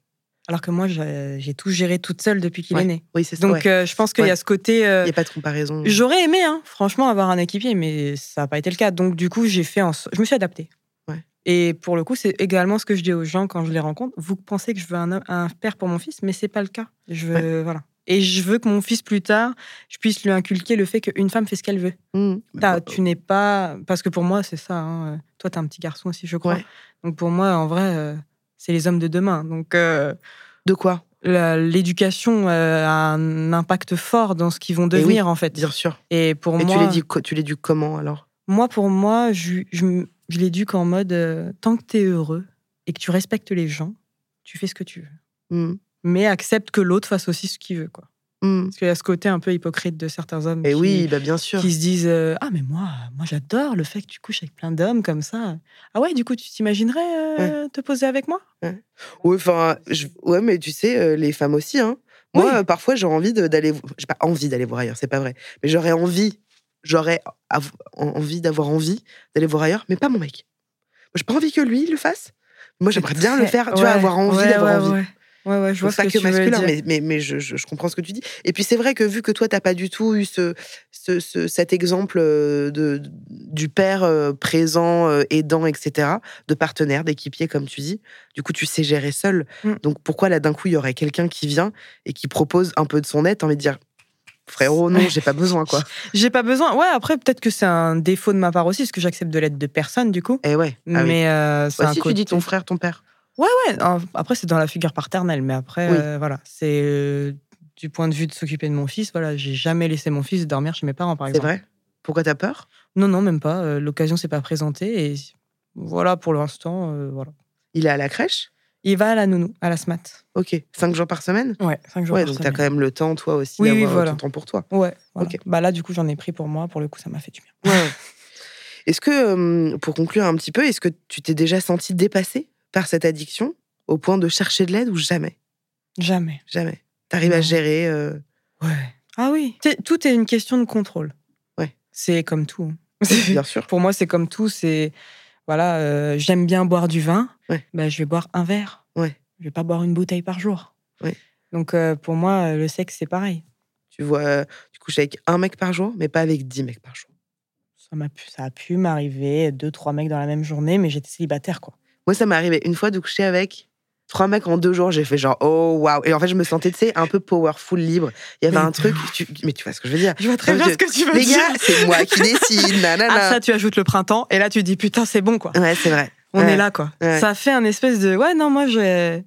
Speaker 2: Alors que moi, j'ai, j'ai tout géré toute seule depuis qu'il
Speaker 1: Ouais.
Speaker 2: est né.
Speaker 1: Oui, c'est ça.
Speaker 2: Donc,
Speaker 1: ouais. Il
Speaker 2: euh, je pense qu'il y
Speaker 1: Ouais.
Speaker 2: a ce côté. euh,
Speaker 1: n'y a pas de comparaison.
Speaker 2: J'aurais aimé, hein, franchement, avoir un équipier, mais ça n'a pas été le cas. Donc, du coup, j'ai fait en... so- je me suis adaptée.
Speaker 1: Ouais.
Speaker 2: Et pour le coup, c'est également ce que je dis aux gens quand je les rencontre. Vous pensez que je veux un, homme- un père pour mon fils, mais c'est pas le cas. Je veux, voilà. Et je veux que mon fils, plus tard, je puisse lui inculquer le fait qu'une femme fait ce qu'elle veut.
Speaker 1: Mmh.
Speaker 2: T'as- tu n'es pas. Parce que pour moi, c'est ça. hein. Toi, t'es un petit garçon aussi, je crois.
Speaker 1: Ouais.
Speaker 2: Donc, pour moi, en vrai, euh, c'est les hommes de demain. Donc, euh,
Speaker 1: De quoi
Speaker 2: la- l'éducation euh, a un impact fort dans ce qu'ils vont devenir, en fait.
Speaker 1: Eh Bien sûr.
Speaker 2: Et pour
Speaker 1: et
Speaker 2: moi.
Speaker 1: tu l'as dit, co- tu l'as dit comment alors
Speaker 2: Moi, pour moi, je, je, m- je l'éduque en mode euh, tant que tu es heureux et que tu respectes les gens, tu fais ce que tu veux.
Speaker 1: Mmh.
Speaker 2: Mais accepte que l'autre fasse aussi ce qu'il veut. Quoi.
Speaker 1: Mmh.
Speaker 2: Parce qu'il y a ce côté un peu hypocrite de certains hommes
Speaker 1: Et
Speaker 2: qui,
Speaker 1: oui, bah, bien sûr.
Speaker 2: qui se disent euh, Ah, mais moi, moi j'adore le fait que tu couches avec plein d'hommes comme ça. Ah ouais, du coup, tu t'imaginerais euh, te poser avec moi
Speaker 1: Ouais, enfin, je- ouais, mais tu sais, euh, les femmes aussi, hein. Moi,
Speaker 2: Oui.
Speaker 1: euh, parfois, j'ai envie de- d'aller. vo- J'ai pas envie d'aller voir ailleurs, c'est pas vrai. Mais j'aurais envie, j'aurais av- en- envie d'avoir envie d'aller voir ailleurs, mais pas mon mec. Moi, j'ai pas envie que lui le fasse. Moi, j'aimerais Ah, bien le faire, tu vois,
Speaker 2: Ouais,
Speaker 1: avoir envie
Speaker 2: ouais,
Speaker 1: d'avoir
Speaker 2: ouais,
Speaker 1: envie.
Speaker 2: Ouais, ouais, ouais, je vois
Speaker 1: Donc,
Speaker 2: ce que,
Speaker 1: pas
Speaker 2: tu
Speaker 1: que
Speaker 2: veux
Speaker 1: masculin,
Speaker 2: dire.
Speaker 1: mais, mais, mais je, je- je comprends ce que tu dis. Et puis c'est vrai que vu que toi, t'as pas du tout eu ce, ce- ce- cet exemple euh, de, du père euh, présent, euh, aidant, etc., de partenaire, d'équipier, comme tu dis, du coup, tu sais gérer seul.
Speaker 2: Mm.
Speaker 1: Donc pourquoi là, d'un coup, il y aurait quelqu'un qui vient et qui propose un peu de son aide, t'as envie de dire, frérot, non,
Speaker 2: Ouais.
Speaker 1: j'ai pas besoin, quoi.
Speaker 2: J'ai pas besoin. Ouais, après, peut-être que c'est un défaut de ma part aussi, parce que j'accepte de l'aide de personne, du coup.
Speaker 1: Eh ouais. ah oui.
Speaker 2: Mais euh, c'est
Speaker 1: Ouais,
Speaker 2: un
Speaker 1: si tu
Speaker 2: côté-
Speaker 1: dis ton frère, ton père.
Speaker 2: Ouais, ouais. en- Après, c'est dans la figure paternelle, mais après,
Speaker 1: Oui.
Speaker 2: euh, voilà, c'est euh, du point de vue de s'occuper de mon fils. Voilà, j'ai jamais laissé mon fils dormir chez mes parents, par
Speaker 1: C'est
Speaker 2: exemple.
Speaker 1: vrai Pourquoi t'as peur
Speaker 2: Non, non, même pas. euh, L'occasion s'est pas présentée et voilà pour l'instant, euh, voilà.
Speaker 1: Il est à la crèche
Speaker 2: Il va à la nounou, à la SMAT.
Speaker 1: Ok. Cinq jours par semaine
Speaker 2: Ouais, cinq jours
Speaker 1: Ouais,
Speaker 2: par
Speaker 1: donc t'as quand
Speaker 2: semaine.
Speaker 1: même le temps, toi aussi,
Speaker 2: Oui, oui,
Speaker 1: d'avoir euh,
Speaker 2: voilà.
Speaker 1: ton temps pour toi.
Speaker 2: Ouais. voilà.
Speaker 1: Ok.
Speaker 2: Bah là, du coup, j'en ai pris pour moi. Pour le coup, ça m'a fait du bien.
Speaker 1: Ouais. Est-ce que, euh, pour conclure un petit peu, est-ce que tu t'es déjà senti dépassée par cette addiction au point de chercher de l'aide ou jamais
Speaker 2: Jamais.
Speaker 1: Jamais. T'arrives à
Speaker 2: Non.
Speaker 1: gérer. euh,
Speaker 2: Ouais. Ah oui. T'es- Tout est une question de contrôle.
Speaker 1: Ouais.
Speaker 2: C'est comme tout. hein.
Speaker 1: Bien sûr.
Speaker 2: Pour moi, c'est comme tout. C'est voilà, euh, j'aime bien boire du vin.
Speaker 1: Ouais.
Speaker 2: Bah, je vais boire un verre.
Speaker 1: Ouais.
Speaker 2: Je vais pas boire une bouteille par jour.
Speaker 1: Ouais.
Speaker 2: Donc euh, pour moi, euh, le sexe c'est pareil.
Speaker 1: Tu vois, euh, tu couches avec un mec par jour, mais pas avec dix mecs par jour.
Speaker 2: Ça m'a pu, ça a pu m'arriver deux trois mecs dans la même journée, mais j'étais célibataire quoi.
Speaker 1: Moi, ça m'est arrivé une fois de coucher avec trois mecs en deux jours. J'ai fait genre, oh waouh. Et en fait, je me sentais, tu sais, un peu powerful, libre. Il y avait
Speaker 2: Mais
Speaker 1: un truc. tu- Mais tu vois ce que je veux dire
Speaker 2: Je Ah, vois très
Speaker 1: Non,
Speaker 2: bien
Speaker 1: je-
Speaker 2: ce que tu veux
Speaker 1: Les
Speaker 2: dire.
Speaker 1: gars, c'est moi qui décide.
Speaker 2: à
Speaker 1: Nanana.
Speaker 2: ça, tu ajoutes le printemps et là tu dis putain c'est bon quoi.
Speaker 1: Ouais, c'est vrai.
Speaker 2: On
Speaker 1: Ouais.
Speaker 2: est là quoi.
Speaker 1: Ouais.
Speaker 2: Ça fait un espèce de ouais non moi j'ai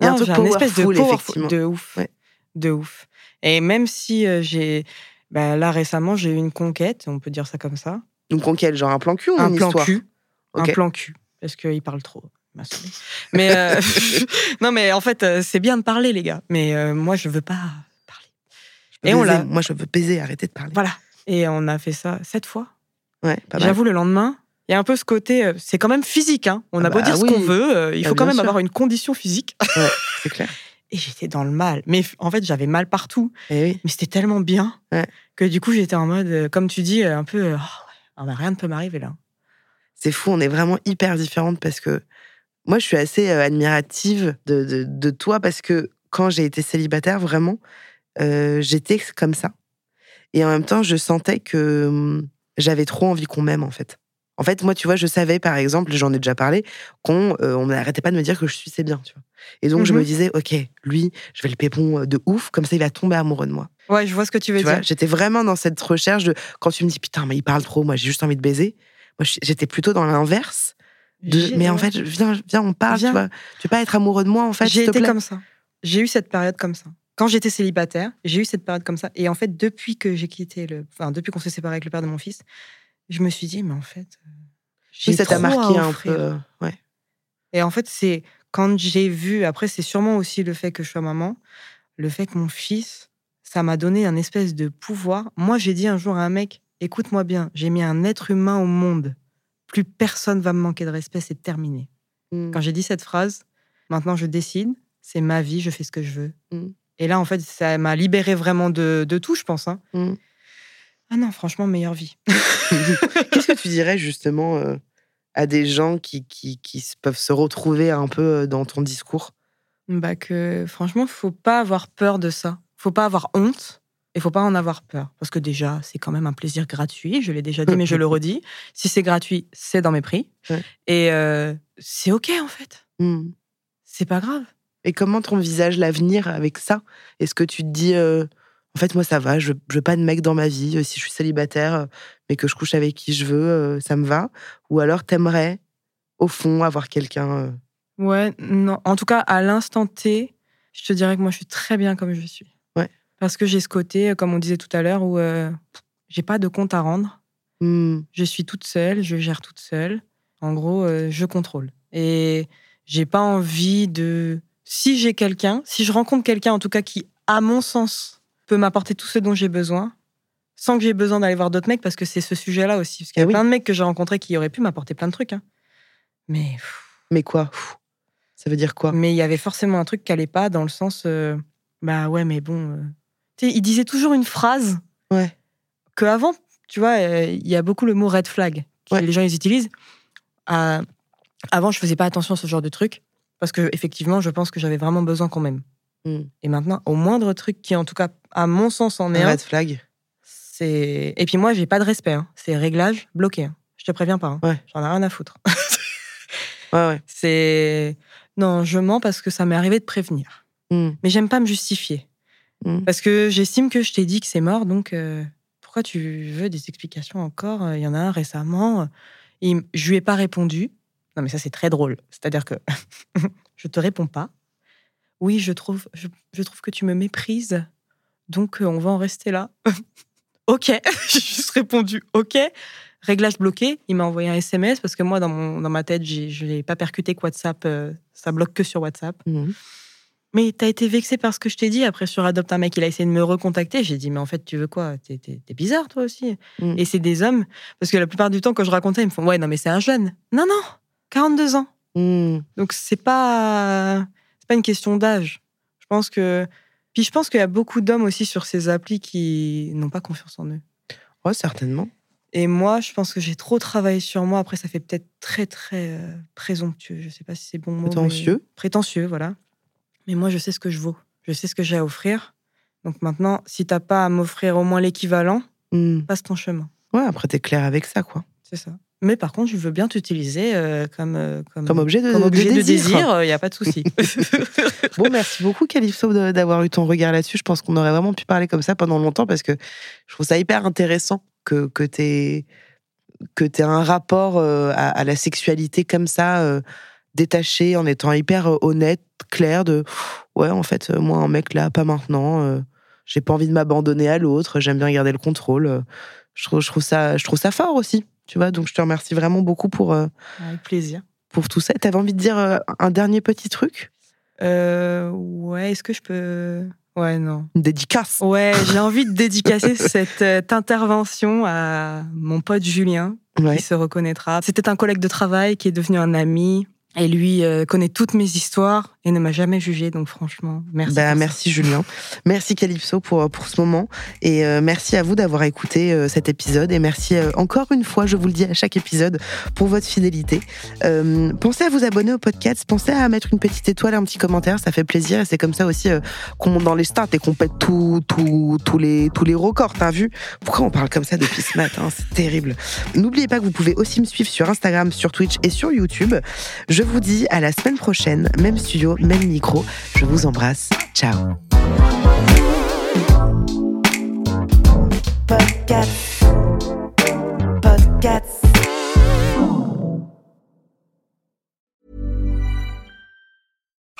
Speaker 1: Il y a un
Speaker 2: Non,
Speaker 1: truc
Speaker 2: j'ai espèce de
Speaker 1: powerful,
Speaker 2: powerful,
Speaker 1: effectivement.
Speaker 2: de ouf
Speaker 1: Ouais.
Speaker 2: de ouf. Et même si euh, j'ai bah, là récemment j'ai eu une conquête, on peut dire ça comme ça,
Speaker 1: Donc, on quel genre un plan cul ou
Speaker 2: un
Speaker 1: Mmh, une
Speaker 2: plan
Speaker 1: histoire
Speaker 2: cul,
Speaker 1: Ok.
Speaker 2: un plan cul parce qu'il parle trop. il m'a saoulé. Mais euh, non mais en fait euh, c'est bien de parler les gars, mais euh, moi je veux pas parler. Et on
Speaker 1: Baiser.
Speaker 2: l'a
Speaker 1: Moi, je veux baiser. Arrêtez de parler.
Speaker 2: voilà et on a fait ça sept fois.
Speaker 1: Ouais, pas mal.
Speaker 2: J'avoue, le lendemain, il y a un peu ce côté, euh, c'est quand même physique. hein. On
Speaker 1: Ah
Speaker 2: a beau
Speaker 1: bah
Speaker 2: dire ce
Speaker 1: oui.
Speaker 2: qu'on veut, euh, il
Speaker 1: Ah,
Speaker 2: faut quand
Speaker 1: bien
Speaker 2: même
Speaker 1: sûr.
Speaker 2: avoir une condition physique.
Speaker 1: C'est clair.
Speaker 2: Et j'étais dans le mal. Mais f- en fait, j'avais mal partout.
Speaker 1: Eh oui.
Speaker 2: Mais c'était tellement bien
Speaker 1: Ouais.
Speaker 2: que du coup, j'étais en mode, euh, comme tu dis, euh, un peu, euh, Ah ouais, ah bah, rien ne peut m'arriver là.
Speaker 1: C'est fou, on est vraiment hyper différentes parce que moi, je suis assez euh, admirative de, de- de toi parce que quand j'ai été célibataire, vraiment, euh, j'étais comme ça. Et en même temps, je sentais que hum, j'avais trop envie qu'on m'aime, en fait. En fait, moi, tu vois, je savais, par exemple, j'en ai déjà parlé, qu'on euh, on n'arrêtait pas de me dire que je suçais bien, tu vois. Et donc, je
Speaker 2: Mhm.
Speaker 1: me disais, OK, lui, je vais le pépon euh, de ouf, comme ça, il va tomber amoureux de moi.
Speaker 2: Ouais, je vois ce que tu veux
Speaker 1: Tu vois,
Speaker 2: dire.
Speaker 1: j'étais vraiment dans cette recherche de quand tu me dis putain, mais il parle trop, moi j'ai juste envie de baiser. Moi je- j'étais plutôt dans l'inverse de
Speaker 2: J'ai-
Speaker 1: mais en
Speaker 2: ouais.
Speaker 1: fait, je- viens, viens, on parle,
Speaker 2: Viens.
Speaker 1: tu vois. Tu veux pas être amoureux de moi en fait, s'il
Speaker 2: j'ai
Speaker 1: te
Speaker 2: été
Speaker 1: plaît.
Speaker 2: comme ça. J'ai eu cette période comme ça. Quand j'étais célibataire, j'ai eu cette période comme ça. Et en fait, depuis que j'ai quitté le, enfin, depuis qu'on s'est séparé avec le père de mon fils, je me suis dit, mais en fait, euh, j'ai
Speaker 1: Oui, ça t'a
Speaker 2: trop à
Speaker 1: marqué un
Speaker 2: offrir.
Speaker 1: peu. Ouais.
Speaker 2: Et en fait, c'est quand j'ai vu, après, c'est sûrement aussi le fait que je sois maman, le fait que mon fils, ça m'a donné un espèce de pouvoir. Moi, j'ai dit un jour à un mec, écoute-moi bien, j'ai mis un être humain au monde. Plus personne va me manquer de respect, c'est terminé.
Speaker 1: Mm.
Speaker 2: Quand j'ai dit cette phrase, maintenant je décide, c'est ma vie, je fais ce que je veux.
Speaker 1: Mm.
Speaker 2: Et là, en fait, ça m'a libéré vraiment de, de tout, je pense. hein.
Speaker 1: Mm.
Speaker 2: Ah non, franchement, meilleure vie.
Speaker 1: Qu'est-ce que tu dirais justement euh, à des gens qui, qui, qui s- peuvent se retrouver un peu euh, dans ton discours
Speaker 2: Bah que franchement, faut pas avoir peur de ça. Faut pas avoir honte et faut pas en avoir peur parce que déjà, c'est quand même un plaisir gratuit, je l'ai déjà dit mais je le redis, si c'est gratuit, c'est dans mes prix
Speaker 1: Ouais.
Speaker 2: et euh, c'est OK en fait.
Speaker 1: Mm.
Speaker 2: C'est pas grave.
Speaker 1: Et comment t'envisages l'avenir avec ça Est-ce que tu te dis, euh, en fait, moi, ça va, je, je veux pas de mec dans ma vie. euh, Si je suis célibataire, euh, mais que je couche avec qui je veux, euh, ça me va Ou alors t'aimerais, au fond, avoir quelqu'un euh,
Speaker 2: Ouais, non. En tout cas, à l'instant T, je te dirais que moi, je suis très bien comme je suis.
Speaker 1: Ouais.
Speaker 2: Parce que j'ai ce côté, euh, comme on disait tout à l'heure, où euh, j'ai pas de compte à rendre.
Speaker 1: hmm,
Speaker 2: Je suis toute seule, je gère toute seule. En gros, euh, je contrôle. Et j'ai pas envie de. Si j'ai quelqu'un, si je rencontre quelqu'un, en tout cas, qui, à mon sens, peut m'apporter tout ce dont j'ai besoin, sans que j'ai besoin d'aller voir d'autres mecs, parce que c'est ce sujet-là aussi. Parce qu'il y
Speaker 1: Eh
Speaker 2: a
Speaker 1: oui.
Speaker 2: plein de mecs que j'ai rencontrés qui auraient pu m'apporter plein de trucs. hein. Mais. pff,
Speaker 1: Mais quoi Pfff, Ça veut dire quoi
Speaker 2: mais il y avait forcément un truc qui allait pas dans le sens. euh, Bah ouais, mais bon. euh, Tu sais, il disait toujours une phrase
Speaker 1: Ouais.
Speaker 2: que avant, tu vois, euh, il y a beaucoup le mot red flag. que
Speaker 1: Ouais.
Speaker 2: Les gens, ils utilisent. Euh, avant, je faisais pas attention à ce genre de truc parce que effectivement, je pense que j'avais vraiment besoin quand même.
Speaker 1: Mm.
Speaker 2: Et maintenant, au moindre truc qui, en tout cas, à mon sens, en est
Speaker 1: Un
Speaker 2: un,
Speaker 1: red flag.
Speaker 2: c'est. Et puis moi, j'ai pas de respect. hein. C'est réglage bloqué. hein. Je te préviens pas. hein.
Speaker 1: Ouais.
Speaker 2: J'en ai rien à foutre.
Speaker 1: Ouais, ouais.
Speaker 2: c'est. Non, je mens parce que ça m'est arrivé de prévenir.
Speaker 1: Hmm.
Speaker 2: Mais j'aime pas me justifier.
Speaker 1: Mm.
Speaker 2: Parce que j'estime que je t'ai dit que c'est mort, donc euh, pourquoi tu veux des explications encore Il y en a un récemment, euh, il m- je lui ai pas répondu. Non, mais ça, c'est très drôle. C'est-à-dire que je te réponds pas. Oui, je trouve, je, je trouve que tu me méprises, donc euh, on va en rester là. ok, j'ai juste répondu ok. Réglage bloqué, il m'a envoyé un SMS parce que moi, dans, mon, dans ma tête, j'ai- je l'ai pas percuté que WhatsApp, euh, ça bloque que sur WhatsApp.
Speaker 1: Mhm.
Speaker 2: Mais t'as été vexé par ce que je t'ai dit. Après, sur Adopte un mec, il a essayé de me recontacter. J'ai dit, mais en fait, tu veux quoi T'es t'es- t'es bizarre, toi aussi.
Speaker 1: Mm.
Speaker 2: Et c'est des hommes. Parce que la plupart du temps, quand je racontais, ils me font, ouais, non, mais c'est un jeune. Non, non, 42 ans.
Speaker 1: Mhm.
Speaker 2: Donc, c'est pas, c'est pas une question d'âge. Je pense que. Puis, je pense qu'il y a beaucoup d'hommes aussi sur ces applis qui n'ont pas confiance en eux.
Speaker 1: Ouais, certainement.
Speaker 2: Et moi, je pense que j'ai trop travaillé sur moi. Après, ça fait peut-être très, très euh, présomptueux. Je sais pas si c'est bon mot. mais-
Speaker 1: Prétentieux.
Speaker 2: prétentieux, voilà. Mais moi, je sais ce que je vaux. Je sais ce que j'ai à offrir. Donc maintenant, si t'as pas à m'offrir au moins l'équivalent,
Speaker 1: Mhm.
Speaker 2: passe ton chemin.
Speaker 1: Ouais, après, t'es clair avec ça, quoi.
Speaker 2: C'est ça. Mais par contre, je veux bien t'utiliser euh, comme, euh, comme,
Speaker 1: Comme objet de,
Speaker 2: comme objet de désir. Il
Speaker 1: désir.
Speaker 2: n'y a pas de souci.
Speaker 1: Bon, merci beaucoup, Calypso, de- d'avoir eu ton regard là-dessus. Je pense qu'on aurait vraiment pu parler comme ça pendant longtemps parce que je trouve ça hyper intéressant que, que tu aies, que t'aies un rapport euh, à, à la sexualité comme ça, euh, détaché, en étant hyper euh, honnête, clair de ouais, en fait, euh, moi, un mec là, pas maintenant, euh, j'ai pas envie de m'abandonner à l'autre, j'aime bien garder le contrôle. euh. je, trouve, je, trouve ça, je trouve ça fort aussi, tu vois. Donc, je te remercie vraiment beaucoup pour, euh,
Speaker 2: Avec plaisir.
Speaker 1: pour tout ça. T'avais envie de dire euh, un dernier petit truc
Speaker 2: Euh, ouais, est-ce que je peux. Ouais, non.
Speaker 1: Une dédicace
Speaker 2: Ouais, j'ai envie de dédicacer cette euh, intervention à mon pote Julien,
Speaker 1: Ouais.
Speaker 2: qui se reconnaîtra. C'était un collègue de travail qui est devenu un ami. Et lui euh, connaît toutes mes histoires et ne m'a jamais jugée. Donc franchement, merci.
Speaker 1: Bah,
Speaker 2: pour ça.
Speaker 1: merci Julien. Merci Calypso pour, pour ce moment. Et euh, merci à vous d'avoir écouté euh, cet épisode. Et merci euh, encore une fois, je vous le dis à chaque épisode, pour votre fidélité. Euh, pensez à vous abonner au podcast. Pensez à mettre une petite étoile, un petit commentaire. Ça fait plaisir. Et c'est comme ça aussi euh, qu'on monte dans les stats et qu'on pète tout, tout, tous, les, tous les records. T'as vu Pourquoi on parle comme ça depuis ce matin C'est terrible. N'oubliez pas que vous pouvez aussi me suivre sur Instagram, sur Twitch et sur YouTube. Je vous dis à la semaine prochaine. Même studio, même micro. Je vous embrasse. Ciao.
Speaker 3: Podcast. Podcast.